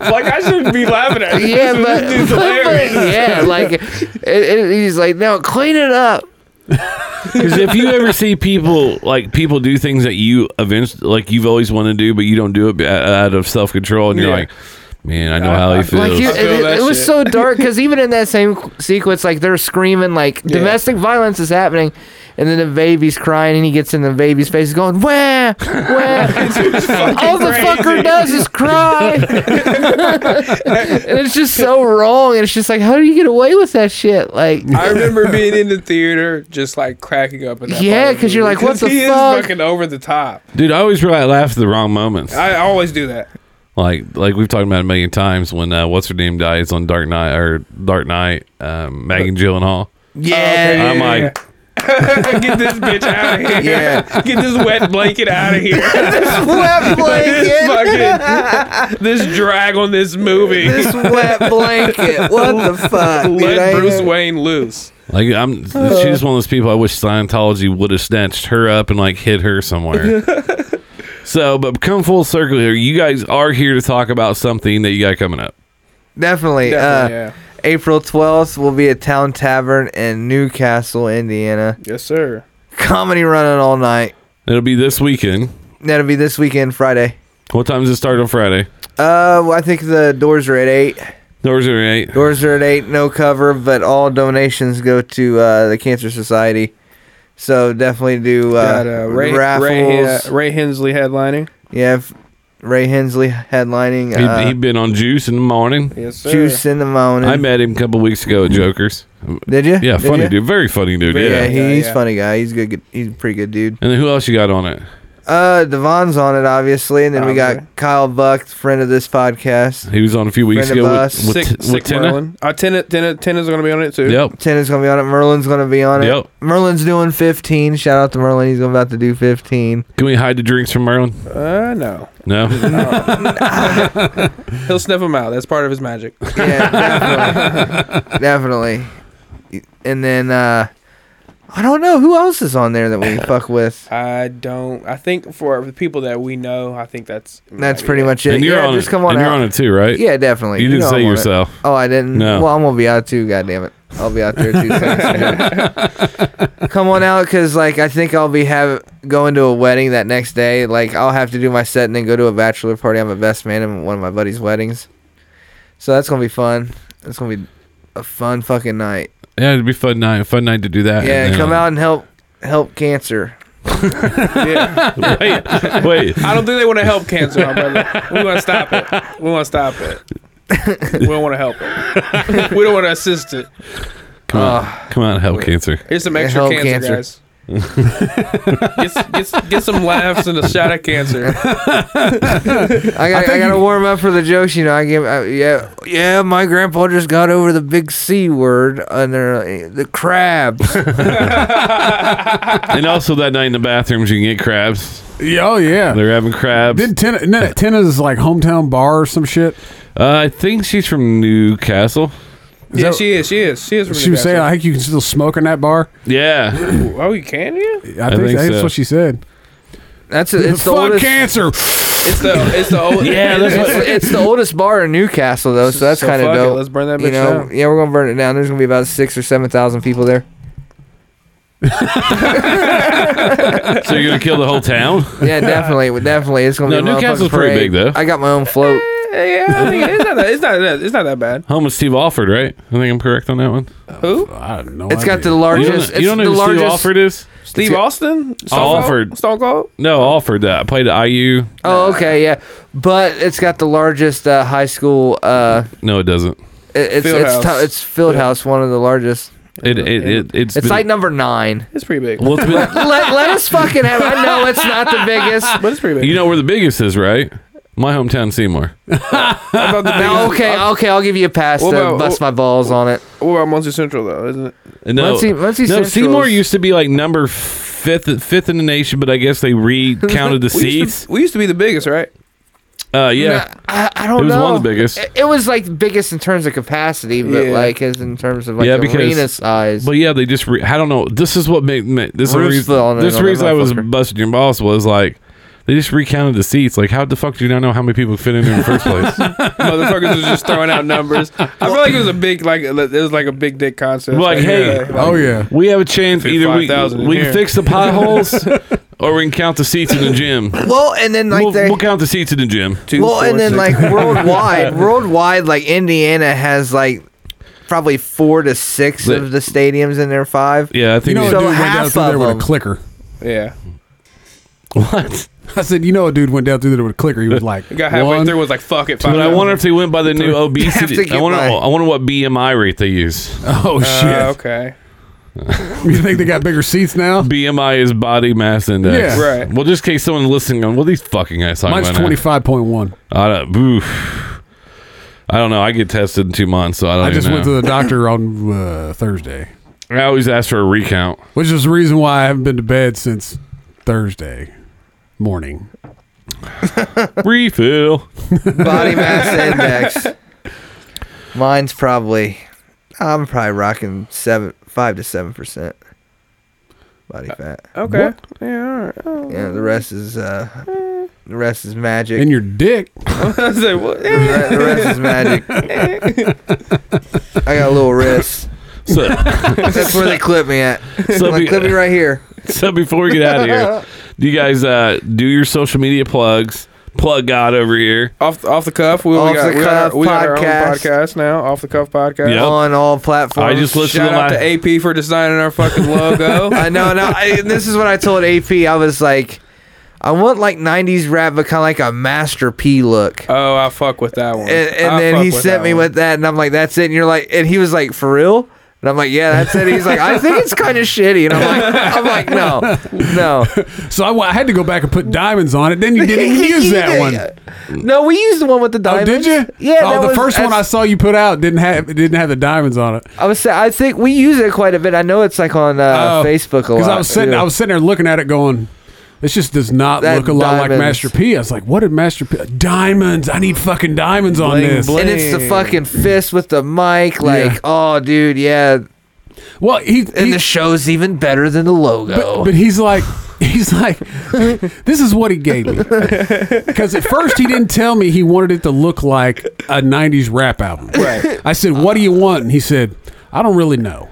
Like I shouldn't be laughing at. yeah, this. but, This dude's hilarious. but- yeah, like it, it, he's like, "Now, clean it up." Because if you ever see people like people do things that you eventually like you've always wanted to do, but you don't do it b- out of self control, and you're Yeah. like, man, I know how he feels. Uh, Like you, I feel it, that it was shit. so dark because even in that same qu- sequence, like they're screaming, like Yeah. domestic violence is happening, and then the baby's crying, and he gets in the baby's face, going, "Wah, wah." All the fucker does is cry, and it's just so wrong. And it's just like, how do you get away with that shit? Like, I remember being in the theater, just like cracking up. At that Yeah, part of the 'cause you're movie, like, what the he fuck? is fucking over the top. Dude, I always really laugh at the wrong moments. I always do that. like like we've talked about a million times when uh, what's her name dies on Dark Knight or Dark Knight, um, Maggie Gyllenhaal. yeah, I'm Oh, Yeah. like, Get this bitch out of here. Yeah. Get this wet blanket out of here. this wet fucking this drag on this movie. wet blanket. What the fuck? Let Bruce Wayne loose. like I'm. She's one of those people I wish Scientology would have snatched her up and like hid her somewhere. so, but come full circle here. You guys are here to talk about something that you got coming up. Definitely. uh, Definitely, yeah. April 12th will be at Town Tavern in Newcastle, Indiana. Yes, sir. Comedy running all night. It'll be this weekend. That'll be this weekend, Friday. What time does it start on Friday? Uh, well, I think the doors are at 8. Doors are at eight. Doors are at 8, no cover, but all donations go to uh, the Cancer Society. So definitely do uh, Got uh, Ray, raffles. Ray, uh, Ray Hensley headlining. yeah, if Ray Hensley headlining. He- Uh, he been on Juice in the morning. Yes, sir. Juice in the morning. I met him a couple weeks ago at Joker's. Did you? Yeah, Did funny ya? dude. Very funny dude. Very- Yeah. Yeah, he, Yeah, he's yeah. funny guy. He's good. good- He's a pretty good dude. And then who else you got on it? Uh, Devon's on it, obviously, and then we Okay. got Kyle Buck, friend of this podcast. He was on a few weeks Friend of ago us. with, with, Sick, with sick Tina. Merlin. Uh, Tina, Tina, Tina's going to be on it too. Yep. Tina's gonna be on it. Merlin's gonna be on it. Yep. Merlin's doing 15. Shout out to Merlin. He's about to do 15. Can we hide the drinks from Merlin? Uh, no. No. He'll sniff them out. That's part of his magic. Yeah, definitely. definitely. And then uh, I don't know who else is on there that we fuck with. I don't. I think for the people that we know, I think that's That's might be pretty it. much it. and you're yeah, on just it. come on and you're out. on it too, right? Yeah, definitely. You didn't know say I'm on it. yourself. Oh, I didn't. No. Well, I'm gonna be out too. God damn it, I'll be out there too. soon. Come on out, cause like I think I'll be have going to a wedding that next day. Like I'll have to do my set and then go to a bachelor party. I'm a best man in one of my buddy's weddings, so that's gonna be fun. That's gonna be a fun fucking night. Yeah, it'd be fun night. Fun night to do that. yeah, And then- come out and help help cancer. Yeah. Wait, wait. I don't think they want to help cancer, my brother. We want to stop it. We want to stop it. We don't want to help it. We don't want to assist it. Ah. Come on, come on, help cancer. Here's some Yeah, extra help cancer, cancer. guys. Get, s- get, s- get some laughs and a shot at cancer. I got. I, got to warm up for the jokes. You know, I give. I, yeah, yeah. My grandpa just got over the big C word under uh, the crabs. and also that night in the bathrooms, you can get crabs. Yeah, oh yeah. They're having crabs. Did Tina? Isn't that Tina's like hometown bar or some shit? Uh, I think she's from Newcastle. yeah, that- she is. She is. She is. From She was saying, I think you can still smoke in that bar. Yeah, "Oh, you can, I yeah." think, I think think that's so. what she said. That's a, it's the Fuck oldest. cancer. It's the it's the old Yeah, that's It's, it's the oldest bar in Newcastle though, so that's So kind of fuck it, dope. let's burn that you bitch know, down. yeah, we're gonna burn it down. There's gonna be about six or seven thousand people there. so you're gonna kill the whole town? Yeah, definitely, definitely. It's gonna No, be. a Newcastle's motherfucking pretty parade. big, though. I got my own float. yeah, I mean, it's not that it's not that it's not that bad. Home of Steve Alford, right? I think I'm correct on that one. Who? I don't know. It's got the You largest. don't, it's you don't know the who largest. Steve Alford is? Steve Austin? Alford. Stone Cold? No, Alford. Uh, played at IU. Oh, okay, yeah, but it's got the largest uh, high school. Uh, No, it doesn't. it- it's it's Fieldhouse. t- it's Fieldhouse, one of the largest. It it, it it's, It's been- like number nine. It's pretty big. well, it's let, let us fucking have. I know it's not the biggest. But it's pretty been- big. you know where the biggest is, right? My hometown, Seymour. I thought the Now, biggest- okay, okay, I'll give you a pass to What about- bust my balls on it. What about Muncie Central though? Isn't it? No, Muncie- Muncie no Central's- Seymour used to be like number fifth, fifth in the nation, but I guess they recounted the We used, seats. to, we used to be the biggest, right? Uh, yeah, I, I don't know. it was one of the biggest. It, it was like biggest in terms of capacity, but Yeah. like as in terms of like Yeah, because- arena size. But yeah, they just re- I don't know. This is what made, made this is the Roof's reason still on it, this on reason that I was motherfucker. busting your balls was like they just recounted the seats. Like how the fuck do you not know how many people fit in there in the first place? Motherfuckers was just throwing out numbers. I feel like it was a big like it was like a big dick concept. Like, hey, Oh yeah. we have a chance. Fit Either we 5,000 in we can here. fix the potholes, or we can count the seats in the gym. well, and then like we'll, they. we'll count the seats in the gym. well, and then like worldwide, worldwide, like Indiana has like probably four to six The- of the stadiums in their five. Yeah, I You think know, we- a So dude went down half through there of with a them. clicker. yeah, what. I said, you know, a dude went down through there with a clicker. He was like, we got halfway one, through was like fuck it. But I 5,000. wonder if they went by the new obesity. get I wonder. by. I wonder what BMI rate they use. Oh shit! Uh, okay. You think they got bigger seats now? BMI is body mass index. Yeah. Right. Well, just in case someone listening, going, what are these fucking guys talking Mine's about? now?" twenty five point one. I don't. Oof. I don't know. I get tested in two months, so I don't. I just even went to know. the doctor on uh, Thursday, I always ask for a recount. which is the reason why I haven't been to bed since Thursday morning. Refill. Body mass index. Mine's probably. I'm probably rocking seven, five to seven percent body fat. Okay. Yeah. All right. Oh. Yeah, the rest is uh, the rest is magic. And your dick? I was like, what? The re- the rest is magic. I got a little wrist. So, That's where they clip me at. so, like, be- clip me right here. so before we get out of here, do you guys uh, do your social media plugs? Plug God over here. Off off the cuff. We, Off we got, the we got cuff our, we got our own podcast. podcast now. Off the cuff podcast. Yep. On all platforms. I just listened Shout to out my. to AP for designing our fucking logo. I know. No, I, this is what I told AP. I was like, I want like '90s rap, but kind of like a Master P look. Oh, I fuck with that one. and, and I then fuck he with sent that me one. with that, and I'm like, "That's it." And you're like, and he was like, "For real?" And I'm like, "Yeah, that's it." He's like, "I think it's kind of shitty," and I'm like, "I'm like, no, no." So I, wa- I had to go back and put diamonds on it. Then you didn't even use that one. one. No, we used the one with the Oh, did diamonds. you? Yeah. Oh, that the was- first one I that's- saw you put out didn't have it didn't have the diamonds on it. I was. sa- I think we use it quite a bit. I know it's like on uh, Oh, Facebook a lot. Because I was sitting, too. I was sitting there looking at it, going, "This just does not That look a lot like diamonds. Master P." I was like, "What did Master P? Diamonds? I need fucking diamonds on Bling, this." bling. and it's the fucking fist with the mic. Like, Yeah. oh, dude, yeah. Well, he, And he- the show's even better than the logo. but, but he's like, he's like, this is what he gave me. Because at first he didn't tell me he wanted it to look like a '90s rap album. Right. I said, "What do you want?" And he said, "I don't really know."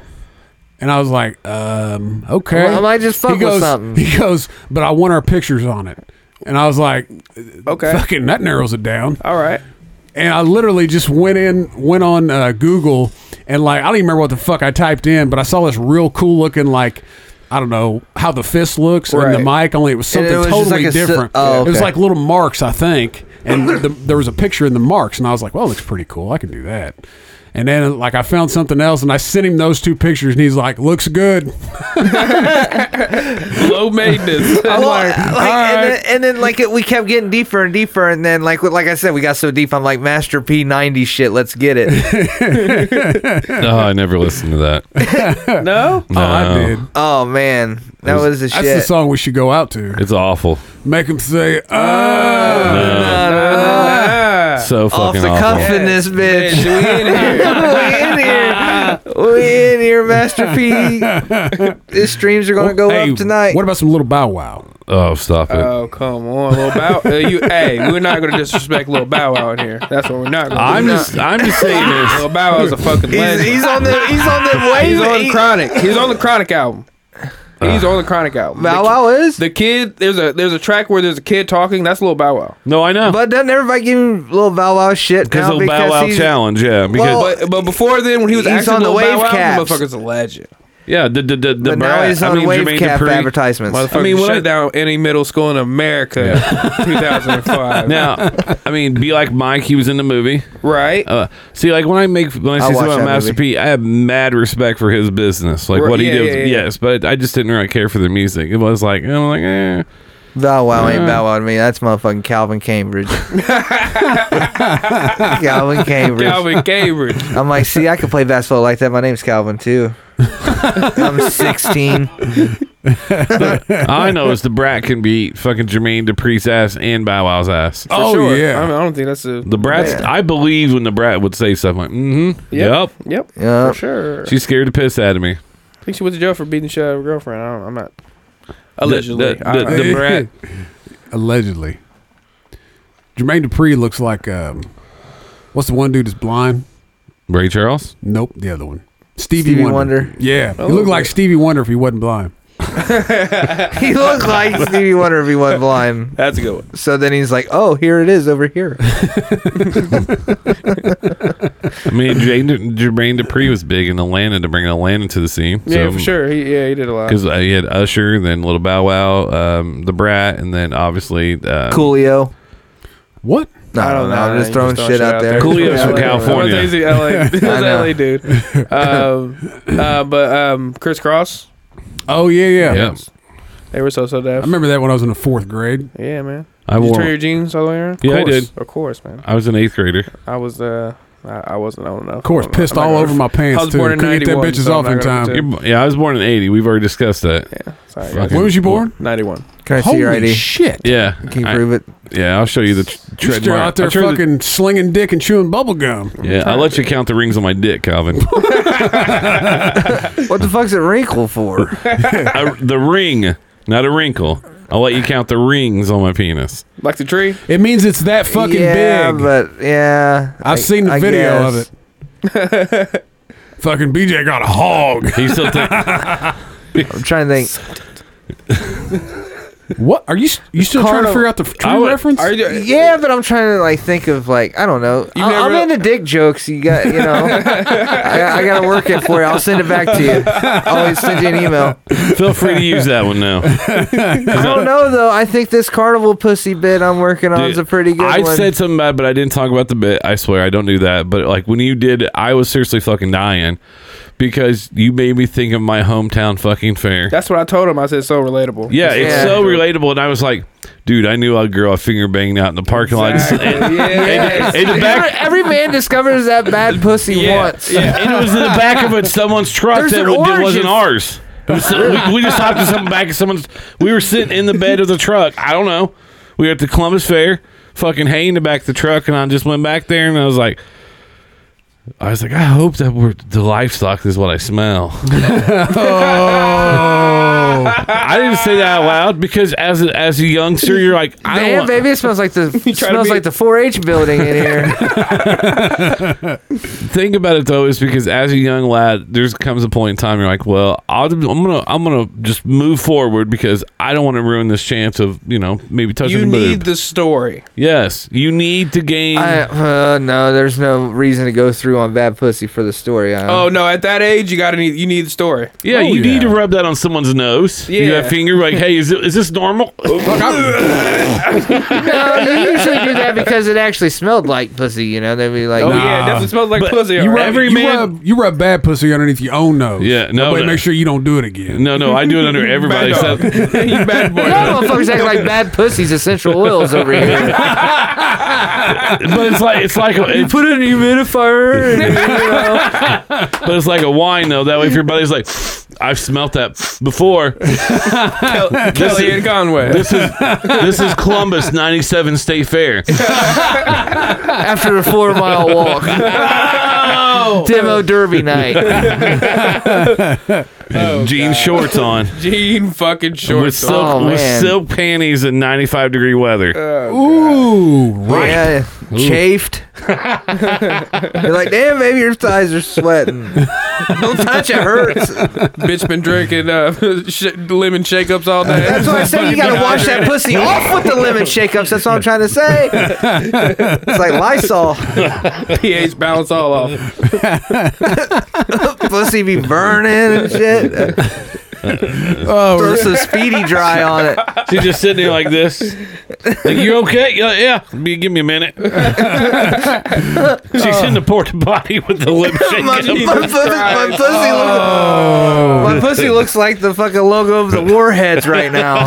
And I was like, um, "Okay." Well, I might just fuck he with goes, something. He goes, "But I want our pictures on it." And I was like, Okay. "Fucking that narrows it down." All right. And I literally just went in, went on uh, Google, and like I don't even remember what the fuck I typed in, but I saw this real cool looking like. I don't know how the fist looks and the Right. mic, only it was And it something was just totally like a si- different. oh, It was okay. like little marks, I think, and the, there was a picture in the marks, and I was like, "Well, it looks pretty cool. I can do that." And then like I found something else and I sent him those two pictures and he's like, looks good. Low maintenance. Well, like, and, then, and then like it, we kept getting deeper and deeper, and then like like I said, we got so deep. I'm like Master P ninety shit. Let's get it. No, Oh, I never listened to that. No? No, I did. oh man, that was the That's shit. the song we should go out to. It's awful. Make him say, ah. Uh, So Off fucking the awful. cuff in this bitch. Bitch, we in here. we in here. We in here, Master P. His streams are gonna go Hey, up tonight. What about some little Bow Wow? Oh, stop it. Uh, Oh come on, little bow. Uh, you, hey, we're not gonna disrespect little bow out here. That's what we're not gonna. I'm do. just, I'm just saying this. little bow Wow's a fucking he's, legend. he's on the he's on the wave. He's on He- chronic. He's on the chronic album. He's on the chronic album. Bow The ki- Wow is. The kid, there's a there's a track where there's a kid talking. That's little bow wow. No, I know. but doesn't everybody give him little Bow Wow shit Because now of the Bow Wow he's- challenge, yeah. Because Well, But but before then, when he was He's actually on the Lil wave Bow Wow, caps. the motherfucker's a legend. yeah, the the the, the But now brat- he's on wave Jermaine cap Dupri. advertisements. I mean, Motherfucker shut shut down any middle school in America, 2005. Now, I mean, be like Mike. He was in the movie. right? Uh, see, like when I make when I I'll see something about watch that Master movie. P, I have mad respect for his business, like Right, what he yeah, did. yeah, yeah. Yes, but I just didn't really care for the music. It was like I'm like, eh. Bow Wow ain't Bow Wow to me. That's motherfucking Calvin Cambridge. Calvin Cambridge. Calvin Cambridge. I'm like, see, I can play basketball like that. My name's Calvin too. I'm 16. all I know is the brat can beat fucking Jermaine Dupri's ass and Bow Wow's ass. oh, Sure. I, mean, yeah. I don't think that's a. The brat's. I believe when the brat would say stuff like, "Mm-hmm, yep. Yep. Yeah. Uh, For sure. She scared the piss out of me. I think she went to jail for beating the shit out of her girlfriend. I don't, I'm not. The, Allegedly. the, I- the, the brat. Allegedly. Jermaine Dupri looks like, um, what's the one dude that's blind? Ray Charles. Nope, the other one. Stevie, Stevie Wonder. Wonder. Yeah, Oh, he looked like Stevie Wonder if he wasn't blind. He looked like Stevie Wonder if he went blind. That's a good one. So then he's like, oh, here it is over here. I mean, Jermaine, Jermaine Dupri was big in Atlanta to bring Atlanta to the scene. Yeah, So- for sure. He, yeah, he did a lot. because uh, he had Usher, then Little Bow Wow, um, the Brat, and then obviously uh, Coolio. What? No, I don't know. I'm just throwing shit out there. Coolio's from California. He's a LA, he's I know. a LA dude. Um, uh, but um, Chris Cross, Oh yeah, yeah. Yeah, they were so so I deaf. remember that when I was in the fourth grade. Yeah, man. I Did you turn your wore. jeans all the way around? Of Yeah, I course. did. Of course, man. I was an eighth grader. I was uh, I, I wasn't old enough. Of course, I'm not- pissed I'm not all gonna- over my pants Oh, I was too. born in Couldn't get that 91, bitches so I'm off not in gonna time. pretend. You're- Yeah, I was born in eighty. We've already discussed that. Yeah, sorry. Fucking- When was you born? Ninety-one. Can I see Holy your ID? shit! Yeah, Can you I- prove it? yeah, I'll show you the tr- You're still trademark. out there I'll show you the- fucking slinging dick and chewing bubble gum. yeah, I'll let you count the rings on my dick, Calvin. What the fuck's a wrinkle for? I, the ring, not a wrinkle. I'll let you count the rings on my penis. Like the tree. It means it's that fucking yeah, big. but yeah. I've seen the video of it. fucking BJ got a hog. He still think I'm trying to think. What are you? s- You still trying to Cardo- figure out the f- tree would- reference? Are you? Yeah, but I'm trying to like think of like I don't know. I, never- I'm into dick jokes. You got you know. I, I gotta work it for you. I'll send it back to you. I'll always send you an email. feel free to use that one now. I don't know though. I think this carnival pussy bit I'm working on Dude, is a pretty good I one. said something bad, but I didn't talk about the bit. I swear I don't do that. But like when you did, I was seriously fucking dying because you made me think of my hometown fucking fair. That's what I told him. I said so relatable. yeah, it's Yeah. so relatable. And I was like, dude, I knew a girl I finger banged out in the parking lot. And, Exactly. Yes. in the every, back, every man discovers that bad pussy once. and it was in the back of it, someone's truck There's that an it orange wasn't in- ours. It was- we, we just hopped in some back of someone's. We were sitting in the bed of the truck. I don't know. We were at the Columbus Fair, fucking hay in the back of the truck, and I just went back there and I was like, I was like, I hope that we're, the livestock is what I smell. I didn't say that out loud because as a, as a youngster, you're like, I don't Man, want, baby, it smells like the tried to smells be- like the 4-H building in here. thing about it though is because as a young lad, there's comes a point in time you're like, well, I'll, I'm gonna I'm gonna just move forward because I don't want to ruin this chance of you know maybe touching You the boob. need the story. yes, you need to gain. I, uh, no, there's no reason to go through on bad pussy for the story. I Oh no! At that age, you gotta need you need the story. yeah, Oh, you need yeah. to rub that on someone's nose? You Yeah. got a finger? Like, hey, is, it, is this normal? No, they usually do that because it actually smelled like pussy. You know, they'd be like, Oh yeah, it definitely smells like pussy. You all rub, right. Every you, man- rub, you rub bad pussy underneath your own nose. Yeah, no, Nobody no. make sure you don't do it again. no, no, I do it under everybody. dog. except- you bad boy. "Y'all motherfuckers act like bad pussies, essential oils over here." but it's like it's like a, it's, Put in a humidifier. but it's like a wine though. That way, if your buddy's like, I've smelt that before. Kelly and Conway. This is this is Columbus '97 State Fair. after a four mile walk. Demo derby night. Jean shorts on Gene fucking with shorts. silk Oh, with man. silk panties in 95 degree weather. Ooh, right. Yeah, chafed. You're like, damn, maybe your thighs are sweating. Don't touch it, hurts. Bitch been drinking uh, sh- lemon shakeups all day. That's why I say you gotta wash that pussy off with the lemon shakeups. That's what I'm trying to say. It's like Lysol. pH balance all off. Pussy be burning and shit. Throw Oh, some speedy dry on it. She just sitting there like this. Like you okay? Yeah, yeah. Be- Give me a minute. She's in the porta potty with the lip My, shaking. my pussy, my, pussy oh. Oh. looks, my pussy looks like the fucking logo of the Warheads right now.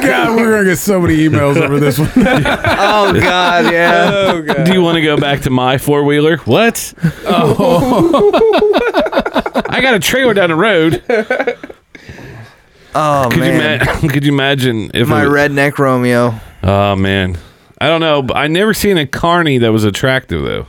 God, we're gonna get so many emails over this one. Oh God, yeah. Oh god. Do you want to go back to my four wheeler? What? I got a trailer down the road. Could Oh you, man, ma- could you imagine if my it was- redneck Romeo. Oh man, I don't know. But I never seen a carny that was attractive though.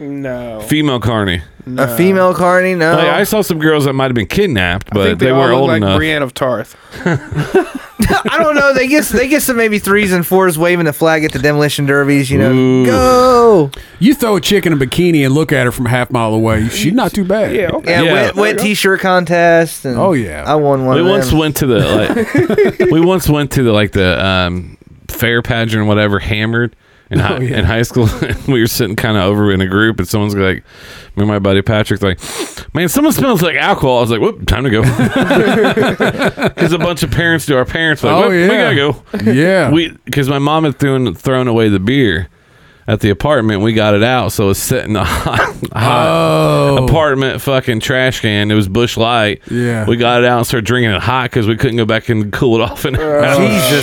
No. Female carny. A female carny? No. Like, I saw some girls that might have been kidnapped, I but think they, all were look old like enough. Brienne of Tarth. I don't know. They get they get some maybe threes and fours waving the flag at the demolition derbies. You know, Ooh. go. You throw a chick in a bikini and look at her from a half mile away. She's not too bad. Yeah. Okay. Yeah, Yeah. wet, wet t-shirt contest. And Oh, yeah. I won one. we of once them. went to the like, we once went to the like the um, fair pageant or whatever hammered in, hi- Oh, yeah. in high school and we were sitting kind of over in a group and someone's like me and my buddy Patrick's like man someone smells like alcohol I was like whoop time to go because a bunch of parents do our parents like Oh, "Whoop, we yeah. gotta go Yeah. we because my mom had thrown thrown away the beer at the apartment we got it out so it was sitting in the hot, hot oh. apartment fucking trash can it was bush light Yeah. we got it out and started drinking it hot because we couldn't go back and cool it off and Jesus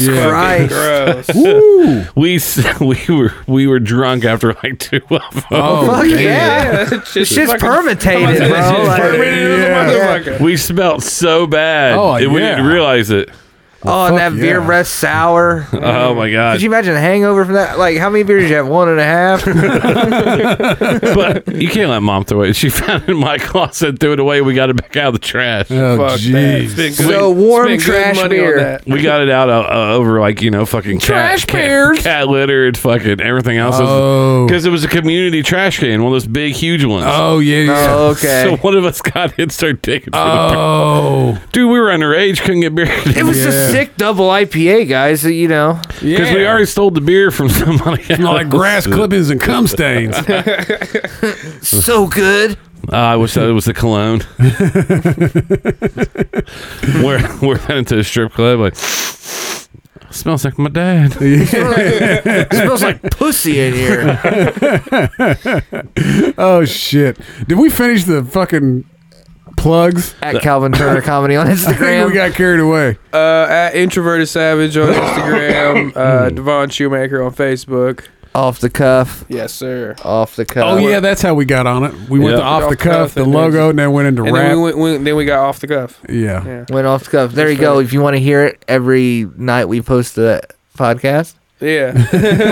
Oh, shit. Christ. Gross. Ooh. we s- we were we were drunk after like two of them Oh. Fuck yeah. Shit's Shit's fucking- permutated, That bro. shit's Like, permeated as a Yeah. motherfucker. we smelled so bad Oh, and we yeah. didn't realize it oh, and fuck that beer yeah. breath sour. oh my god Could you imagine a hangover from that? Like, how many beers did you have? One and a half. but you can't let mom throw it she found it in my closet threw it away we got it back out of the trash Oh, Fuck that. It's been jeez. good. So It's warm been good trash money on beer. that. We got it out uh, uh, over like you know fucking trash cat, bears, cat, litter, and fucking everything else. Oh. Because it was a community trash can, one of those big, huge ones. Oh, yeah. yeah. Oh, okay. So one of us got it, and started taking. Oh. Oh. Dude, we were underage, couldn't get beer it because was Yeah. a sick double IPA, guys. so, You know, Yeah. we already stole the beer from somebody. Smell like else. grass clippings and cum stains. so good. Uh, I wish that it was the cologne. we're we're heading to a strip club. Like smells like my dad. smells like pussy in here. oh shit! Did we finish the fucking plugs? At Calvin Turner comedy on I think we Instagram. got carried away. Uh, at Introverted Savage on Instagram. uh, Devon Shoemaker on Facebook. Off the cuff. Yes, sir. Off the cuff. Oh yeah, that's how we got on it. We went Uh, Yeah. to off the cuff, the and logo, and then went into And then we, rap. went, went, then we got off the cuff. Yeah. Yeah. Went off the cuff. There you go. If you want to hear it, every night we post the podcast. Yeah.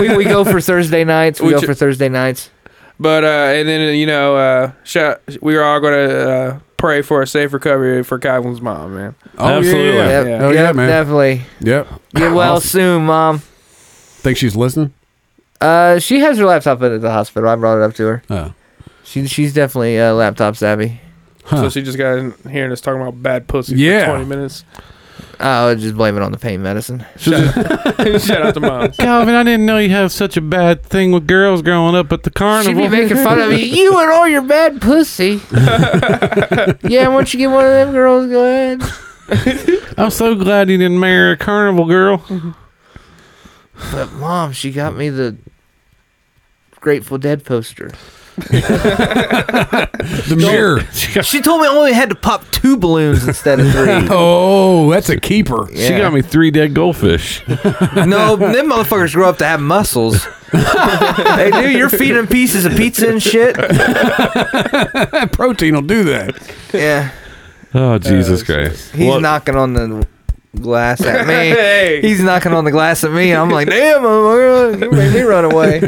we, we go for Thursday nights. We Which- go for Thursday nights. but, uh, and then, you know, uh, shout, we are all going to uh, pray for a safe recovery for Kylan's mom, man. Oh, yeah, Absolutely. Yeah. Yep. Yeah. Oh, yeah, yep, man. Definitely. Yep. Get well Awesome. soon, mom. Think she's listening? Uh, she has her laptop at the hospital. I brought it up to her. Oh. She, she's definitely uh, laptop savvy. Huh. So she just got in hearing us talking about bad pussy Yeah. for 20 minutes. I would just blame it on the pain medicine. Shout out to mom. Calvin, I didn't know you have such a bad thing with girls growing up at the She'd carnival. be making fun of me. You and all your bad pussy. yeah, once you get one of them girls, go ahead. I'm so glad you didn't marry a carnival girl. But mom, she got me the Grateful Dead poster. The mirror. She got, She told me I only had to pop two balloons instead of three. Oh, that's a keeper. Yeah. she got me three dead goldfish. No, them motherfuckers grow up to have muscles. hey, dude, you're feeding pieces of pizza and shit. That protein will do that. Yeah, Oh Jesus Christ! he's knocking on the glass at me. Hey. He's knocking on the glass at me. I'm like, damn, motherfucker, you made me run away.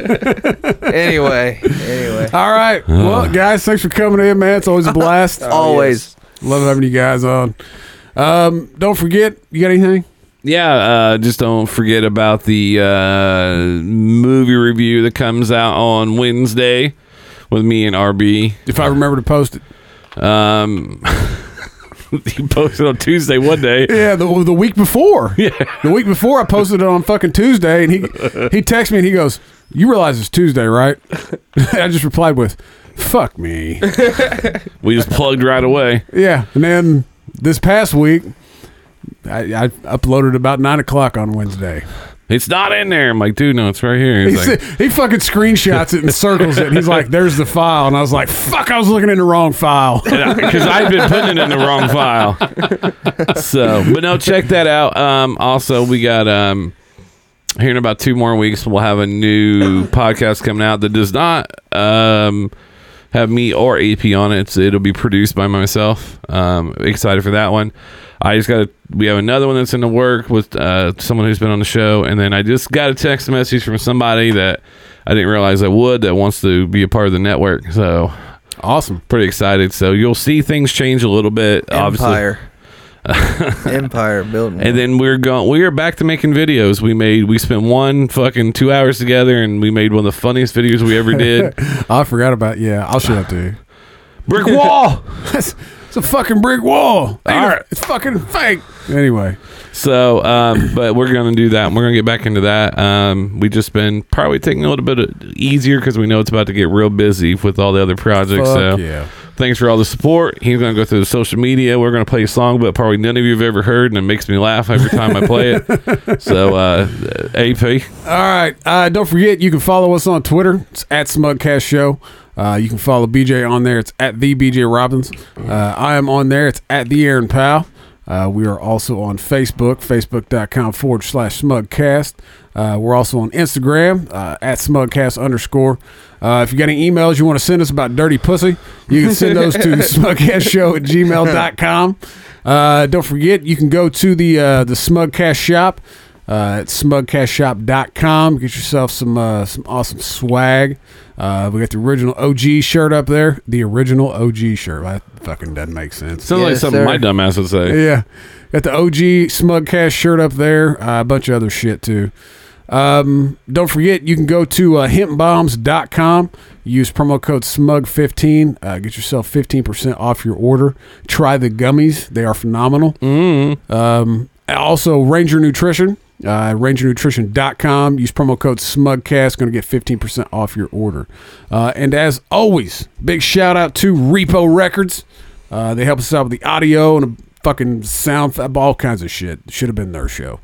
anyway, anyway, All right. Uh. Well, guys, thanks for coming in, man. It's always a blast. always. Love having you guys on. Um, don't forget, you got anything? Yeah, uh, just don't forget about the uh, movie review that comes out on Wednesday with me and RB. If I remember to post it. Um, you posted on Tuesday one day. Yeah, the, the week before. Yeah. The week before I posted it on fucking Tuesday and he he texts me and he goes, You realize it's Tuesday, right? I just replied with, Fuck me. We just plugged right away. Yeah. And then this past week I, I uploaded about nine o'clock on Wednesday. It's not in there. I'm like, dude, no, it's right here. He's He, like, said, he fucking screenshots it and circles it. And he's like, "There's the file," and I was like, "Fuck!" I was looking in the wrong file. because I've been putting it in the wrong file. So, but no, check that out. Um, also, we got um, here in about two more weeks, we'll have a new podcast coming out that does not um, have me or AP on it. It's, it'll be produced by myself. Um, excited for that one. I just got to, we have another one that's in the work with uh, someone who's been on the show. And then I just got a text message from somebody that I didn't realize I would that wants to be a part of the network. So Awesome. pretty excited. So you'll see things change a little bit, obviously. Empire. Empire building. And then we're going. We are back to making videos. We made. We spent one fucking two hours together, and we made one of the funniest videos we ever did. I forgot about. Yeah, I'll show up to you. Brick wall. That's, it's a fucking brick wall. Ain't All a- right. it's fucking fake. Anyway, So, um, but we're gonna do that. and We're gonna get back into that. Um, we just been probably taking a little bit of easier because we know it's about to get real busy with all the other projects. so, fuck yeah. thanks for all the support. He's going to go through the social media. We're going to play a song, but probably none of you have ever heard, and it makes me laugh every time I play it. So, uh, AP, All right. Uh, don't forget, you can follow us on Twitter. It's at Smugcast Show. Uh, you can follow BJ on there. It's at the BJ Robbins. Uh, I am on there. It's at the Aaron Powell. Uh, we are also on Facebook, facebook.com forward slash smugcast. Uh, we're also on Instagram, uh, at smugcast underscore. Uh, if you got any emails you want to send us about dirty pussy, you can send those to smugcastshow at gmail.com. Uh, don't forget, you can go to the, uh, the Smugcast shop uh, at smugcastshop.com. Get yourself some uh, some awesome swag. Uh, we got the original OG shirt up there. The original OG shirt. That fucking doesn't make sense. sounds like Yes, something sir. my dumbass would say. Yeah. Got the OG Smugcast shirt up there. Uh, a bunch of other shit too. Um, don't forget, you can go to uh, hempbombs.com. Use promo code SMUG15. Uh, get yourself 15% off your order. Try the gummies. They are phenomenal. Um, also, Ranger Nutrition, uh, rangernutrition.com. Use promo code SMUGCAST. Going to get 15% off your order. Uh, and as always, big shout out to Repo Records. Uh, they help us out with the audio and the fucking sound, all kinds of shit. Should have been their show.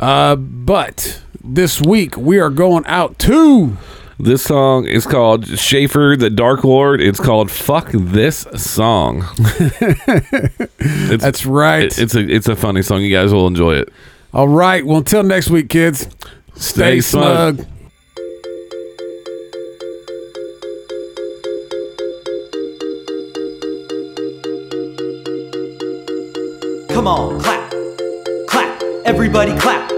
Uh, but this week, we are going out to. This song is called Schaefer the Dark Lord. It's called Fuck This Song. it's, That's right. it- it's a it's a funny song. You guys will enjoy it. all right. Well, until next week, kids, stay, Stay smug. smug. Come on, clap, clap, everybody clap.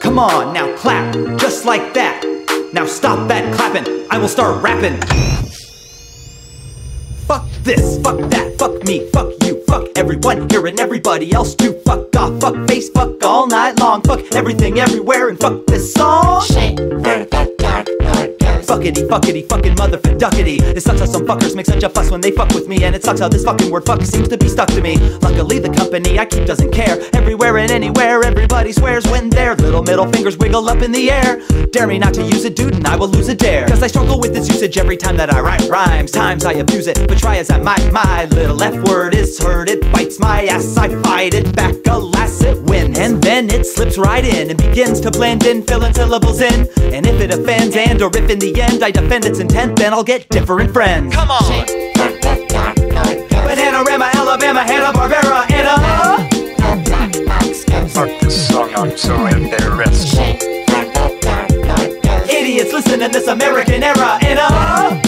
Come on, now clap, just like that. Now stop that clapping, I will start rapping. Fuck this, fuck that, fuck me, fuck you, fuck everyone here and everybody else too. Fuck off, fuck face, fuck all night long, fuck everything everywhere and fuck this song. Shit, for the dark lord goes. Fuckity, fuckity, fucking motherfucker duckity. It sucks how some fuckers make such a fuss when they fuck with me, and it sucks how this fucking word fuck seems to be stuck to me. Luckily, the company I keep doesn't care. Everywhere and anywhere, everybody swears when their little middle fingers wiggle up in the air. Dare me not to use it, dude, and I will lose a dare. Cause I struggle with its usage every time that I write rhymes. Times I abuse it, but try as I might, my little F word is heard. It bites my ass, I fight it back, alas, it wins. And then it slips right in and begins to blend in, filling syllables in. And if it offends, and or if in the end I defend its intent, then I'll get different friends. Come on! Bananarama, Alabama, Hanna-Barbera, and uh... Fuck this song, I'm so embarrassed. Idiots listen in this American era in a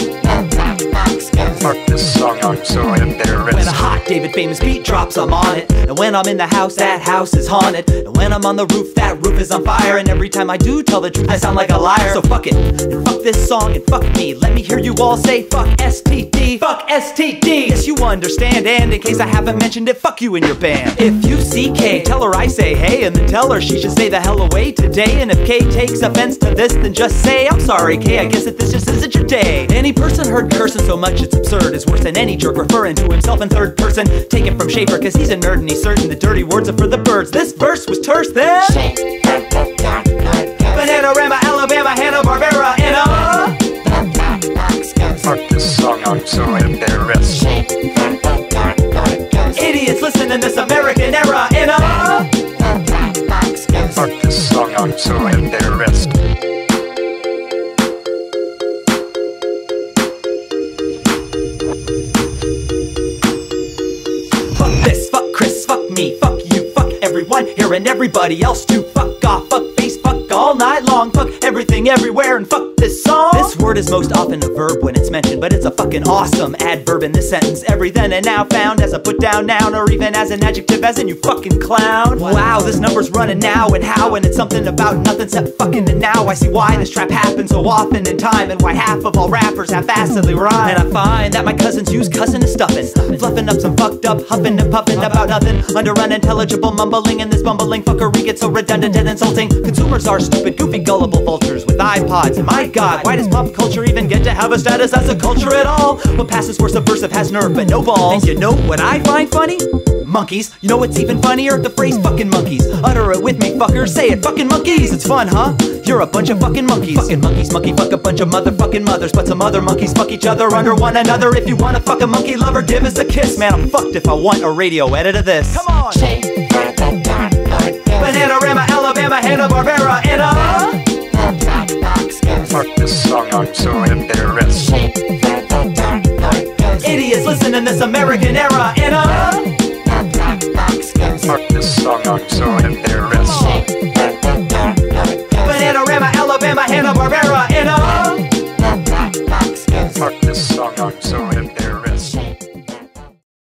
Fuck this song, I'm so When a embarrassed. hot David famous beat drops, I'm on it. And when I'm in the house, that house is haunted. And when I'm on the roof, that roof is on fire. And every time I do tell the truth, I sound like a liar. So fuck it, and fuck this song, and fuck me. Let me hear you all say fuck STD, fuck STD. Yes, you understand. And in case I haven't mentioned it, fuck you and your band. If you see K, tell her I say hey, and then tell her she should stay the hell away today. And if K takes offense to this, then just say I'm sorry, K. I guess that this just isn't your day. Any person heard cursing so much it's absurd is worse than any jerk referring to himself in third person. Take it from Schaefer, cause he's a nerd and he's certain the dirty words are for the birds. This verse was terse then. Bananarama, Alabama, Hanna Barbera, and uh. Fuck this song, I'm so embarrassed. Idiots listen in this American era, and uh. Fuck this song, I'm so embarrassed. Fuck this, fuck Chris, fuck me, fuck you, fuck everyone here and everybody else too. Fuck off, fuck face, fuck all night long, fuck everything everywhere and fuck this song. This word is most often a verb when it's mentioned, but it's a fucking awesome adverb in this sentence. Every then and now found as a put down noun or even as an adjective as in you fucking clown. Wow, this number's running now and how and it's something about nothing except fucking and now. I see why this trap happens so often in time and why half of all rappers half-assedly rhyme. And I find that my cousins use cussing and stuffing, fluffing up some fucked up huffing and puffing about nothing under unintelligible mumbling and this bumbling fuckery gets so redundant and insulting. Consumers are stupid, goofy, gullible vultures with iPods. And my God, why does pop culture even get to have a status as a culture at all? What passes for subversive has nerve but no balls. And you know what I find funny? Monkeys. You know what's even funnier? The phrase fucking monkeys. Utter it with me, fucker. Say it, fucking monkeys. It's fun, huh? You're a bunch of fucking monkeys. Fucking monkeys, monkey fuck a bunch of motherfucking mothers. But some other monkeys fuck each other under one another. If you wanna fuck a monkey lover, give us a kiss. Man, I'm fucked if I want a radio edit of this. Come on! Bananarama, Alabama, Hanna-Barbera, and uh... Fuck this song, I'm so embarrassed. Idiots listen in this American era, and uh... Fuck this song, I'm so embarrassed. Bananarama, Alabama, Hanna-Barbera, and uh... Fuck this song, I'm so